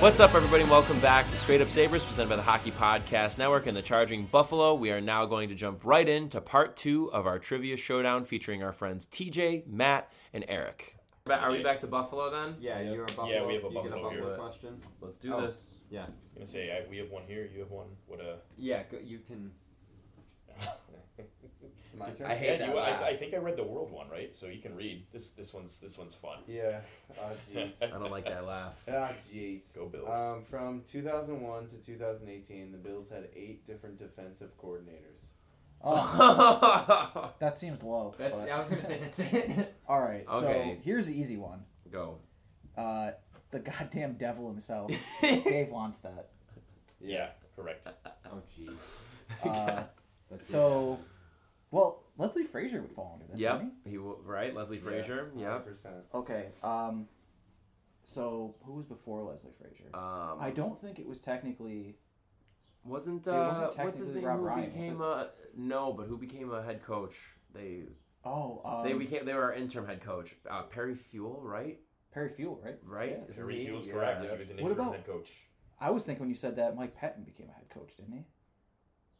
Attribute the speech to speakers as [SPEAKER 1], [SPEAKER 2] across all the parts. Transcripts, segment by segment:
[SPEAKER 1] What's up, everybody? Welcome back to Straight Up Sabres, presented by the Hockey Podcast Network and the Charging Buffalo. We are now going to jump right into part two of our trivia showdown featuring our friends TJ, Matt, and Eric. Are we back to Buffalo then?
[SPEAKER 2] Yeah,
[SPEAKER 3] Yep.
[SPEAKER 2] you're a Buffalo.
[SPEAKER 3] Yeah, we have a
[SPEAKER 2] you get
[SPEAKER 3] Buffalo
[SPEAKER 2] a Buffalo
[SPEAKER 3] here.
[SPEAKER 2] question.
[SPEAKER 1] Let's do
[SPEAKER 2] Oh.
[SPEAKER 1] this.
[SPEAKER 2] Yeah,
[SPEAKER 3] I'm gonna say I, we have one here. You have one. What a.
[SPEAKER 2] yeah, go- you can. It's my turn.
[SPEAKER 1] I hate
[SPEAKER 3] Yeah,
[SPEAKER 1] that.
[SPEAKER 3] you-
[SPEAKER 1] laugh.
[SPEAKER 3] I, I think I read the world one right, so you can read. This this one's this one's fun.
[SPEAKER 4] Yeah. Oh jeez.
[SPEAKER 1] I don't like that laugh.
[SPEAKER 4] Ah jeez.
[SPEAKER 3] Go Bills.
[SPEAKER 4] Um, from 2001 to 2018, the Bills had eight different defensive coordinators.
[SPEAKER 5] Oh,
[SPEAKER 1] Go.
[SPEAKER 5] that seems low.
[SPEAKER 2] That's.
[SPEAKER 5] but-
[SPEAKER 2] I was gonna say that's it.
[SPEAKER 5] All right.
[SPEAKER 1] Okay.
[SPEAKER 5] So here's the easy one. Uh, the goddamn devil himself, Dave Wonstadt.
[SPEAKER 3] yeah, correct.
[SPEAKER 2] oh jeez.
[SPEAKER 5] Uh, so, well, Leslie Frazier would fall under this.
[SPEAKER 1] Yep.
[SPEAKER 5] wouldn't
[SPEAKER 1] He will, right? Leslie Frazier. Yep.
[SPEAKER 4] Percent.
[SPEAKER 5] he? Okay. Um, so who was before Leslie Frazier?
[SPEAKER 1] Um,
[SPEAKER 5] I don't think it was technically.
[SPEAKER 1] wasn't
[SPEAKER 5] It
[SPEAKER 1] uh,
[SPEAKER 5] wasn't
[SPEAKER 1] what's his
[SPEAKER 5] technically
[SPEAKER 1] name?
[SPEAKER 5] Rob
[SPEAKER 1] who
[SPEAKER 5] Ryan, was
[SPEAKER 1] became
[SPEAKER 5] it?
[SPEAKER 1] a no, but who became a head coach? They
[SPEAKER 5] Oh, um,
[SPEAKER 1] they became they were our interim head coach. Uh, Perry Fuel, right?
[SPEAKER 5] Perry Fuel, right?
[SPEAKER 1] Right?
[SPEAKER 5] Yeah.
[SPEAKER 3] Your
[SPEAKER 1] Me?
[SPEAKER 3] refuel's
[SPEAKER 1] Yeah.
[SPEAKER 3] correct.
[SPEAKER 1] Yeah.
[SPEAKER 3] He was an
[SPEAKER 5] What
[SPEAKER 3] interim
[SPEAKER 5] about-
[SPEAKER 3] head coach.
[SPEAKER 5] I was thinking when you said that Mike Patton became a head coach, didn't he?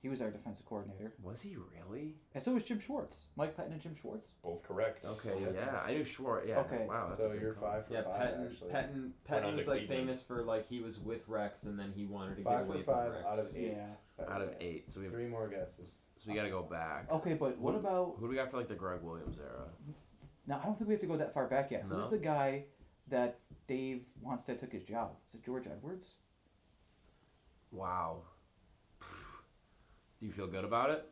[SPEAKER 5] He was our defensive coordinator,
[SPEAKER 1] Was he really?
[SPEAKER 5] and so was Jim Schwartz. Mike Patton and Jim Schwartz.
[SPEAKER 3] Both correct.
[SPEAKER 1] Okay, yeah, I knew Schwartz. Yeah.
[SPEAKER 5] Okay.
[SPEAKER 1] Wow. That's a
[SPEAKER 4] So
[SPEAKER 1] good
[SPEAKER 4] you're
[SPEAKER 1] call.
[SPEAKER 4] five for
[SPEAKER 2] Yeah,
[SPEAKER 4] five
[SPEAKER 2] Patton.
[SPEAKER 4] actually.
[SPEAKER 2] Petton.
[SPEAKER 3] Went on
[SPEAKER 2] Petton was
[SPEAKER 3] to
[SPEAKER 2] like
[SPEAKER 3] Cleveland.
[SPEAKER 2] famous for like he was with Rex and then he wanted to
[SPEAKER 4] Five
[SPEAKER 2] get
[SPEAKER 4] for
[SPEAKER 2] away
[SPEAKER 4] five
[SPEAKER 2] from Rex.
[SPEAKER 4] out of eight.
[SPEAKER 5] Yeah.
[SPEAKER 4] Patton.
[SPEAKER 1] out of eight. So we have,
[SPEAKER 4] Three more guesses.
[SPEAKER 1] so we got to go back.
[SPEAKER 5] Okay, but what about
[SPEAKER 1] Who do we got for like the Greg Williams era?
[SPEAKER 5] Now, I don't think we have to go that far back yet.
[SPEAKER 1] No.
[SPEAKER 5] Who's the guy that Dave wants that took his job? Is it George Edwards?
[SPEAKER 1] Wow. Do you feel good about it?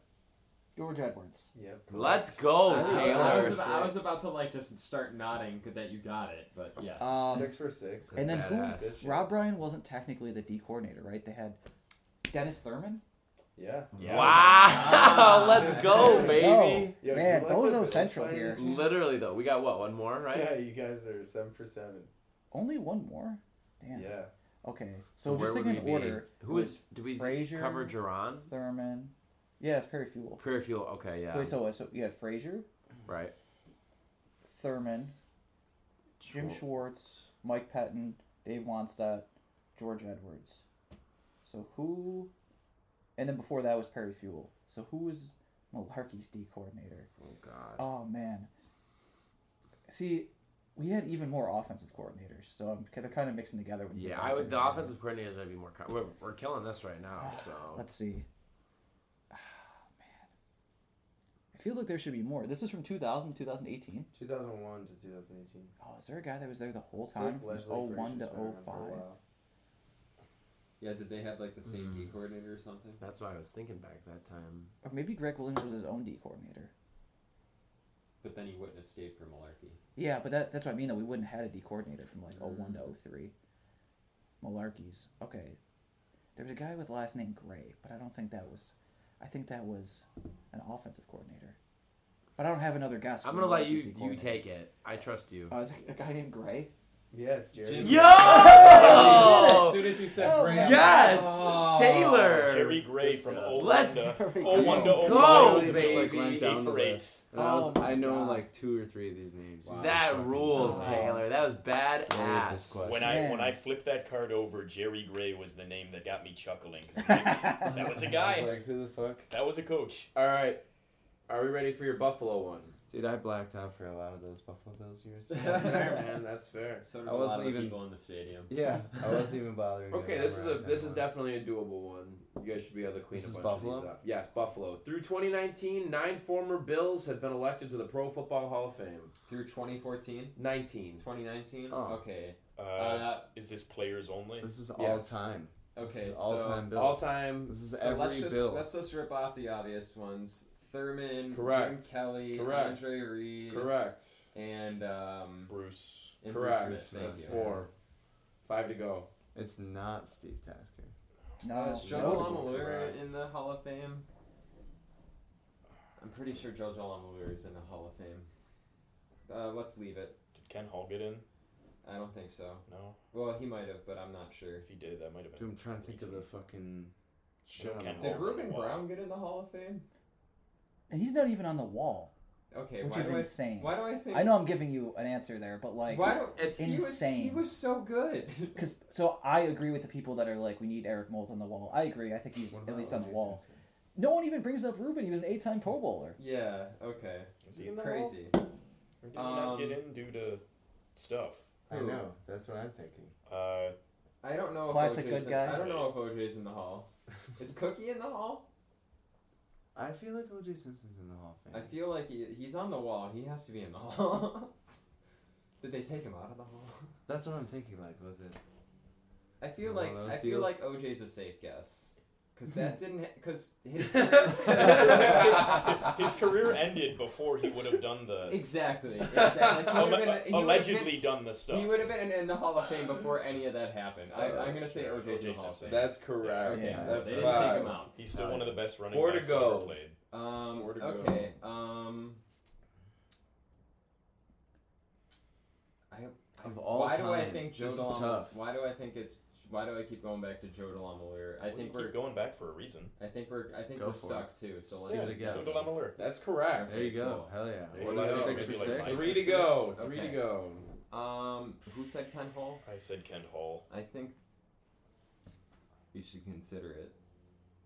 [SPEAKER 5] George Edwards.
[SPEAKER 4] Yep.
[SPEAKER 1] Let's go,
[SPEAKER 2] I was, I
[SPEAKER 1] Taylor.
[SPEAKER 2] was about, I was
[SPEAKER 4] Six.
[SPEAKER 2] about to like just start nodding that you got it, but yeah.
[SPEAKER 5] Um,
[SPEAKER 4] six for six.
[SPEAKER 5] and then
[SPEAKER 1] Badass.
[SPEAKER 5] who? Rob Ryan wasn't technically the D coordinator, right? They had Dennis Thurman.
[SPEAKER 4] Yeah.
[SPEAKER 3] Yeah.
[SPEAKER 1] Wow. Let's go,
[SPEAKER 5] There you
[SPEAKER 1] baby.
[SPEAKER 5] go.
[SPEAKER 4] Yo, you
[SPEAKER 5] Man,
[SPEAKER 4] like
[SPEAKER 5] those
[SPEAKER 4] the
[SPEAKER 5] are
[SPEAKER 4] Bills
[SPEAKER 5] central
[SPEAKER 4] by any
[SPEAKER 5] here.
[SPEAKER 4] chance?
[SPEAKER 1] Literally though, we got what one more, right?
[SPEAKER 4] Yeah, you guys are seven for seven.
[SPEAKER 5] Only one more. Damn.
[SPEAKER 4] Yeah.
[SPEAKER 5] Okay. So,
[SPEAKER 1] where
[SPEAKER 5] just
[SPEAKER 1] would
[SPEAKER 5] thinking
[SPEAKER 1] we
[SPEAKER 5] in
[SPEAKER 1] be?
[SPEAKER 5] order.
[SPEAKER 1] Who was? Did we
[SPEAKER 5] Frazier?
[SPEAKER 1] cover Duran?
[SPEAKER 5] Thurman? Yeah, it's Perry Fuel.
[SPEAKER 1] Pure Fuel. Okay, yeah.
[SPEAKER 5] Wait, so so you had Frazier,
[SPEAKER 1] right.
[SPEAKER 5] Thurman, Jim
[SPEAKER 1] Schwar-
[SPEAKER 5] Schwartz, Mike Patton, Dave Wonstadt, George Edwards. So who? And then before that was Perry Fuel. So who was Malarkey's D coordinator?
[SPEAKER 1] Oh God.
[SPEAKER 5] Oh man. See, we had even more offensive coordinators, so I'm kind of kind of mixing together. When you
[SPEAKER 1] Yeah,
[SPEAKER 5] go
[SPEAKER 1] I
[SPEAKER 5] back
[SPEAKER 1] would.
[SPEAKER 5] to
[SPEAKER 1] The
[SPEAKER 5] it.
[SPEAKER 1] offensive coordinators would be more. co- We're, we're killing this right now. So
[SPEAKER 5] Let's see. man, it feels like there should be more. This is from 2000 2018.
[SPEAKER 4] 2001 to 2018.
[SPEAKER 5] Oh, is there a guy that was there the whole
[SPEAKER 4] I feel
[SPEAKER 5] time
[SPEAKER 4] like
[SPEAKER 5] from
[SPEAKER 4] Leslie
[SPEAKER 5] 01 to
[SPEAKER 4] Frazier's been around
[SPEAKER 5] 05?
[SPEAKER 4] for a while.
[SPEAKER 2] yeah. Did they have like the same D coordinator or something?
[SPEAKER 1] that's what I was thinking back that time.
[SPEAKER 5] Or maybe Greg Williams was his own D coordinator.
[SPEAKER 2] But then he wouldn't have stayed for Malarkey.
[SPEAKER 5] Yeah, but that, that's what I mean, though. We wouldn't have had a D coordinator from like 01
[SPEAKER 2] Mm.
[SPEAKER 5] to 03. Malarkeys. Okay. There was a guy with last name Gray, but I don't think that was. I think that was an offensive coordinator. But I don't have another guess.
[SPEAKER 1] I'm
[SPEAKER 5] for
[SPEAKER 1] gonna let
[SPEAKER 5] Malarkey's D
[SPEAKER 1] you you
[SPEAKER 5] coordinator.
[SPEAKER 1] take it. I trust you.
[SPEAKER 5] Uh, is it a guy named Gray?
[SPEAKER 4] Yeah, it's Jerry.
[SPEAKER 2] Jim- As soon as you said
[SPEAKER 5] Oh,
[SPEAKER 2] Rex,
[SPEAKER 5] my
[SPEAKER 1] Yes,
[SPEAKER 2] Oh.
[SPEAKER 1] Taylor.
[SPEAKER 3] Jerry Gray from
[SPEAKER 4] job.
[SPEAKER 3] 01
[SPEAKER 1] Let's
[SPEAKER 3] to
[SPEAKER 5] go.
[SPEAKER 3] 01 to
[SPEAKER 5] Go,
[SPEAKER 3] 05.
[SPEAKER 1] baby.
[SPEAKER 3] Just like went Eight for eight.
[SPEAKER 5] And I was- Oh my I know, God. like,
[SPEAKER 4] two or three of these names.
[SPEAKER 1] That rules,
[SPEAKER 5] sucks.
[SPEAKER 1] Taylor. That was badass.
[SPEAKER 4] question.
[SPEAKER 3] When I
[SPEAKER 5] Man.
[SPEAKER 3] when I flipped that card over, Jerry Gray was the name that got me chuckling 'cause I'm like, that was a guy.
[SPEAKER 4] Like who the fuck?
[SPEAKER 3] That was a coach.
[SPEAKER 1] All right, are we ready for your Buffalo one?
[SPEAKER 4] Dude, I blacked out for a lot of those Buffalo Bills years.
[SPEAKER 1] That's fair, man. That's fair.
[SPEAKER 2] So did
[SPEAKER 4] I
[SPEAKER 2] a lot
[SPEAKER 4] wasn't
[SPEAKER 2] of the
[SPEAKER 4] even-
[SPEAKER 2] people in the stadium.
[SPEAKER 4] yeah, I wasn't even bothering.
[SPEAKER 1] Okay,
[SPEAKER 4] to
[SPEAKER 1] this is a
[SPEAKER 4] memorize
[SPEAKER 1] this is
[SPEAKER 4] that
[SPEAKER 1] definitely a doable one. You guys should be able to clean
[SPEAKER 4] This
[SPEAKER 1] a
[SPEAKER 4] is
[SPEAKER 1] bunch of these
[SPEAKER 4] Buffalo?
[SPEAKER 1] up. Yes, Buffalo. Through 2019, nine former Bills have been elected to the Pro Football Hall of Fame.
[SPEAKER 2] Through 2014,
[SPEAKER 1] 19.
[SPEAKER 2] 2019.
[SPEAKER 4] Oh.
[SPEAKER 2] Okay.
[SPEAKER 3] Uh,
[SPEAKER 2] Uh,
[SPEAKER 3] is this players only?
[SPEAKER 4] one. This is all
[SPEAKER 1] Yes.
[SPEAKER 4] time.
[SPEAKER 2] Okay,
[SPEAKER 4] This is
[SPEAKER 2] all
[SPEAKER 4] all-time
[SPEAKER 2] time
[SPEAKER 4] Bills.
[SPEAKER 1] All time.
[SPEAKER 4] This is
[SPEAKER 2] So
[SPEAKER 4] every
[SPEAKER 2] let's just
[SPEAKER 4] bill.
[SPEAKER 2] let's just rip off the obvious ones: Thurman,
[SPEAKER 4] Correct.
[SPEAKER 2] Jim Kelly,
[SPEAKER 4] Correct.
[SPEAKER 2] Andre Reed,
[SPEAKER 4] Correct.
[SPEAKER 2] and um,
[SPEAKER 3] Bruce.
[SPEAKER 2] and Bruce
[SPEAKER 4] Correct.
[SPEAKER 2] Smith. Thank
[SPEAKER 4] That's
[SPEAKER 2] you.
[SPEAKER 4] four. Five to go.
[SPEAKER 6] It's not Steve Tasker.
[SPEAKER 5] No,
[SPEAKER 2] Uh, is Joe
[SPEAKER 5] notable.
[SPEAKER 2] Lamalure
[SPEAKER 4] correct.
[SPEAKER 2] in the Hall of Fame? I'm pretty sure Joe Lamalure is in the Hall of Fame. Uh, let's leave it.
[SPEAKER 3] Did Ken Hall get in?
[SPEAKER 2] I don't think so.
[SPEAKER 3] No.
[SPEAKER 2] Well, he might have, but I'm not sure.
[SPEAKER 3] If he did, that might have been.
[SPEAKER 6] Dude, I'm trying to think of the fucking shit on
[SPEAKER 3] Ken
[SPEAKER 6] the
[SPEAKER 3] Hall.
[SPEAKER 6] wall.
[SPEAKER 2] Did
[SPEAKER 3] Hall's on the
[SPEAKER 2] Reuben
[SPEAKER 3] wall.
[SPEAKER 2] Brown get in the Hall of Fame?
[SPEAKER 5] And he's not even on the wall,
[SPEAKER 2] Okay,
[SPEAKER 5] which
[SPEAKER 2] why
[SPEAKER 5] is
[SPEAKER 2] do
[SPEAKER 5] insane.
[SPEAKER 2] I, why do I think?
[SPEAKER 5] I know I'm giving you an answer there, but like,
[SPEAKER 2] why don't
[SPEAKER 1] It's
[SPEAKER 2] he Was, he
[SPEAKER 5] insane.
[SPEAKER 2] was so good.
[SPEAKER 5] Because so I agree with the people that are like, we need Eric Mold on the wall. I agree. I think he's
[SPEAKER 6] What
[SPEAKER 5] at
[SPEAKER 6] about
[SPEAKER 5] least on the
[SPEAKER 6] O.J.
[SPEAKER 5] wall.
[SPEAKER 6] Simpson?
[SPEAKER 5] No one even brings up Ruben. He was an eight-time Pro Bowler.
[SPEAKER 2] yeah. Okay.
[SPEAKER 3] Is he in the Hall?
[SPEAKER 2] Crazy.
[SPEAKER 3] Or did he not get
[SPEAKER 2] Um,
[SPEAKER 3] in due to stuff?
[SPEAKER 6] I
[SPEAKER 2] Who?
[SPEAKER 6] know. That's what I'm thinking.
[SPEAKER 3] Uh,
[SPEAKER 2] I don't know.
[SPEAKER 5] Classic
[SPEAKER 2] if OJ's
[SPEAKER 5] good guy.
[SPEAKER 2] I don't know if OJ's in the Hall. Is Cookie in the Hall?
[SPEAKER 6] I feel like O.J. Simpson's in the Hall of
[SPEAKER 2] I
[SPEAKER 6] Fame.
[SPEAKER 2] feel like he, he's on the wall. He has to be in the Hall. Did they take him out of the Hall?
[SPEAKER 6] That's what I'm thinking. Like, was it?
[SPEAKER 2] I feel
[SPEAKER 6] One
[SPEAKER 2] like
[SPEAKER 6] of those
[SPEAKER 2] I feel
[SPEAKER 6] deals.
[SPEAKER 2] like OJ's a safe guess because that didn't because his career-
[SPEAKER 3] his career ended before he would have done the
[SPEAKER 2] exactly exactly Like, he
[SPEAKER 3] Alle-
[SPEAKER 2] would've been- he would've
[SPEAKER 3] allegedly done the
[SPEAKER 2] been-
[SPEAKER 3] stuff.
[SPEAKER 2] he would have been in the Hall of Fame before any of that happened. I, I'm gonna say
[SPEAKER 3] Sure,
[SPEAKER 2] OJ's in
[SPEAKER 3] O.J.
[SPEAKER 2] the Hall of
[SPEAKER 3] Simpson.
[SPEAKER 2] Fame.
[SPEAKER 4] That's correct.
[SPEAKER 2] okay,
[SPEAKER 5] Yeah,
[SPEAKER 4] That's
[SPEAKER 2] they didn't
[SPEAKER 4] five.
[SPEAKER 2] take him out.
[SPEAKER 3] He's still one of the best running
[SPEAKER 4] Four to
[SPEAKER 3] backs
[SPEAKER 4] go.
[SPEAKER 3] ever played.
[SPEAKER 2] Um,
[SPEAKER 4] Four to go.
[SPEAKER 2] okay. Um, I, I-
[SPEAKER 6] Of all
[SPEAKER 2] why do I
[SPEAKER 6] time,
[SPEAKER 2] think Joe
[SPEAKER 6] this is
[SPEAKER 2] Delam-
[SPEAKER 6] tough.
[SPEAKER 2] Why do I think it's? Why do I keep going back to Joe Delamalier? I
[SPEAKER 3] Well,
[SPEAKER 2] think
[SPEAKER 3] you
[SPEAKER 2] we're.
[SPEAKER 3] keep going back for a reason.
[SPEAKER 2] I think we're. I think
[SPEAKER 6] Go
[SPEAKER 2] we're
[SPEAKER 6] for
[SPEAKER 2] stuck too. So
[SPEAKER 6] Give
[SPEAKER 2] let's
[SPEAKER 6] it a
[SPEAKER 2] just-
[SPEAKER 6] guess.
[SPEAKER 3] Joe Delamore.
[SPEAKER 4] That's correct.
[SPEAKER 6] There you go.
[SPEAKER 2] Cool.
[SPEAKER 6] Hell yeah.
[SPEAKER 3] There you
[SPEAKER 4] go.
[SPEAKER 6] Six
[SPEAKER 3] Maybe
[SPEAKER 6] for
[SPEAKER 3] like
[SPEAKER 6] six.
[SPEAKER 3] five.
[SPEAKER 4] Three to go.
[SPEAKER 2] Okay.
[SPEAKER 4] Three to go.
[SPEAKER 2] Um, who said Ken Hall?
[SPEAKER 3] I said Ken Hall.
[SPEAKER 2] I think you should consider it.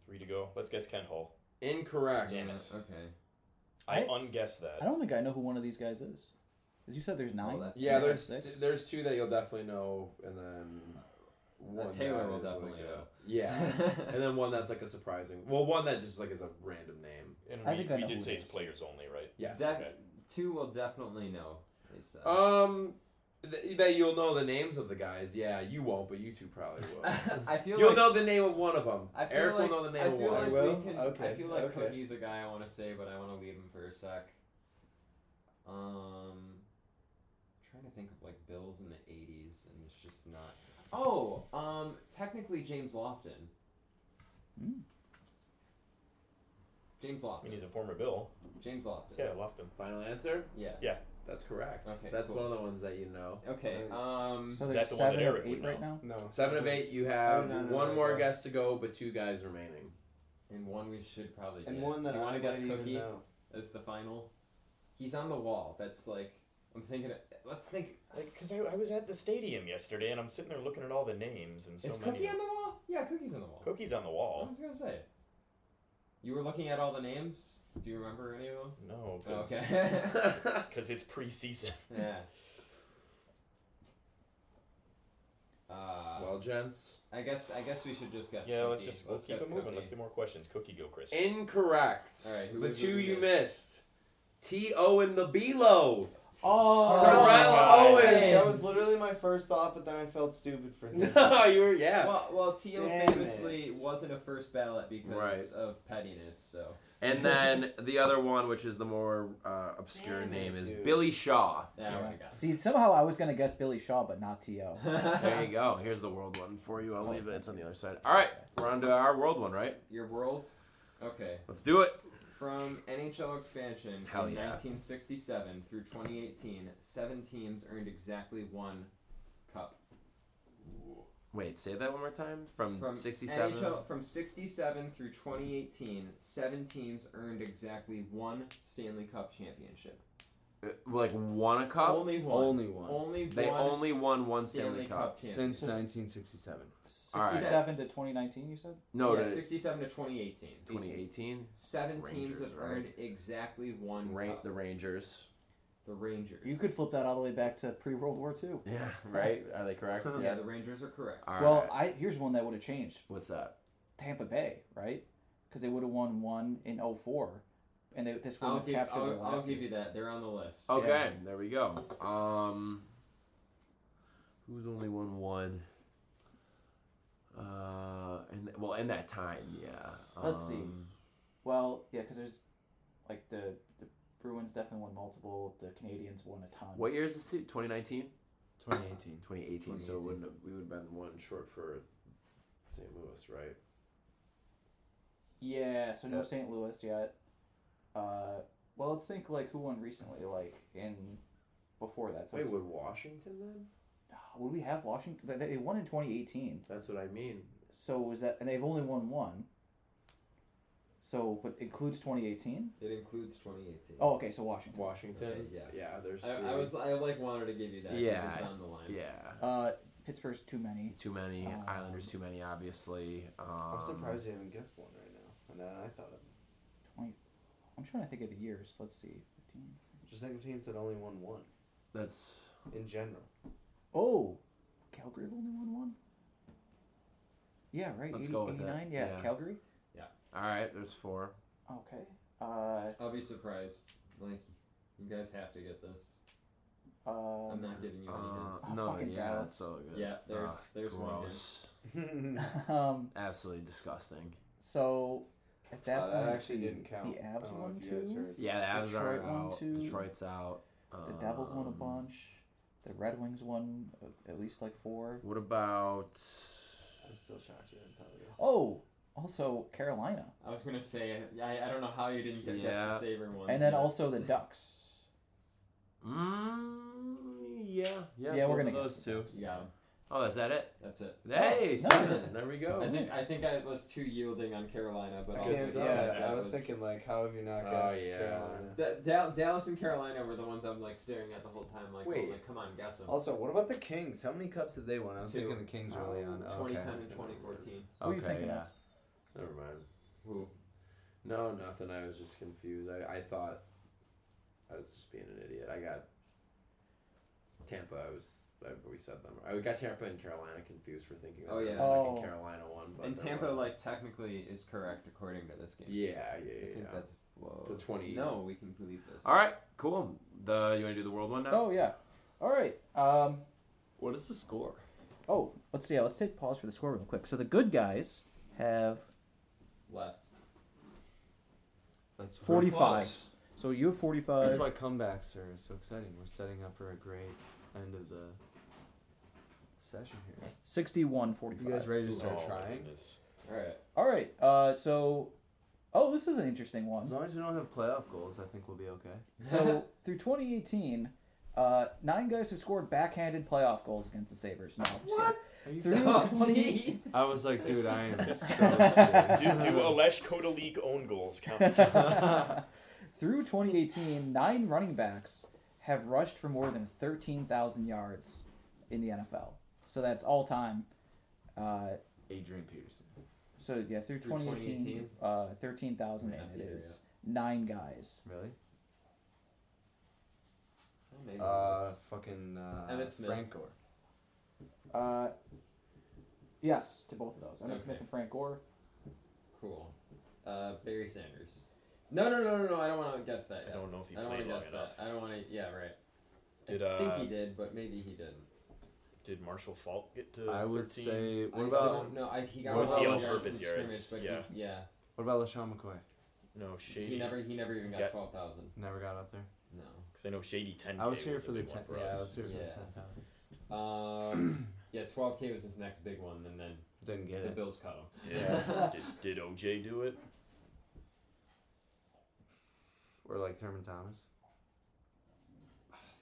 [SPEAKER 3] Three to go. Let's guess Ken Hall.
[SPEAKER 4] Incorrect.
[SPEAKER 3] Damn it.
[SPEAKER 2] Okay.
[SPEAKER 3] I,
[SPEAKER 5] I-
[SPEAKER 3] unguessed
[SPEAKER 5] I
[SPEAKER 3] that.
[SPEAKER 5] don't think I know who one of these guys is. 'Cause you said there's nine.
[SPEAKER 2] that-
[SPEAKER 4] Yeah,
[SPEAKER 5] Nine or
[SPEAKER 4] there's
[SPEAKER 5] six.
[SPEAKER 4] there's two that you'll definitely know, and then one
[SPEAKER 2] Uh, Taylor
[SPEAKER 4] that
[SPEAKER 2] will
[SPEAKER 4] is
[SPEAKER 2] definitely
[SPEAKER 4] like a-
[SPEAKER 2] know.
[SPEAKER 4] yeah, and then one that's like a surprising. Well, one that just like is a random name.
[SPEAKER 3] And we,
[SPEAKER 5] I think I
[SPEAKER 3] we
[SPEAKER 5] know
[SPEAKER 3] did
[SPEAKER 5] who
[SPEAKER 3] say
[SPEAKER 5] it
[SPEAKER 3] it's
[SPEAKER 5] is.
[SPEAKER 3] players only, right?
[SPEAKER 4] Yes.
[SPEAKER 2] Def-
[SPEAKER 3] okay.
[SPEAKER 2] Two will definitely know. They said.
[SPEAKER 6] Oh.
[SPEAKER 4] Um, th- that you'll know the names of the guys. Yeah, you won't, but you two probably will.
[SPEAKER 2] I feel
[SPEAKER 4] You'll
[SPEAKER 2] like
[SPEAKER 4] know the name of one of them.
[SPEAKER 2] I feel
[SPEAKER 4] Eric
[SPEAKER 2] like,
[SPEAKER 4] will know the
[SPEAKER 2] I
[SPEAKER 4] name of
[SPEAKER 2] feel
[SPEAKER 4] one.
[SPEAKER 2] Like
[SPEAKER 6] Well,
[SPEAKER 2] we can, I
[SPEAKER 6] okay,
[SPEAKER 2] feel like
[SPEAKER 6] okay.
[SPEAKER 2] Cookie's a guy I want to say, but I want to leave him for a sec. Um, trying to think of like Bills in the '80s, and it's just not. Oh, um, technically James Lofton.
[SPEAKER 5] Hmm.
[SPEAKER 2] James
[SPEAKER 3] I mean,
[SPEAKER 2] Lofton.
[SPEAKER 3] he's a former Bill.
[SPEAKER 2] James Lofton.
[SPEAKER 3] Yeah, I left him.
[SPEAKER 4] Final answer.
[SPEAKER 2] Yeah.
[SPEAKER 4] That's correct.
[SPEAKER 2] Okay,
[SPEAKER 4] that's
[SPEAKER 2] cool. Oh,
[SPEAKER 4] one of the ones that you know.
[SPEAKER 2] Okay. Um.
[SPEAKER 5] So
[SPEAKER 3] Is
[SPEAKER 5] there's
[SPEAKER 3] that the one that
[SPEAKER 5] seven or
[SPEAKER 3] Eric would
[SPEAKER 5] eight right now.
[SPEAKER 6] No.
[SPEAKER 4] Seven of eight. You
[SPEAKER 6] Oh,
[SPEAKER 4] have
[SPEAKER 6] no, no,
[SPEAKER 4] one
[SPEAKER 6] no,
[SPEAKER 4] more
[SPEAKER 6] no.
[SPEAKER 4] guess to go, but two guys remaining.
[SPEAKER 2] And one we should probably get.
[SPEAKER 6] And one that
[SPEAKER 2] Do you
[SPEAKER 6] I
[SPEAKER 2] want to guess
[SPEAKER 6] might even
[SPEAKER 2] Cookie
[SPEAKER 6] know.
[SPEAKER 2] as the final? He's on the wall. That's like I'm thinking. Of, let's think.
[SPEAKER 3] Like, cause I, I was at the stadium yesterday, and I'm sitting there looking at all the names and so
[SPEAKER 2] Is
[SPEAKER 3] many.
[SPEAKER 2] Cookie on the wall? Yeah, Cookie's on the wall. Oh.
[SPEAKER 3] Cookie's on the
[SPEAKER 2] I
[SPEAKER 3] wall.
[SPEAKER 2] was gonna say. You were looking at all the names. Do you remember any of them?
[SPEAKER 3] No,
[SPEAKER 2] Oh,
[SPEAKER 3] cause,
[SPEAKER 2] okay.
[SPEAKER 3] 'cause it's preseason.
[SPEAKER 2] yeah. Uh,
[SPEAKER 4] well, gents,
[SPEAKER 2] I guess I guess we should just guess.
[SPEAKER 3] Yeah, let's
[SPEAKER 2] Cookie.
[SPEAKER 3] just we'll keep
[SPEAKER 2] guess
[SPEAKER 3] it moving.
[SPEAKER 2] Cookie.
[SPEAKER 3] Let's get more questions. Cookie, go, Chris.
[SPEAKER 4] incorrect.
[SPEAKER 2] All right, who
[SPEAKER 4] the
[SPEAKER 2] was it
[SPEAKER 4] two
[SPEAKER 2] we
[SPEAKER 4] you
[SPEAKER 2] missed?
[SPEAKER 4] missed. T.O. and the B-Lo.
[SPEAKER 6] Oh,
[SPEAKER 4] Terrell
[SPEAKER 6] my God.
[SPEAKER 4] Owens.
[SPEAKER 6] That was literally my first thought, but then I felt stupid for thinking.
[SPEAKER 4] no, you were yeah.
[SPEAKER 2] Well, well, T.O.
[SPEAKER 6] Damn
[SPEAKER 2] famously
[SPEAKER 6] it.
[SPEAKER 2] wasn't a first ballot because
[SPEAKER 4] Right.
[SPEAKER 2] of pettiness. So
[SPEAKER 1] And then the other one, which is the more uh, obscure
[SPEAKER 6] Damn it,
[SPEAKER 1] name, is
[SPEAKER 6] dude.
[SPEAKER 1] Billy Shaw.
[SPEAKER 2] yeah,
[SPEAKER 5] Yeah.
[SPEAKER 2] I would've guessed.
[SPEAKER 5] See, somehow I was gonna guess Billy Shaw, but not T.O.
[SPEAKER 1] There you go. Here's the world one for you. I'll leave it. It's on the other side. All right, we're on to our world one, right?
[SPEAKER 2] Your worlds. Okay.
[SPEAKER 1] Let's do it.
[SPEAKER 2] From NHL expansion
[SPEAKER 1] Hell
[SPEAKER 2] in
[SPEAKER 1] yeah.
[SPEAKER 2] 1967 through 2018, seven teams earned exactly one cup.
[SPEAKER 1] Wait, say that one more time. From,
[SPEAKER 2] From
[SPEAKER 1] 67.
[SPEAKER 2] NHL, from 67 through 2018, seven teams earned exactly one Stanley Cup championship.
[SPEAKER 1] uh, Like, won a cup?
[SPEAKER 2] Only one.
[SPEAKER 6] Only one.
[SPEAKER 2] Only
[SPEAKER 1] they
[SPEAKER 2] one.
[SPEAKER 1] only won one
[SPEAKER 2] Stanley
[SPEAKER 1] Stanley,
[SPEAKER 2] Cup
[SPEAKER 1] Cup.
[SPEAKER 6] Since
[SPEAKER 2] championship.
[SPEAKER 6] 1967.
[SPEAKER 1] All right.
[SPEAKER 5] Sixty-seven to twenty nineteen. You said.
[SPEAKER 1] No,
[SPEAKER 2] yeah,
[SPEAKER 1] to
[SPEAKER 2] 67 to 2018.
[SPEAKER 1] 2018.
[SPEAKER 2] Seven teams
[SPEAKER 1] Rangers,
[SPEAKER 2] have
[SPEAKER 1] right?
[SPEAKER 2] earned exactly one
[SPEAKER 1] Ra-
[SPEAKER 2] cup.
[SPEAKER 1] the Rangers.
[SPEAKER 2] The Rangers.
[SPEAKER 5] You could flip that all the way back to pre-World War II.
[SPEAKER 1] Yeah, right? Are they correct?
[SPEAKER 2] Yeah, the Rangers are correct.
[SPEAKER 1] All right.
[SPEAKER 5] well, I here's one that would have changed.
[SPEAKER 1] What's that?
[SPEAKER 5] Tampa Bay, right? Because they would have won one in 04, and they, this would
[SPEAKER 2] I'll,
[SPEAKER 5] have
[SPEAKER 2] give,
[SPEAKER 5] captured their
[SPEAKER 2] I'll, I'll
[SPEAKER 5] last.
[SPEAKER 2] give
[SPEAKER 5] year.
[SPEAKER 2] you that. They're on the list.
[SPEAKER 1] Okay, there we go. Um, who's only won one? Uh, and well, in that time, yeah. Um,
[SPEAKER 5] Let's see. Well, yeah, because there's like the the Bruins definitely won multiple. The Canadians won a ton.
[SPEAKER 1] What year is this? too? 2019,
[SPEAKER 6] 2018.
[SPEAKER 1] 2018. So it
[SPEAKER 6] 2018.
[SPEAKER 1] wouldn't have, we would have been one short for
[SPEAKER 4] St. Louis, right?
[SPEAKER 5] Yeah, so no St. Louis yet. Uh, well, let's think like who won recently, like in before that. So
[SPEAKER 1] Wait,
[SPEAKER 5] it's-
[SPEAKER 1] would Washington then?
[SPEAKER 5] would we have Washington? they- They won in 2018.
[SPEAKER 1] That's what I mean.
[SPEAKER 5] So was that, and they've only won one. So, but includes 2018.
[SPEAKER 2] It includes 2018.
[SPEAKER 5] Oh, okay, so Washington.
[SPEAKER 1] Washington.
[SPEAKER 2] Okay, yeah.
[SPEAKER 1] Yeah. There's.
[SPEAKER 2] I, I
[SPEAKER 1] three.
[SPEAKER 2] was I like wanted to give you that. 'cause
[SPEAKER 1] Yeah.
[SPEAKER 2] It's on the line.
[SPEAKER 1] Yeah.
[SPEAKER 5] Uh, Pittsburgh's too many.
[SPEAKER 1] Too many
[SPEAKER 5] Um,
[SPEAKER 1] Islanders. Too many, obviously. Um,
[SPEAKER 4] I'm surprised you haven't guessed one right now. And then I thought of
[SPEAKER 5] I'm trying to think of the years. Let's see. 15.
[SPEAKER 4] just think of teams that only won one
[SPEAKER 1] That's
[SPEAKER 4] in general.
[SPEAKER 5] Oh, Calgary have only won one. Yeah, right.
[SPEAKER 1] Let's
[SPEAKER 5] 80
[SPEAKER 1] go with that.
[SPEAKER 5] 89? Yeah,
[SPEAKER 1] Yeah.
[SPEAKER 5] Calgary.
[SPEAKER 1] all right. There's four.
[SPEAKER 5] Okay. Uh,
[SPEAKER 2] I'll be surprised. Like, you guys have to get this.
[SPEAKER 5] uh,
[SPEAKER 2] I'm not giving you any
[SPEAKER 1] Uh,
[SPEAKER 2] hints.
[SPEAKER 5] Oh,
[SPEAKER 1] no,
[SPEAKER 5] fucking
[SPEAKER 1] yeah,
[SPEAKER 5] Dallas.
[SPEAKER 1] that's so good.
[SPEAKER 2] Yeah, there's-
[SPEAKER 1] Ugh,
[SPEAKER 2] there's one here.
[SPEAKER 1] gross.
[SPEAKER 4] Uh,
[SPEAKER 5] um,
[SPEAKER 1] Absolutely disgusting.
[SPEAKER 5] so at that
[SPEAKER 4] Uh,
[SPEAKER 5] point,
[SPEAKER 4] that actually
[SPEAKER 5] the,
[SPEAKER 4] didn't count.
[SPEAKER 5] The
[SPEAKER 4] I
[SPEAKER 5] Abs
[SPEAKER 4] don't know
[SPEAKER 5] won
[SPEAKER 4] if you guys
[SPEAKER 5] two.
[SPEAKER 4] heard.
[SPEAKER 1] Yeah, the Avs are
[SPEAKER 5] Detroit won
[SPEAKER 1] out.
[SPEAKER 5] two.
[SPEAKER 1] Detroit's out.
[SPEAKER 5] The Devils won a
[SPEAKER 1] Um,
[SPEAKER 5] bunch. The Red Wings won uh, at least like four.
[SPEAKER 1] What about?
[SPEAKER 4] I'm still shocked you haven't thought of this.
[SPEAKER 5] Oh, also Carolina,
[SPEAKER 2] I was gonna say I, I don't know how you didn't get
[SPEAKER 1] Yeah.
[SPEAKER 2] guess the saber one.
[SPEAKER 5] and then also the Ducks.
[SPEAKER 1] Mm, yeah, yeah.
[SPEAKER 5] Yeah,
[SPEAKER 1] both
[SPEAKER 5] we're
[SPEAKER 1] of
[SPEAKER 5] gonna Oh, guess
[SPEAKER 1] those
[SPEAKER 5] the
[SPEAKER 1] two.
[SPEAKER 5] Ducks.
[SPEAKER 2] yeah,
[SPEAKER 1] Oh, is that it?
[SPEAKER 2] that's it.
[SPEAKER 1] Hey,
[SPEAKER 5] no.
[SPEAKER 1] seven. There we go.
[SPEAKER 2] I think I think I was too yielding on Carolina, but
[SPEAKER 4] I
[SPEAKER 2] also
[SPEAKER 4] can't,
[SPEAKER 2] said
[SPEAKER 4] yeah,
[SPEAKER 2] that
[SPEAKER 4] I was thinking like, how have you not guessed
[SPEAKER 1] yeah.
[SPEAKER 4] Carolina?
[SPEAKER 2] that Dal- Dallas and Carolina were the ones I'm like staring at the whole time. Like,
[SPEAKER 1] Wait.
[SPEAKER 2] oh, like come on, guess them.
[SPEAKER 6] Also, what about the Kings? How many cups did they win? I was
[SPEAKER 2] Two.
[SPEAKER 6] thinking the Kings early on. Oh, okay.
[SPEAKER 2] 2010 and 2014.
[SPEAKER 5] Who are you
[SPEAKER 1] okay,
[SPEAKER 5] thinking
[SPEAKER 1] yeah.
[SPEAKER 5] of?
[SPEAKER 1] Never mind.
[SPEAKER 2] Who?
[SPEAKER 1] No, nothing. I was just confused. I, I thought I was just being an idiot. I got Tampa. I was. I, we said them. I got Tampa and Carolina confused for thinking. That
[SPEAKER 2] Oh,
[SPEAKER 1] there
[SPEAKER 2] yeah.
[SPEAKER 1] was a second
[SPEAKER 5] Oh.
[SPEAKER 1] Carolina one. But
[SPEAKER 2] And
[SPEAKER 1] there
[SPEAKER 2] Tampa,
[SPEAKER 1] wasn't.
[SPEAKER 2] like technically, is correct according to this game.
[SPEAKER 1] Yeah, yeah,
[SPEAKER 2] I
[SPEAKER 1] yeah.
[SPEAKER 2] think
[SPEAKER 1] yeah.
[SPEAKER 2] that's whoa.
[SPEAKER 1] The 20.
[SPEAKER 2] No, we can believe this.
[SPEAKER 1] All right, cool. The you want to do the world one now?
[SPEAKER 5] Oh yeah. All right. Um,
[SPEAKER 6] What is the score?
[SPEAKER 5] Oh, let's see. Yeah, let's take pause for the score real quick. So the good guys have
[SPEAKER 2] Less.
[SPEAKER 6] That's
[SPEAKER 1] Pretty
[SPEAKER 5] 45.
[SPEAKER 1] close.
[SPEAKER 5] So you have
[SPEAKER 6] That's
[SPEAKER 5] 45.
[SPEAKER 6] why comebacks are so exciting. We're setting up for a great end of the session here.
[SPEAKER 5] 61,
[SPEAKER 6] You guys
[SPEAKER 5] 45.
[SPEAKER 6] ready to start
[SPEAKER 3] Oh, my
[SPEAKER 6] trying?
[SPEAKER 3] goodness.
[SPEAKER 2] All right.
[SPEAKER 5] All right. Uh, so, oh, this is an interesting
[SPEAKER 6] As
[SPEAKER 5] one.
[SPEAKER 6] long as we don't have playoff goals, I think we'll be okay.
[SPEAKER 5] So through 2018, uh, nine guys have scored backhanded playoff goals against the Sabres. No, what?
[SPEAKER 6] Are you
[SPEAKER 5] Through
[SPEAKER 6] kidding?
[SPEAKER 5] 20
[SPEAKER 6] I was like, dude, I am so scared.
[SPEAKER 3] Do, do Alesh Kodalik own goals count?
[SPEAKER 5] through 2018, nine running backs have rushed for more than 13,000 yards in the NFL. So that's all time. Uh,
[SPEAKER 6] Adrian Peterson.
[SPEAKER 5] So yeah, through,
[SPEAKER 2] Through
[SPEAKER 5] 2018, uh, thirteen thousand,
[SPEAKER 2] Yeah,
[SPEAKER 5] and it
[SPEAKER 2] yeah,
[SPEAKER 5] is nine guys.
[SPEAKER 6] Really?
[SPEAKER 2] Well, maybe
[SPEAKER 6] Uh,
[SPEAKER 2] less.
[SPEAKER 6] fucking uh,
[SPEAKER 2] Emmett Smith.
[SPEAKER 6] Francor.
[SPEAKER 5] Uh, yes, to both of those. Emmett
[SPEAKER 2] Okay.
[SPEAKER 5] Smith and Frank Gore.
[SPEAKER 2] Cool. Uh, Barry Sanders. No, no, no, no, no. I don't want to guess that.
[SPEAKER 3] I
[SPEAKER 2] Yet.
[SPEAKER 3] don't know if he
[SPEAKER 2] I don't want
[SPEAKER 3] played
[SPEAKER 2] to
[SPEAKER 3] long
[SPEAKER 2] guess
[SPEAKER 3] enough.
[SPEAKER 2] that. I don't want to. Yeah, right.
[SPEAKER 3] Did
[SPEAKER 2] I think
[SPEAKER 3] uh,
[SPEAKER 2] he did, but maybe he didn't.
[SPEAKER 3] did Marshall Falk get to?
[SPEAKER 6] I would
[SPEAKER 3] 13?
[SPEAKER 6] say. What
[SPEAKER 2] I
[SPEAKER 6] about
[SPEAKER 2] don't know. I, he got
[SPEAKER 6] what about
[SPEAKER 2] all
[SPEAKER 6] the
[SPEAKER 2] yards
[SPEAKER 3] all-purpose
[SPEAKER 2] from
[SPEAKER 3] yards?
[SPEAKER 2] scrimmage, but
[SPEAKER 3] Yeah.
[SPEAKER 2] He, yeah.
[SPEAKER 6] what about LaShawn McCoy?
[SPEAKER 3] no Shady.
[SPEAKER 2] He never. He never even got
[SPEAKER 3] Yeah.
[SPEAKER 2] twelve thousand.
[SPEAKER 6] Never got up there.
[SPEAKER 2] No.
[SPEAKER 3] 'cause I know Shady ten.
[SPEAKER 6] I was here for the
[SPEAKER 3] ten.
[SPEAKER 6] ten. Yeah, I was here for the
[SPEAKER 2] Yeah.
[SPEAKER 6] ten thousand.
[SPEAKER 2] Um, yeah, 12K was his next big one, and then
[SPEAKER 6] Didn't get
[SPEAKER 2] the
[SPEAKER 6] it.
[SPEAKER 2] Bills cut him.
[SPEAKER 3] Did, did, did OJ do it?
[SPEAKER 6] Or like Thurman Thomas.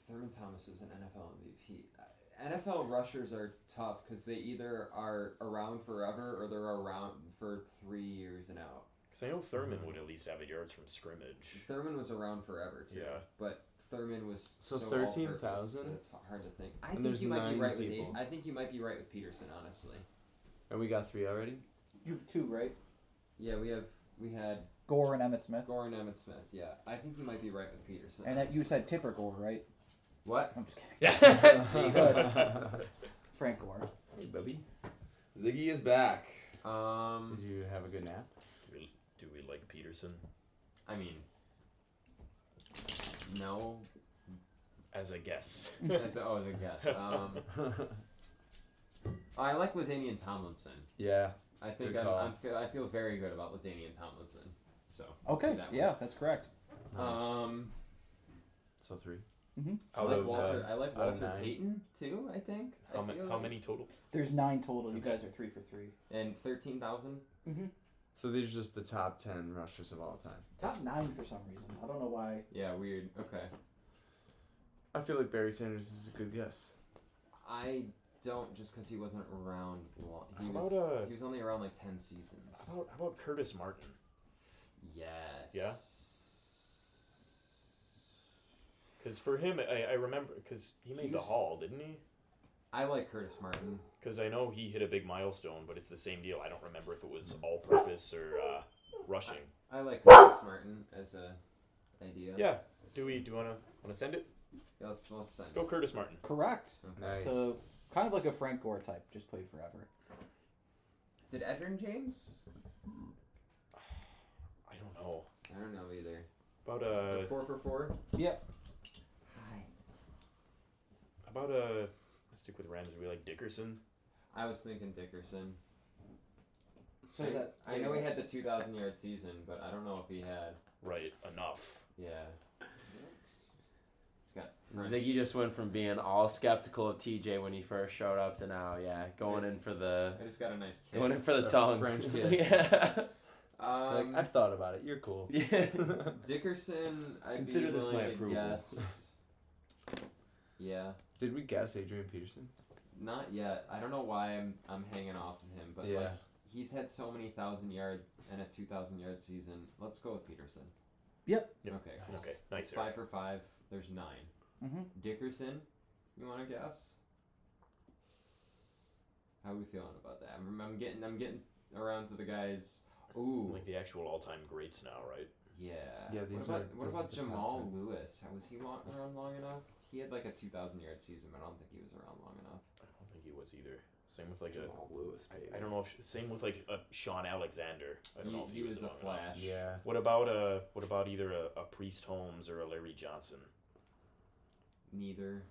[SPEAKER 2] Thurman Thomas was an NFL MVP. Uh, NFL rushers are tough because they either are around forever or they're around for three years and out.
[SPEAKER 3] Because I know Thurman would at least have a yards from scrimmage.
[SPEAKER 2] Thurman was around forever too.
[SPEAKER 3] Yeah.
[SPEAKER 2] But Thurman was
[SPEAKER 6] So
[SPEAKER 2] so
[SPEAKER 6] 13,000?
[SPEAKER 2] all-purpose that It's hard to think. I think
[SPEAKER 6] there's
[SPEAKER 2] you might be
[SPEAKER 6] nine
[SPEAKER 2] right
[SPEAKER 6] people.
[SPEAKER 2] with. I think you might be right with Peterson. Honestly.
[SPEAKER 6] And we got three already.
[SPEAKER 5] You have two, right?
[SPEAKER 2] Yeah, we have we had
[SPEAKER 5] Gore and Emmett Smith.
[SPEAKER 2] Gore and Emmett Smith. Yeah, I think you might be right with Peterson.
[SPEAKER 5] And that you
[SPEAKER 2] honestly.
[SPEAKER 5] said Tipper Gore, right?
[SPEAKER 2] what?
[SPEAKER 5] I'm just kidding.
[SPEAKER 6] Uh, Did
[SPEAKER 5] Frank Gore.
[SPEAKER 1] Hey, baby. Ziggy is back.
[SPEAKER 2] Um,
[SPEAKER 6] you have a good nap?
[SPEAKER 3] Do we, do we like Peterson
[SPEAKER 2] I mean, no.
[SPEAKER 3] as a guess?
[SPEAKER 2] That's always a guess. Um, I like Ladainian Tomlinson.
[SPEAKER 6] Yeah.
[SPEAKER 2] I think
[SPEAKER 6] Good
[SPEAKER 2] I'm,
[SPEAKER 6] call.
[SPEAKER 2] I'm feel, I feel very good about Ladainian Tomlinson. So I'll say
[SPEAKER 5] Okay,
[SPEAKER 2] that one.
[SPEAKER 5] yeah, that's correct.
[SPEAKER 6] Nice.
[SPEAKER 2] Um,
[SPEAKER 6] so three.
[SPEAKER 2] I
[SPEAKER 3] Out
[SPEAKER 2] like
[SPEAKER 3] of,
[SPEAKER 2] Walter.
[SPEAKER 3] uh,
[SPEAKER 2] I like
[SPEAKER 6] out of
[SPEAKER 2] Walter
[SPEAKER 6] nine.
[SPEAKER 2] Payton too. I think. I
[SPEAKER 3] how, ma-
[SPEAKER 2] feel
[SPEAKER 3] how
[SPEAKER 2] like-
[SPEAKER 3] many total?
[SPEAKER 5] There's nine total. You guys are three for three.
[SPEAKER 2] And thirteen thousand.
[SPEAKER 6] So these are just the top ten rushers of all time.
[SPEAKER 5] That's nine for some reason. I don't know why.
[SPEAKER 2] Yeah, weird. Okay.
[SPEAKER 6] I feel like Barry Sanders is a good guess.
[SPEAKER 2] I don't just because he wasn't around long. He
[SPEAKER 3] How
[SPEAKER 2] was.
[SPEAKER 3] about, uh,
[SPEAKER 2] he was only around like ten seasons.
[SPEAKER 3] How about, how about Curtis Martin?
[SPEAKER 2] Yes.
[SPEAKER 3] Yeah? Because for him, I, I remember because he made the
[SPEAKER 2] He's-
[SPEAKER 3] Hall, didn't he?
[SPEAKER 2] I like Curtis Martin.
[SPEAKER 3] Because I know he hit a big milestone, but it's the same deal. I don't remember if it was all-purpose or uh, rushing.
[SPEAKER 2] I like Curtis Martin as a idea.
[SPEAKER 3] Yeah. Do we? Do you wanna wanna send it?
[SPEAKER 2] Let's let's send.
[SPEAKER 3] Go
[SPEAKER 2] it.
[SPEAKER 3] Curtis Martin.
[SPEAKER 5] Correct.
[SPEAKER 6] Nice.
[SPEAKER 5] The kind of like a Frank Gore type, just played forever.
[SPEAKER 2] Did Edrin James?
[SPEAKER 3] I don't know
[SPEAKER 2] I don't know either.
[SPEAKER 3] about uh
[SPEAKER 2] four for four.
[SPEAKER 5] Yep.
[SPEAKER 3] about uh. Let's stick with Rams. We like Dickerson.
[SPEAKER 2] I was thinking Dickerson.
[SPEAKER 5] So is that?
[SPEAKER 2] I know he had the 2,000 yard season, but I don't know if he had.
[SPEAKER 3] Right. Enough.
[SPEAKER 2] Yeah. He's got French.
[SPEAKER 1] Ziggy just went from being all skeptical of TJ when he first showed up to now, yeah, going in for the
[SPEAKER 2] I just got a nice kiss.
[SPEAKER 1] going in for the
[SPEAKER 6] A
[SPEAKER 1] tongue.
[SPEAKER 6] French kiss.
[SPEAKER 1] yeah.
[SPEAKER 2] um,
[SPEAKER 6] like, I've thought about it. You're cool.
[SPEAKER 1] yeah.
[SPEAKER 2] Dickerson, I'd
[SPEAKER 1] Consider
[SPEAKER 2] be
[SPEAKER 1] this
[SPEAKER 2] willing
[SPEAKER 1] my
[SPEAKER 2] to
[SPEAKER 1] approval.
[SPEAKER 2] guess. yeah.
[SPEAKER 6] Did we guess Adrian Peterson?
[SPEAKER 2] Not yet. I don't know why I'm I'm hanging off of him, but like
[SPEAKER 6] Yeah.
[SPEAKER 2] he's had so many thousand yard and a two thousand yard season. Let's go with Peterson.
[SPEAKER 5] Yep.
[SPEAKER 3] Yep.
[SPEAKER 2] Okay. Cool.
[SPEAKER 3] Okay. Nice.
[SPEAKER 2] It's five for five. There's nine.
[SPEAKER 5] Mm-hmm.
[SPEAKER 2] Dickerson, you want to guess? How we feeling about that? I'm, I'm getting I'm getting around to the guys. Ooh,
[SPEAKER 3] Like the actual all-time greats now, right?
[SPEAKER 2] yeah.
[SPEAKER 6] Yeah,
[SPEAKER 2] What
[SPEAKER 6] these
[SPEAKER 2] about,
[SPEAKER 6] are-
[SPEAKER 2] what
[SPEAKER 6] this is
[SPEAKER 2] about
[SPEAKER 6] the top
[SPEAKER 2] Jamal
[SPEAKER 6] ten.
[SPEAKER 2] Lewis? How was he long, around long enough? He had like a two thousand yard season, but I don't think he was around long enough.
[SPEAKER 3] I don't think he was either. Same with like a.
[SPEAKER 1] Jamal Lewis,
[SPEAKER 3] I- I don't know if same with like uh, Sean Alexander. I don't
[SPEAKER 2] He-
[SPEAKER 3] know if he,
[SPEAKER 2] he was a
[SPEAKER 3] long enough.
[SPEAKER 2] flash.
[SPEAKER 6] Yeah.
[SPEAKER 3] What about uh what about either a, a Priest Holmes or a Larry Johnson?
[SPEAKER 2] Neither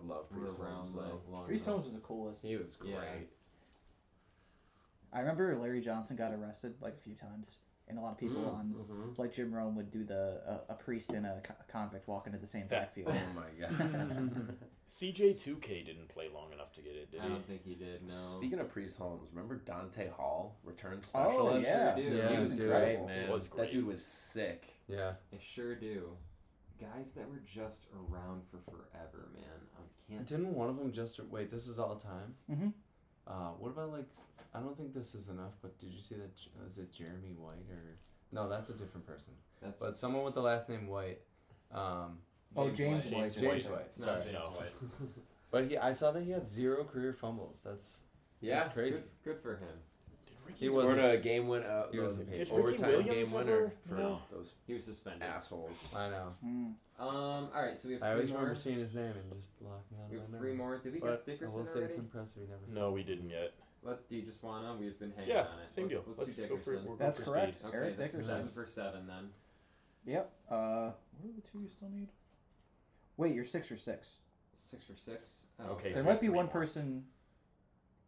[SPEAKER 1] I love
[SPEAKER 2] were around like, long
[SPEAKER 5] Reese
[SPEAKER 2] enough.
[SPEAKER 5] Holmes was the coolest.
[SPEAKER 1] He was great.
[SPEAKER 2] Yeah.
[SPEAKER 5] I remember Larry Johnson got arrested like a few times, and a lot of people
[SPEAKER 2] Mm,
[SPEAKER 5] on
[SPEAKER 1] mhm.
[SPEAKER 5] like Jim Rome would do the uh, a priest and a co- convict walk into the same backfield.
[SPEAKER 1] Oh my god.
[SPEAKER 3] CJ two K didn't play long enough to get it, did
[SPEAKER 2] I don't
[SPEAKER 3] he?
[SPEAKER 2] think he did. No.
[SPEAKER 1] Speaking of Priest Holmes, remember Dante Hall, return specialist?
[SPEAKER 5] yeah.
[SPEAKER 2] Dude,
[SPEAKER 6] Yeah,
[SPEAKER 1] He was
[SPEAKER 6] dude.
[SPEAKER 1] great,
[SPEAKER 5] incredible.
[SPEAKER 1] man.
[SPEAKER 3] He was
[SPEAKER 1] That
[SPEAKER 3] great.
[SPEAKER 1] dude was sick.
[SPEAKER 6] Yeah.
[SPEAKER 2] I sure do. Guys that were just around for forever, man. I can't.
[SPEAKER 6] Didn't one of them just wait? This is all time.
[SPEAKER 2] Mm-hmm.
[SPEAKER 5] Mhm.
[SPEAKER 6] Uh, what about like? I don't think this is enough. But did you see that? J- Is it Jeremy White or? No, that's a different person.
[SPEAKER 2] That's
[SPEAKER 6] But someone with the last name White. Um,
[SPEAKER 5] Oh, James
[SPEAKER 3] White.
[SPEAKER 5] White.
[SPEAKER 3] James
[SPEAKER 6] James
[SPEAKER 3] White.
[SPEAKER 6] White.
[SPEAKER 2] It's
[SPEAKER 6] Sorry.
[SPEAKER 2] not James
[SPEAKER 3] No.
[SPEAKER 2] White.
[SPEAKER 6] But he, I saw that he had zero career fumbles. That's that's
[SPEAKER 2] Good,
[SPEAKER 6] crazy.
[SPEAKER 2] good for him.
[SPEAKER 3] Did Ricky,
[SPEAKER 1] He
[SPEAKER 6] He
[SPEAKER 1] scored
[SPEAKER 6] wasn't-
[SPEAKER 1] a game win uh,
[SPEAKER 6] he wasn't
[SPEAKER 1] those-
[SPEAKER 6] paid.
[SPEAKER 3] did Ricky
[SPEAKER 1] overtime
[SPEAKER 3] Williams
[SPEAKER 1] game winner
[SPEAKER 3] ever-
[SPEAKER 1] for
[SPEAKER 3] No.
[SPEAKER 1] those
[SPEAKER 2] He was suspended.
[SPEAKER 1] assholes.
[SPEAKER 6] I know.
[SPEAKER 5] Mm.
[SPEAKER 2] Um. All right. So we have
[SPEAKER 6] I always
[SPEAKER 2] three more.
[SPEAKER 6] remember seeing his name and just blocking out.
[SPEAKER 2] We have
[SPEAKER 6] my
[SPEAKER 2] three
[SPEAKER 6] memory.
[SPEAKER 2] more. Did we
[SPEAKER 6] But
[SPEAKER 2] guess
[SPEAKER 6] I
[SPEAKER 2] Dickerson
[SPEAKER 6] will say it's
[SPEAKER 2] already?
[SPEAKER 6] impressive. We never.
[SPEAKER 3] No, we didn't yet.
[SPEAKER 2] What do you just wanna? We've been hanging
[SPEAKER 3] Yeah,
[SPEAKER 2] on it.
[SPEAKER 3] same
[SPEAKER 2] let's,
[SPEAKER 3] deal.
[SPEAKER 2] Let's,
[SPEAKER 3] Let's
[SPEAKER 2] do
[SPEAKER 3] go for-
[SPEAKER 2] Dickerson.
[SPEAKER 3] we're-
[SPEAKER 5] That's
[SPEAKER 3] for
[SPEAKER 5] correct.
[SPEAKER 3] speed.
[SPEAKER 2] okay.
[SPEAKER 5] Eric
[SPEAKER 2] that's
[SPEAKER 5] Dickerson.
[SPEAKER 2] seven for seven then.
[SPEAKER 5] Yep. Uh, what are the two you still need? Wait, you're six or six.
[SPEAKER 2] Six for six. Oh,
[SPEAKER 3] Okay,
[SPEAKER 5] There
[SPEAKER 3] so
[SPEAKER 5] might be
[SPEAKER 3] three
[SPEAKER 5] one
[SPEAKER 3] more.
[SPEAKER 5] person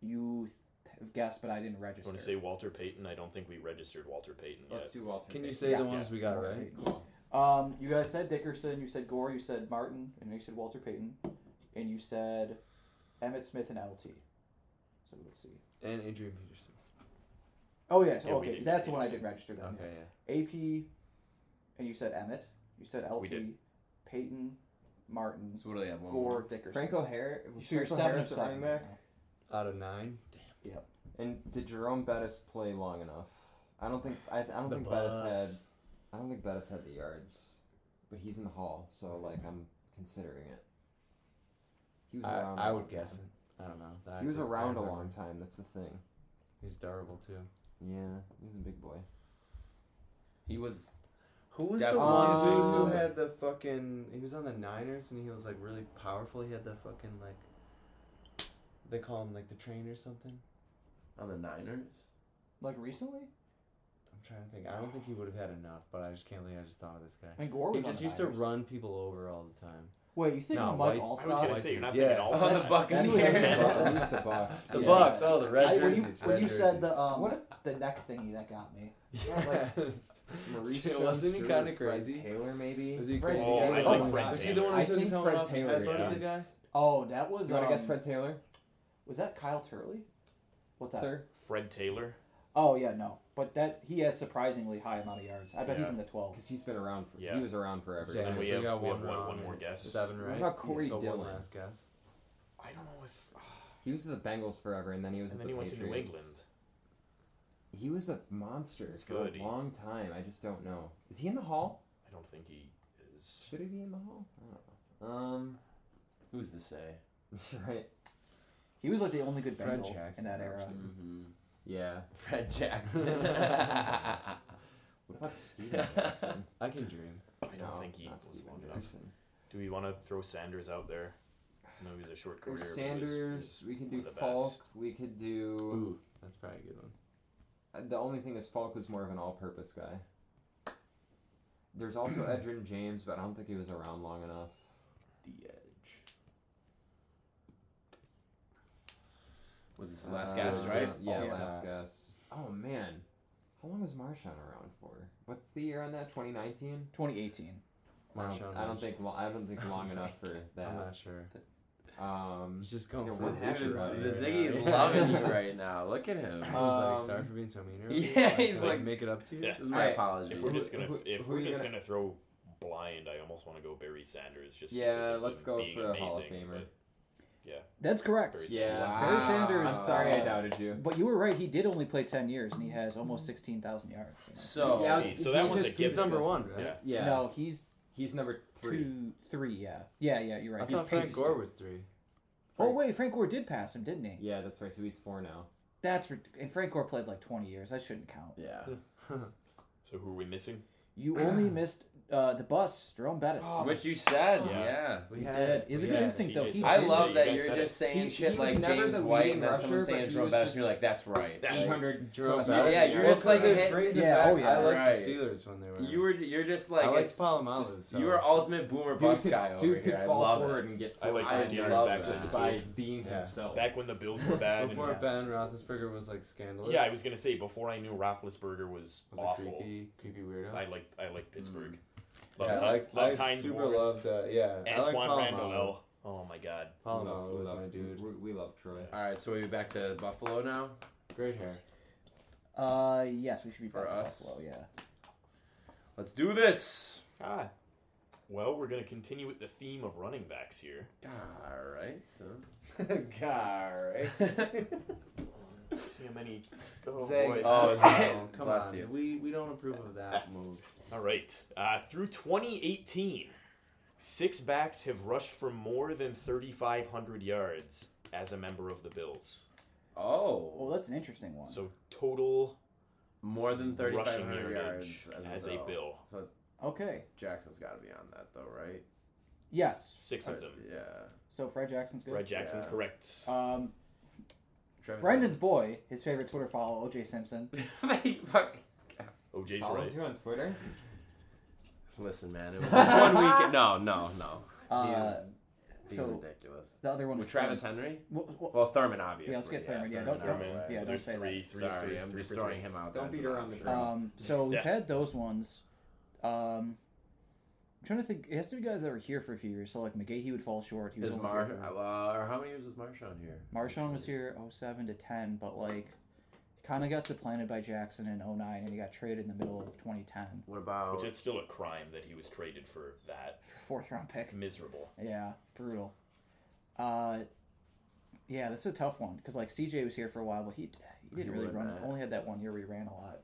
[SPEAKER 5] you th- have guessed, but I didn't
[SPEAKER 3] I
[SPEAKER 5] register.
[SPEAKER 3] want to say Walter Payton. I don't think we registered Walter Payton yet.
[SPEAKER 2] Let's do Walter.
[SPEAKER 6] Can you
[SPEAKER 2] Payton.
[SPEAKER 6] say
[SPEAKER 5] Yeah.
[SPEAKER 6] the ones we got right?
[SPEAKER 2] Cool.
[SPEAKER 5] Um, you guys said Dickerson, you said Gore, you said Martin, and you said Walter Payton, and you said Emmett Smith and LT. So let's see.
[SPEAKER 6] And Adrian Peterson.
[SPEAKER 5] Oh yes,
[SPEAKER 3] Yeah, we
[SPEAKER 5] okay,
[SPEAKER 3] did
[SPEAKER 5] that's the one I did
[SPEAKER 3] Dickerson.
[SPEAKER 5] register then.
[SPEAKER 6] Okay. Yeah.
[SPEAKER 5] yeah. AP, and you said Emmett, you said LT,
[SPEAKER 3] did.
[SPEAKER 5] Payton, Martin,
[SPEAKER 1] So what do they have? One
[SPEAKER 5] Gore,
[SPEAKER 1] more?
[SPEAKER 5] Dickerson.
[SPEAKER 2] Frank O'Hare.
[SPEAKER 5] so you're
[SPEAKER 2] Franco
[SPEAKER 5] seven
[SPEAKER 2] Harris
[SPEAKER 5] of
[SPEAKER 2] at
[SPEAKER 5] seven.
[SPEAKER 2] running back.
[SPEAKER 6] Out of nine.
[SPEAKER 2] And did Jerome Bettis play long enough? I don't think I, I don't
[SPEAKER 6] The
[SPEAKER 2] think Bettis had
[SPEAKER 6] bus.
[SPEAKER 2] I don't think Bettis had the yards, but he's in the hall, so like I'm considering it. He was around. a
[SPEAKER 6] I, I
[SPEAKER 2] long
[SPEAKER 6] would guess
[SPEAKER 2] time.
[SPEAKER 6] it. I don't know. I
[SPEAKER 2] He was
[SPEAKER 6] could- I
[SPEAKER 2] around a
[SPEAKER 6] remember.
[SPEAKER 2] long time. That's the thing.
[SPEAKER 6] He's durable too.
[SPEAKER 2] Yeah, he was a big boy.
[SPEAKER 1] He was
[SPEAKER 6] Who was
[SPEAKER 1] Definitely.
[SPEAKER 6] the one dude
[SPEAKER 2] Um,
[SPEAKER 6] who had the fucking? He was on the Niners and he was like really powerful. He had the fucking like. They call him like the train or something.
[SPEAKER 1] on the Niners.
[SPEAKER 5] Like recently?
[SPEAKER 6] I'm trying to think. I don't think he would have had enough, but I just can't believe I just thought of this guy.
[SPEAKER 5] I mean, Gore
[SPEAKER 6] He
[SPEAKER 5] was on
[SPEAKER 6] just
[SPEAKER 5] the
[SPEAKER 6] used to
[SPEAKER 5] Niners.
[SPEAKER 6] run people over all the time.
[SPEAKER 5] Wait, you think
[SPEAKER 6] No,
[SPEAKER 5] Mike
[SPEAKER 6] White- I was
[SPEAKER 3] I was
[SPEAKER 5] Allstott?
[SPEAKER 3] gonna
[SPEAKER 6] Like
[SPEAKER 3] say you're not
[SPEAKER 6] yeah.
[SPEAKER 3] thinking all
[SPEAKER 6] Oh,
[SPEAKER 3] set.
[SPEAKER 1] the Buccaneers.
[SPEAKER 5] That's-
[SPEAKER 4] At least the Bucks.
[SPEAKER 6] The
[SPEAKER 5] Yeah.
[SPEAKER 6] Bucks, oh, the red
[SPEAKER 5] I- when you,
[SPEAKER 6] jerseys.
[SPEAKER 5] when
[SPEAKER 6] red
[SPEAKER 5] you said the
[SPEAKER 6] jerseys.
[SPEAKER 5] um,
[SPEAKER 2] What
[SPEAKER 5] the neck thingy, that got me.
[SPEAKER 6] Yes.
[SPEAKER 2] Maurice
[SPEAKER 6] Dude,
[SPEAKER 2] Jones
[SPEAKER 6] wasn't he
[SPEAKER 2] Jr.,
[SPEAKER 6] kinda
[SPEAKER 2] Fred
[SPEAKER 6] crazy?
[SPEAKER 2] Taylor, maybe.
[SPEAKER 6] Was he
[SPEAKER 2] Fred
[SPEAKER 6] crazy?
[SPEAKER 3] Oh, I
[SPEAKER 2] Taylor.
[SPEAKER 3] like Fred
[SPEAKER 2] my
[SPEAKER 6] Was he
[SPEAKER 2] God.
[SPEAKER 6] the
[SPEAKER 3] Taylor.
[SPEAKER 6] one who
[SPEAKER 2] I
[SPEAKER 6] took his
[SPEAKER 2] think
[SPEAKER 6] helmet
[SPEAKER 2] Fred
[SPEAKER 6] off?
[SPEAKER 2] Taylor.
[SPEAKER 6] headbutted
[SPEAKER 3] yeah.
[SPEAKER 6] the guy?
[SPEAKER 5] Oh, that was.
[SPEAKER 2] You want to
[SPEAKER 5] um,
[SPEAKER 2] guess Fred Taylor,
[SPEAKER 5] Was that Kyle Turley? What's that?
[SPEAKER 2] sir?
[SPEAKER 3] Fred Taylor.
[SPEAKER 5] Oh yeah, no. But that he has surprisingly high amount of yards. I bet he's
[SPEAKER 3] Yeah.
[SPEAKER 5] in the twelve.
[SPEAKER 2] Because he's been around. For,
[SPEAKER 3] Yeah.
[SPEAKER 2] He was around forever.
[SPEAKER 6] Yeah,
[SPEAKER 3] So
[SPEAKER 6] so
[SPEAKER 3] we
[SPEAKER 6] we
[SPEAKER 3] have-
[SPEAKER 6] got
[SPEAKER 3] we
[SPEAKER 6] one
[SPEAKER 3] have one-
[SPEAKER 6] wrong.
[SPEAKER 3] one more guess.
[SPEAKER 6] Seven, right?
[SPEAKER 2] about Corey
[SPEAKER 6] so
[SPEAKER 2] Dillon?
[SPEAKER 6] One last guess.
[SPEAKER 3] I don't know if.
[SPEAKER 2] He was with the Bengals forever, and then he was
[SPEAKER 3] And
[SPEAKER 2] with
[SPEAKER 3] then he
[SPEAKER 2] the
[SPEAKER 3] went to
[SPEAKER 2] Patriots.
[SPEAKER 3] New England.
[SPEAKER 2] He was a monster
[SPEAKER 3] He's
[SPEAKER 2] for
[SPEAKER 3] good.
[SPEAKER 2] a
[SPEAKER 3] He-
[SPEAKER 2] long time. I just don't know. Is he in the hall?
[SPEAKER 3] I don't think he is.
[SPEAKER 2] Should he be in the hall? I don't know. Um,
[SPEAKER 1] Who's to say?
[SPEAKER 2] right.
[SPEAKER 5] He was like the only good
[SPEAKER 6] Fred
[SPEAKER 5] Bengal in
[SPEAKER 6] Jackson,
[SPEAKER 5] that
[SPEAKER 6] no, I'm
[SPEAKER 5] era.
[SPEAKER 6] just kidding.
[SPEAKER 2] Mm-hmm. Yeah.
[SPEAKER 1] Fred Jackson.
[SPEAKER 2] What about Steven Jackson?
[SPEAKER 6] I can dream.
[SPEAKER 3] I don't think he
[SPEAKER 2] not
[SPEAKER 3] was
[SPEAKER 2] Steven
[SPEAKER 3] long enough.
[SPEAKER 2] Jackson.
[SPEAKER 3] Do we want to throw Sanders out there? I know he was a short career.
[SPEAKER 2] There's
[SPEAKER 3] but he was-
[SPEAKER 2] Sanders. We
[SPEAKER 3] one
[SPEAKER 2] could do
[SPEAKER 3] of the
[SPEAKER 2] Falk.
[SPEAKER 3] best.
[SPEAKER 2] We could do.
[SPEAKER 6] Ooh, that's probably a good one.
[SPEAKER 2] Uh, The only thing is Falk was more of an all-purpose guy. There's also Edrin James, but I don't think he was around long enough.
[SPEAKER 1] The Edge. Was this the
[SPEAKER 2] Uh,
[SPEAKER 1] last guess, right?
[SPEAKER 2] Yeah,
[SPEAKER 5] Yeah.
[SPEAKER 2] last guess. Oh man, how long was Marshawn around for? What's the year on that? 2019.
[SPEAKER 5] Twenty eighteen.
[SPEAKER 2] I don't,
[SPEAKER 6] Marshawn
[SPEAKER 2] I don't
[SPEAKER 6] Lynch.
[SPEAKER 2] think. Well, I don't think long enough for
[SPEAKER 6] I'm
[SPEAKER 2] that.
[SPEAKER 6] not sure.
[SPEAKER 2] Um,
[SPEAKER 6] He's just going
[SPEAKER 2] Yeah,
[SPEAKER 6] for
[SPEAKER 2] what
[SPEAKER 6] a
[SPEAKER 2] happened?
[SPEAKER 6] picture out
[SPEAKER 1] The
[SPEAKER 6] of
[SPEAKER 1] Ziggy
[SPEAKER 6] it.
[SPEAKER 1] is loving you right now. Look at him.
[SPEAKER 6] I was like,
[SPEAKER 2] Um,
[SPEAKER 6] sorry for being so mean. earlier.
[SPEAKER 1] yeah,
[SPEAKER 6] Like,
[SPEAKER 1] he's
[SPEAKER 6] did I
[SPEAKER 1] like-
[SPEAKER 6] make it up to you.
[SPEAKER 3] Yeah.
[SPEAKER 1] This is my
[SPEAKER 2] Alright,
[SPEAKER 1] apology.
[SPEAKER 3] If we're
[SPEAKER 2] Who-
[SPEAKER 3] just gonna,
[SPEAKER 2] who-
[SPEAKER 3] if
[SPEAKER 2] who
[SPEAKER 3] we're
[SPEAKER 2] you
[SPEAKER 3] just
[SPEAKER 2] gonna-
[SPEAKER 3] gonna throw blind, I almost want to go Barry Sanders. Just
[SPEAKER 2] Yeah,
[SPEAKER 3] because of
[SPEAKER 2] let's
[SPEAKER 3] him
[SPEAKER 2] go
[SPEAKER 3] being
[SPEAKER 2] for a Hall of
[SPEAKER 3] amazing,
[SPEAKER 2] Famer.
[SPEAKER 5] That's correct.
[SPEAKER 3] Very
[SPEAKER 2] yeah.
[SPEAKER 5] Barry Sanders,
[SPEAKER 2] I'm sorry, I
[SPEAKER 5] uh,
[SPEAKER 2] doubted you.
[SPEAKER 5] But you were right. He did only play ten years, and he has almost sixteen thousand yards. you know?
[SPEAKER 1] So,
[SPEAKER 2] Yeah, I
[SPEAKER 3] But,
[SPEAKER 2] was-
[SPEAKER 3] See, so
[SPEAKER 2] he
[SPEAKER 3] that one's
[SPEAKER 2] just-
[SPEAKER 3] a
[SPEAKER 6] He's
[SPEAKER 3] given.
[SPEAKER 6] number one, right?
[SPEAKER 3] Yeah,
[SPEAKER 2] Yeah.
[SPEAKER 5] No, he's
[SPEAKER 2] He's number three.
[SPEAKER 5] two, three. Yeah, yeah, yeah. You're right.
[SPEAKER 6] I
[SPEAKER 5] He's
[SPEAKER 6] thought Frank
[SPEAKER 5] consistent.
[SPEAKER 6] Gore was three.
[SPEAKER 5] Oh wait, Frank Gore did pass him, didn't he?
[SPEAKER 2] Yeah, that's right. So he's four now.
[SPEAKER 5] That's rid- and Frank Gore played like twenty years. That shouldn't count.
[SPEAKER 1] yeah.
[SPEAKER 3] So who are we missing?
[SPEAKER 5] You only missed uh, the bus, Jerome Bettis.
[SPEAKER 1] What you said,
[SPEAKER 3] Yeah.
[SPEAKER 1] yeah.
[SPEAKER 6] we
[SPEAKER 5] he
[SPEAKER 6] Oh, had
[SPEAKER 5] did.
[SPEAKER 6] it.
[SPEAKER 5] He's a
[SPEAKER 6] We
[SPEAKER 5] good
[SPEAKER 6] had it.
[SPEAKER 5] instinct though.
[SPEAKER 3] He
[SPEAKER 5] He
[SPEAKER 3] is.
[SPEAKER 1] I
[SPEAKER 5] did-
[SPEAKER 1] love
[SPEAKER 3] You
[SPEAKER 1] that
[SPEAKER 3] guys
[SPEAKER 1] you're
[SPEAKER 3] said
[SPEAKER 1] just
[SPEAKER 3] it.
[SPEAKER 1] saying
[SPEAKER 2] He-
[SPEAKER 1] shit
[SPEAKER 2] he was
[SPEAKER 1] like
[SPEAKER 2] never
[SPEAKER 1] James
[SPEAKER 2] the
[SPEAKER 1] White
[SPEAKER 2] leading
[SPEAKER 1] and then someone
[SPEAKER 2] rusher,
[SPEAKER 1] saying
[SPEAKER 2] but he
[SPEAKER 1] Jerome
[SPEAKER 2] was
[SPEAKER 1] Bettis,
[SPEAKER 2] just
[SPEAKER 1] you're like, that's right.
[SPEAKER 3] That-
[SPEAKER 1] Like,
[SPEAKER 2] 800
[SPEAKER 6] Jerome
[SPEAKER 2] Yeah,
[SPEAKER 6] Bettis.
[SPEAKER 1] yeah, you're
[SPEAKER 6] Well,
[SPEAKER 1] just like
[SPEAKER 6] 'cause it
[SPEAKER 1] hit-
[SPEAKER 6] brings it
[SPEAKER 5] yeah,
[SPEAKER 6] back.
[SPEAKER 5] oh, yeah.
[SPEAKER 6] I like
[SPEAKER 1] Right.
[SPEAKER 6] the Steelers when they were.
[SPEAKER 1] you were you're just like
[SPEAKER 6] I liked
[SPEAKER 1] it's
[SPEAKER 6] Palomalu,
[SPEAKER 1] just-
[SPEAKER 6] so-
[SPEAKER 1] You are ultimate boomer bust
[SPEAKER 2] could-
[SPEAKER 1] guy over
[SPEAKER 2] dude could
[SPEAKER 1] here. I
[SPEAKER 2] fall
[SPEAKER 1] love
[SPEAKER 2] forward
[SPEAKER 1] it.
[SPEAKER 2] and get.
[SPEAKER 3] I like
[SPEAKER 2] I
[SPEAKER 3] the Steelers
[SPEAKER 2] love
[SPEAKER 3] back
[SPEAKER 2] just
[SPEAKER 3] then,
[SPEAKER 2] by
[SPEAKER 3] too.
[SPEAKER 2] being
[SPEAKER 6] Yeah.
[SPEAKER 2] himself.
[SPEAKER 3] Back when the Bills were bad.
[SPEAKER 6] Before
[SPEAKER 3] and,
[SPEAKER 6] Ben Roethlisberger was like scandalous.
[SPEAKER 3] yeah, I was gonna say before I knew Roethlisberger was,
[SPEAKER 6] was a
[SPEAKER 3] awful.
[SPEAKER 6] creepy, creepy weirdo.
[SPEAKER 3] I like I like Pittsburgh.
[SPEAKER 6] yeah,
[SPEAKER 2] Mm.
[SPEAKER 3] Loved Hy-
[SPEAKER 6] I like,
[SPEAKER 3] loved
[SPEAKER 6] I
[SPEAKER 3] Hines
[SPEAKER 6] super
[SPEAKER 3] Ward.
[SPEAKER 6] loved. Uh, yeah, I like
[SPEAKER 3] Antoine
[SPEAKER 6] Palomalu.
[SPEAKER 3] Randall. L. Oh my God.
[SPEAKER 2] We
[SPEAKER 6] Palomalu
[SPEAKER 2] love- we
[SPEAKER 6] was
[SPEAKER 2] love-
[SPEAKER 6] my dude.
[SPEAKER 2] We, we love Troy.
[SPEAKER 1] All right, so we be back to Buffalo now.
[SPEAKER 6] Great hair.
[SPEAKER 5] Uh, yes, we should be
[SPEAKER 1] For
[SPEAKER 5] back to
[SPEAKER 1] us.
[SPEAKER 5] Buffalo. Yeah.
[SPEAKER 1] Let's do this.
[SPEAKER 3] Ah. Well, we're gonna continue with the theme of running backs here.
[SPEAKER 1] All right, so
[SPEAKER 3] See how many. Oh
[SPEAKER 6] Zay.
[SPEAKER 3] boy.
[SPEAKER 1] Oh,
[SPEAKER 6] Oh, come
[SPEAKER 1] Bless
[SPEAKER 6] on.
[SPEAKER 1] you.
[SPEAKER 6] We we don't approve of that move.
[SPEAKER 3] All right. Uh, through 2018, six backs have rushed for more than 3,500 yards as a member of the Bills.
[SPEAKER 5] Well,
[SPEAKER 1] oh,
[SPEAKER 5] that's an interesting one.
[SPEAKER 3] So total
[SPEAKER 1] more than
[SPEAKER 3] rushing
[SPEAKER 1] 3,500
[SPEAKER 3] yardage
[SPEAKER 1] yards
[SPEAKER 3] as a Bill.
[SPEAKER 1] So
[SPEAKER 5] okay.
[SPEAKER 1] Jackson's got to be on that though, right?
[SPEAKER 5] Yes.
[SPEAKER 3] Six of them.
[SPEAKER 1] Yeah.
[SPEAKER 5] So Fred Jackson's good.
[SPEAKER 3] Fred Jackson's
[SPEAKER 1] Uh, Yeah.
[SPEAKER 3] correct.
[SPEAKER 5] Um,
[SPEAKER 1] Travis
[SPEAKER 5] Brendan's boy, his favorite Twitter follow, OJ Simpson.
[SPEAKER 1] Like, fuck.
[SPEAKER 3] OJ's
[SPEAKER 2] Follows
[SPEAKER 3] right.
[SPEAKER 2] you on Twitter.
[SPEAKER 1] Listen, man, it was just one weekend. No, no, no.
[SPEAKER 5] Uh,
[SPEAKER 1] He's
[SPEAKER 5] so
[SPEAKER 1] ridiculous.
[SPEAKER 5] the other one
[SPEAKER 1] With
[SPEAKER 5] was
[SPEAKER 1] Travis Henry?
[SPEAKER 5] Well, well,
[SPEAKER 1] Well, Thurman, obviously.
[SPEAKER 5] Yeah, let's get Thurman, yeah,
[SPEAKER 6] Oh,
[SPEAKER 5] don't-
[SPEAKER 3] Thurman.
[SPEAKER 1] no way.
[SPEAKER 3] so
[SPEAKER 5] yeah, don't
[SPEAKER 3] there's
[SPEAKER 5] say that.
[SPEAKER 3] three, three,
[SPEAKER 1] Sorry,
[SPEAKER 3] three,
[SPEAKER 1] I'm
[SPEAKER 3] three
[SPEAKER 1] just
[SPEAKER 3] for
[SPEAKER 1] throwing
[SPEAKER 3] three.
[SPEAKER 1] him out.
[SPEAKER 2] Don't
[SPEAKER 1] there as
[SPEAKER 2] beat
[SPEAKER 1] an
[SPEAKER 2] around the
[SPEAKER 1] option.
[SPEAKER 2] bush.
[SPEAKER 5] Um, so we've
[SPEAKER 3] Yeah.
[SPEAKER 5] had those ones. Um, I'm trying to think. It has to be guys that were here for a few years. So like McGahee would fall short. He was
[SPEAKER 1] Is
[SPEAKER 5] only
[SPEAKER 1] Mar?
[SPEAKER 5] here for-
[SPEAKER 1] Uh, or how many years was Marshawn here?
[SPEAKER 5] Marshawn was here 07 to 10, but like kind of got supplanted by Jackson in 09, and he got traded in the middle of 2010,
[SPEAKER 1] What about?
[SPEAKER 3] Which it's still a crime that he was traded for that.
[SPEAKER 5] fourth round pick.
[SPEAKER 3] Miserable.
[SPEAKER 5] Yeah, brutal. Uh, yeah, that's a tough one because like CJ was here for a while, but he he didn't
[SPEAKER 1] He
[SPEAKER 5] really
[SPEAKER 1] wouldn't,
[SPEAKER 5] run.
[SPEAKER 1] uh,
[SPEAKER 5] Only had that one year where he ran a lot.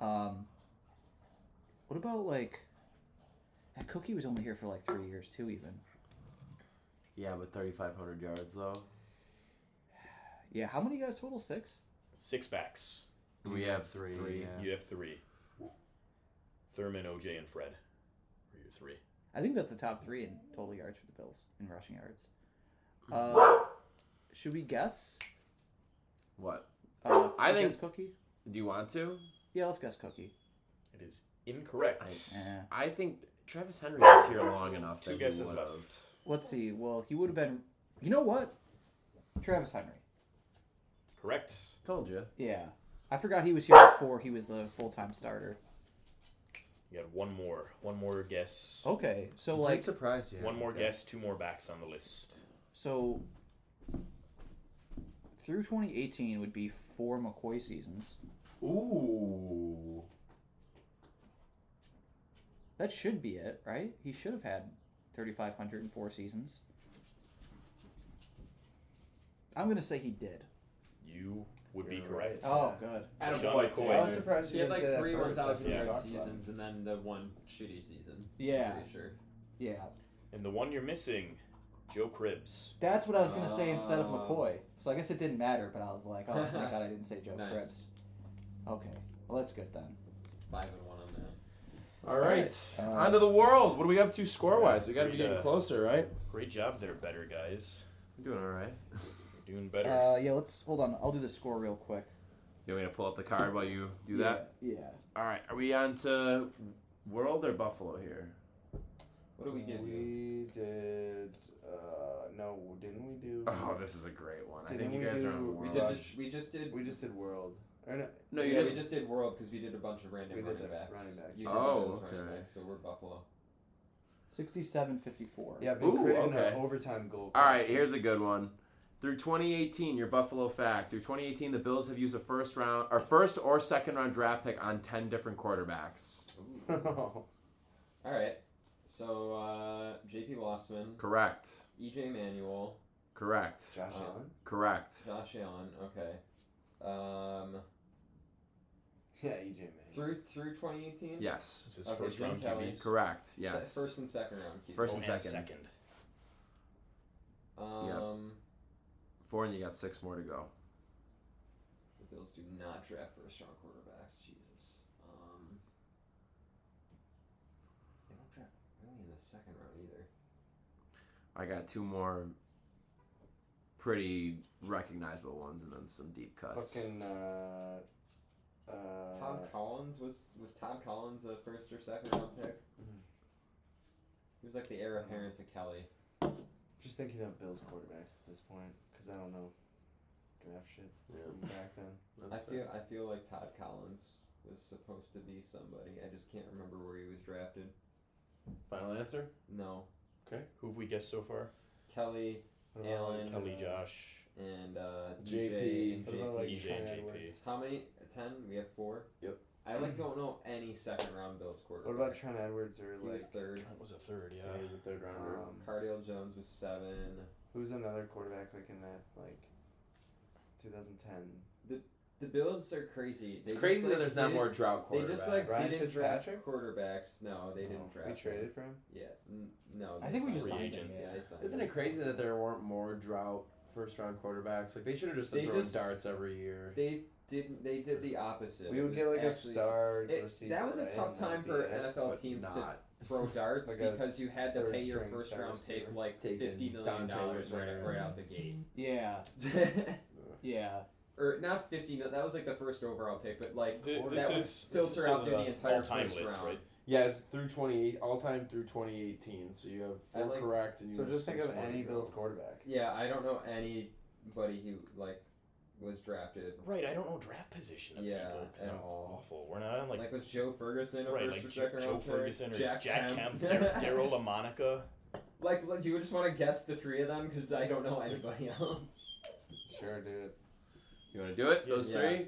[SPEAKER 5] Um, what about like that Cookie was only here for like three years too, even.
[SPEAKER 1] Yeah, but 3,500 yards though.
[SPEAKER 5] Yeah, how many guys total? Six.
[SPEAKER 3] Six backs.
[SPEAKER 1] We have three.
[SPEAKER 6] yeah.
[SPEAKER 3] You have three. Thurman, OJ, and Fred. Are your three?
[SPEAKER 5] I think that's the top three in total yards for the Bills in rushing yards. Uh, should we guess?
[SPEAKER 1] What?
[SPEAKER 5] Uh,
[SPEAKER 1] I
[SPEAKER 5] should we
[SPEAKER 1] think-
[SPEAKER 5] guess Cookie.
[SPEAKER 1] Do you want to?
[SPEAKER 5] Yeah, let's guess Cookie. Eh,
[SPEAKER 3] It is incorrect.
[SPEAKER 5] Yeah.
[SPEAKER 1] I think Travis Henry was here long enough.
[SPEAKER 3] Two
[SPEAKER 1] that he
[SPEAKER 3] guesses
[SPEAKER 1] would've-
[SPEAKER 3] left.
[SPEAKER 5] Let's see. Well, he would have been. You know what? Travis Henry.
[SPEAKER 3] Correct.
[SPEAKER 1] Told you.
[SPEAKER 5] Yeah, I forgot he was here before. He was the full time starter.
[SPEAKER 3] You got one more. One more guess.
[SPEAKER 5] Okay, so
[SPEAKER 6] I'm
[SPEAKER 5] like,
[SPEAKER 6] surprised you.
[SPEAKER 3] One
[SPEAKER 6] haven't
[SPEAKER 3] more
[SPEAKER 6] guessed.
[SPEAKER 3] guess, two more backs on the list.
[SPEAKER 5] so through 2018 would be four McCoy seasons.
[SPEAKER 3] Ooh.
[SPEAKER 5] That should be it, right? He should have had 3,504 seasons. I'm gonna say he did.
[SPEAKER 3] You would be
[SPEAKER 6] You're
[SPEAKER 3] correct.
[SPEAKER 6] right.
[SPEAKER 5] Oh, good.
[SPEAKER 2] Adam
[SPEAKER 3] Sean
[SPEAKER 2] Boyd,
[SPEAKER 3] McCoy.
[SPEAKER 4] I was
[SPEAKER 3] dude.
[SPEAKER 4] surprised
[SPEAKER 2] He
[SPEAKER 4] you
[SPEAKER 2] had
[SPEAKER 4] didn't
[SPEAKER 2] like
[SPEAKER 4] say that
[SPEAKER 2] three
[SPEAKER 4] first.
[SPEAKER 2] 1,000
[SPEAKER 4] That's what we
[SPEAKER 2] yard
[SPEAKER 4] talked about.
[SPEAKER 2] seasons and then the one shitty season.
[SPEAKER 5] Yeah.
[SPEAKER 2] Pretty sure.
[SPEAKER 5] Yeah,
[SPEAKER 3] And the one you're missing, Joe Cribs.
[SPEAKER 5] that's what I was gonna say instead of
[SPEAKER 2] Uh.
[SPEAKER 5] McCoy. So I guess it didn't matter, but I was like, oh my god, I didn't say Joe
[SPEAKER 2] Nice.
[SPEAKER 5] Cribs. Okay, well that's good then.
[SPEAKER 2] It's five and one on that.
[SPEAKER 1] All right.
[SPEAKER 5] All right, uh,
[SPEAKER 1] On to the world. What are we up to score wise? We got to be
[SPEAKER 3] We'd,
[SPEAKER 1] getting
[SPEAKER 3] uh,
[SPEAKER 1] closer, right?
[SPEAKER 3] Great job there, better guys.
[SPEAKER 1] We're doing all right.
[SPEAKER 3] You're doing better.
[SPEAKER 5] Uh, yeah, let's hold on. I'll do the score real quick.
[SPEAKER 1] You want me to pull up the card while you do
[SPEAKER 5] yeah,
[SPEAKER 1] that?
[SPEAKER 5] Yeah.
[SPEAKER 1] All right. Are we on to world or Buffalo here?
[SPEAKER 2] What do we give
[SPEAKER 4] We
[SPEAKER 2] you?
[SPEAKER 4] did. Uh, no, didn't we do?
[SPEAKER 1] Oh, this is a great one. I
[SPEAKER 4] Didn't
[SPEAKER 1] think you
[SPEAKER 4] we
[SPEAKER 1] guys are on
[SPEAKER 4] do-
[SPEAKER 1] the
[SPEAKER 4] we
[SPEAKER 1] world.
[SPEAKER 2] We
[SPEAKER 4] Well,
[SPEAKER 2] did
[SPEAKER 4] I-
[SPEAKER 2] just we just did
[SPEAKER 4] We just did world. Or no,
[SPEAKER 1] no,
[SPEAKER 2] yeah,
[SPEAKER 1] you just.
[SPEAKER 2] we just did world because we did a bunch of random
[SPEAKER 4] We did
[SPEAKER 2] running,
[SPEAKER 4] the
[SPEAKER 2] backs.
[SPEAKER 4] running backs.
[SPEAKER 2] You did
[SPEAKER 1] Oh,
[SPEAKER 2] those running
[SPEAKER 1] okay.
[SPEAKER 2] backs, so we're Buffalo.
[SPEAKER 5] 67 54.
[SPEAKER 4] yeah, Vince
[SPEAKER 1] Ooh,
[SPEAKER 4] Craven, an
[SPEAKER 1] okay.
[SPEAKER 4] overtime goal.
[SPEAKER 1] All right,
[SPEAKER 4] question.
[SPEAKER 1] here's a good one. Through 2018, your Buffalo fact. Through 2018, the Bills have used a first round, or first or second round draft pick on 10 different quarterbacks.
[SPEAKER 2] All right. So uh, J.P. Lossman,
[SPEAKER 1] Correct.
[SPEAKER 2] E.J. Manuel,
[SPEAKER 1] Correct.
[SPEAKER 4] Josh
[SPEAKER 2] Uh,
[SPEAKER 4] Allen.
[SPEAKER 1] Correct.
[SPEAKER 2] Josh Allen. Okay. Um,
[SPEAKER 4] Yeah, E EJ Man.
[SPEAKER 2] through through 2018.
[SPEAKER 1] Yes.
[SPEAKER 3] this is
[SPEAKER 2] okay,
[SPEAKER 3] first
[SPEAKER 2] Jim
[SPEAKER 3] round
[SPEAKER 2] Kelly.
[SPEAKER 3] QB.
[SPEAKER 1] Correct.
[SPEAKER 2] Se-
[SPEAKER 1] Yes.
[SPEAKER 2] First and second round. QB.
[SPEAKER 1] First
[SPEAKER 3] Oh,
[SPEAKER 1] and
[SPEAKER 3] and
[SPEAKER 1] second.
[SPEAKER 3] second.
[SPEAKER 2] Um,
[SPEAKER 1] Four, and you got six more to go.
[SPEAKER 2] the Bills do not draft first round quarterbacks. Jesus. Um, they don't draft really in the second round either.
[SPEAKER 1] I got two more pretty recognizable ones, and then some deep cuts.
[SPEAKER 4] Fucking. Uh, uh,
[SPEAKER 2] Tom Collins was was Tom Collins a first or second round pick?
[SPEAKER 1] Mm-hmm.
[SPEAKER 2] He was like the heir apparent to Kelly.
[SPEAKER 4] Just thinking of Bills quarterbacks at this point because I don't know draft shit from back then.
[SPEAKER 2] I feel I feel like Todd Collins was supposed to be somebody. I just can't remember where he was drafted.
[SPEAKER 1] Final answer.
[SPEAKER 2] No,
[SPEAKER 3] Okay. Who have we guessed so far?
[SPEAKER 2] Kelly
[SPEAKER 4] What about,
[SPEAKER 2] Allen,
[SPEAKER 4] uh,
[SPEAKER 3] Kelly, Josh.
[SPEAKER 2] and uh,
[SPEAKER 1] JP.
[SPEAKER 2] EJ,
[SPEAKER 4] What about like
[SPEAKER 3] EJ
[SPEAKER 4] Trent
[SPEAKER 3] and JP?
[SPEAKER 4] Edwards?
[SPEAKER 2] How many? Ten? We have four.
[SPEAKER 1] Yep.
[SPEAKER 2] I like don't know any second round Bills quarterback.
[SPEAKER 4] What about Trent Edwards or
[SPEAKER 2] he
[SPEAKER 4] like
[SPEAKER 2] was third.
[SPEAKER 3] Trent was a third, yeah.
[SPEAKER 6] Yeah, he was a third rounder.
[SPEAKER 4] um,
[SPEAKER 2] Cardale Jones was seven.
[SPEAKER 4] who's another quarterback like in that like 2010?
[SPEAKER 2] The Bills are crazy. They
[SPEAKER 1] It's
[SPEAKER 2] just,
[SPEAKER 1] crazy
[SPEAKER 2] like,
[SPEAKER 1] that there's not
[SPEAKER 2] didn't-
[SPEAKER 1] more drought
[SPEAKER 2] They
[SPEAKER 1] quarterbacks.
[SPEAKER 2] just like
[SPEAKER 4] Ryan
[SPEAKER 2] didn't draft
[SPEAKER 4] Fitzpatrick?
[SPEAKER 2] quarterbacks. No, they
[SPEAKER 4] Oh,
[SPEAKER 2] didn't draft.
[SPEAKER 4] We
[SPEAKER 2] him.
[SPEAKER 4] traded for him.
[SPEAKER 2] Yeah. N- no.
[SPEAKER 5] I
[SPEAKER 2] they
[SPEAKER 5] think we
[SPEAKER 2] signed
[SPEAKER 5] just
[SPEAKER 2] him.
[SPEAKER 5] signed
[SPEAKER 3] agent.
[SPEAKER 5] him.
[SPEAKER 2] Yeah,
[SPEAKER 5] Yeah.
[SPEAKER 2] they signed
[SPEAKER 6] Isn't
[SPEAKER 2] him.
[SPEAKER 6] it crazy that there weren't more drought first round quarterbacks? Like they should have just been
[SPEAKER 2] They
[SPEAKER 6] throwing
[SPEAKER 2] just-
[SPEAKER 6] darts every year.
[SPEAKER 2] They didn't. They did the opposite.
[SPEAKER 4] We
[SPEAKER 2] It
[SPEAKER 4] would
[SPEAKER 2] was
[SPEAKER 4] get like a
[SPEAKER 2] actually-
[SPEAKER 4] star
[SPEAKER 2] it-
[SPEAKER 4] receiver.
[SPEAKER 2] that was a
[SPEAKER 4] right?
[SPEAKER 2] tough
[SPEAKER 4] And that'd
[SPEAKER 2] time
[SPEAKER 4] be
[SPEAKER 2] for
[SPEAKER 4] it.
[SPEAKER 2] NFL
[SPEAKER 6] but
[SPEAKER 2] teams to
[SPEAKER 6] not.
[SPEAKER 2] throw darts
[SPEAKER 4] Like a
[SPEAKER 2] because you had to pay your
[SPEAKER 4] third-string
[SPEAKER 2] first
[SPEAKER 4] star
[SPEAKER 2] round pick
[SPEAKER 4] receiver.
[SPEAKER 2] like
[SPEAKER 6] Taking
[SPEAKER 2] fifty million
[SPEAKER 6] Dante
[SPEAKER 2] dollars right,
[SPEAKER 6] Whitmire.
[SPEAKER 2] right out the gate.
[SPEAKER 5] Yeah. Yeah.
[SPEAKER 2] or not fifty. mil- That was like the first overall pick, but like
[SPEAKER 3] Th-
[SPEAKER 2] that
[SPEAKER 3] this
[SPEAKER 2] would
[SPEAKER 3] is
[SPEAKER 2] filter
[SPEAKER 3] this is still
[SPEAKER 2] out through the entire
[SPEAKER 3] all-time
[SPEAKER 2] first
[SPEAKER 3] list,
[SPEAKER 2] round.
[SPEAKER 3] right?
[SPEAKER 6] Yes, through twenty eight all time through twenty eighteen. So you have
[SPEAKER 2] I
[SPEAKER 6] four
[SPEAKER 2] like-
[SPEAKER 6] correct and you
[SPEAKER 4] So
[SPEAKER 6] have
[SPEAKER 4] just think
[SPEAKER 6] six
[SPEAKER 4] of
[SPEAKER 6] more to
[SPEAKER 4] any
[SPEAKER 6] go.
[SPEAKER 4] Bills quarterback.
[SPEAKER 2] yeah, I don't know anybody who like was drafted.
[SPEAKER 3] Right, I don't know draft position of
[SPEAKER 2] Yeah,
[SPEAKER 3] people because
[SPEAKER 2] at
[SPEAKER 3] I'm
[SPEAKER 2] all.
[SPEAKER 3] awful. We're not on
[SPEAKER 2] Like,
[SPEAKER 3] like,
[SPEAKER 2] was Joe Ferguson a
[SPEAKER 3] right,
[SPEAKER 2] first
[SPEAKER 3] like
[SPEAKER 2] or
[SPEAKER 3] Joe,
[SPEAKER 2] second
[SPEAKER 3] Joe
[SPEAKER 2] round pick?
[SPEAKER 3] Ferguson or Jack, Kemp, Dar- Daryl LaMonica.
[SPEAKER 2] Like, look, you would just want to guess the three of them because I don't know anybody else.
[SPEAKER 4] Sure, dude.
[SPEAKER 1] you want to do it? Those
[SPEAKER 2] Yeah.
[SPEAKER 1] three.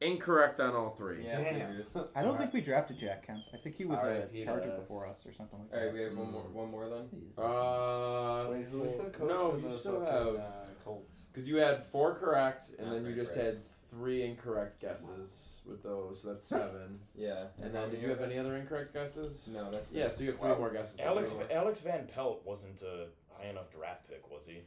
[SPEAKER 1] Incorrect on all three.
[SPEAKER 2] Yeah,
[SPEAKER 4] Damn.
[SPEAKER 2] figures.
[SPEAKER 5] I don't think we drafted Jack Kemp. I think he was
[SPEAKER 4] R.I.P.
[SPEAKER 5] a
[SPEAKER 4] to
[SPEAKER 5] Charger
[SPEAKER 4] us.
[SPEAKER 5] before us or something like
[SPEAKER 2] All right,
[SPEAKER 5] that.
[SPEAKER 2] we have one more.
[SPEAKER 3] Hmm.
[SPEAKER 2] One more then.
[SPEAKER 5] He's-
[SPEAKER 6] Uh,
[SPEAKER 4] Wait, who's
[SPEAKER 6] well,
[SPEAKER 4] the coach?
[SPEAKER 6] No,
[SPEAKER 4] for
[SPEAKER 6] you
[SPEAKER 4] the
[SPEAKER 6] still
[SPEAKER 4] fucking,
[SPEAKER 6] have
[SPEAKER 4] uh, Colts.
[SPEAKER 6] because you had four correct and
[SPEAKER 2] Not
[SPEAKER 6] then you
[SPEAKER 2] very
[SPEAKER 6] just
[SPEAKER 2] correct.
[SPEAKER 6] had three incorrect guesses with those. So that's seven.
[SPEAKER 2] Yeah.
[SPEAKER 6] And then did you have
[SPEAKER 2] any?
[SPEAKER 6] any other incorrect guesses?
[SPEAKER 2] No, that's
[SPEAKER 6] Yeah,
[SPEAKER 2] it.
[SPEAKER 6] so you have three
[SPEAKER 3] Wow.
[SPEAKER 6] more guesses.
[SPEAKER 3] Alex
[SPEAKER 6] Three more.
[SPEAKER 3] Alex Van Pelt wasn't a high enough draft pick, was he?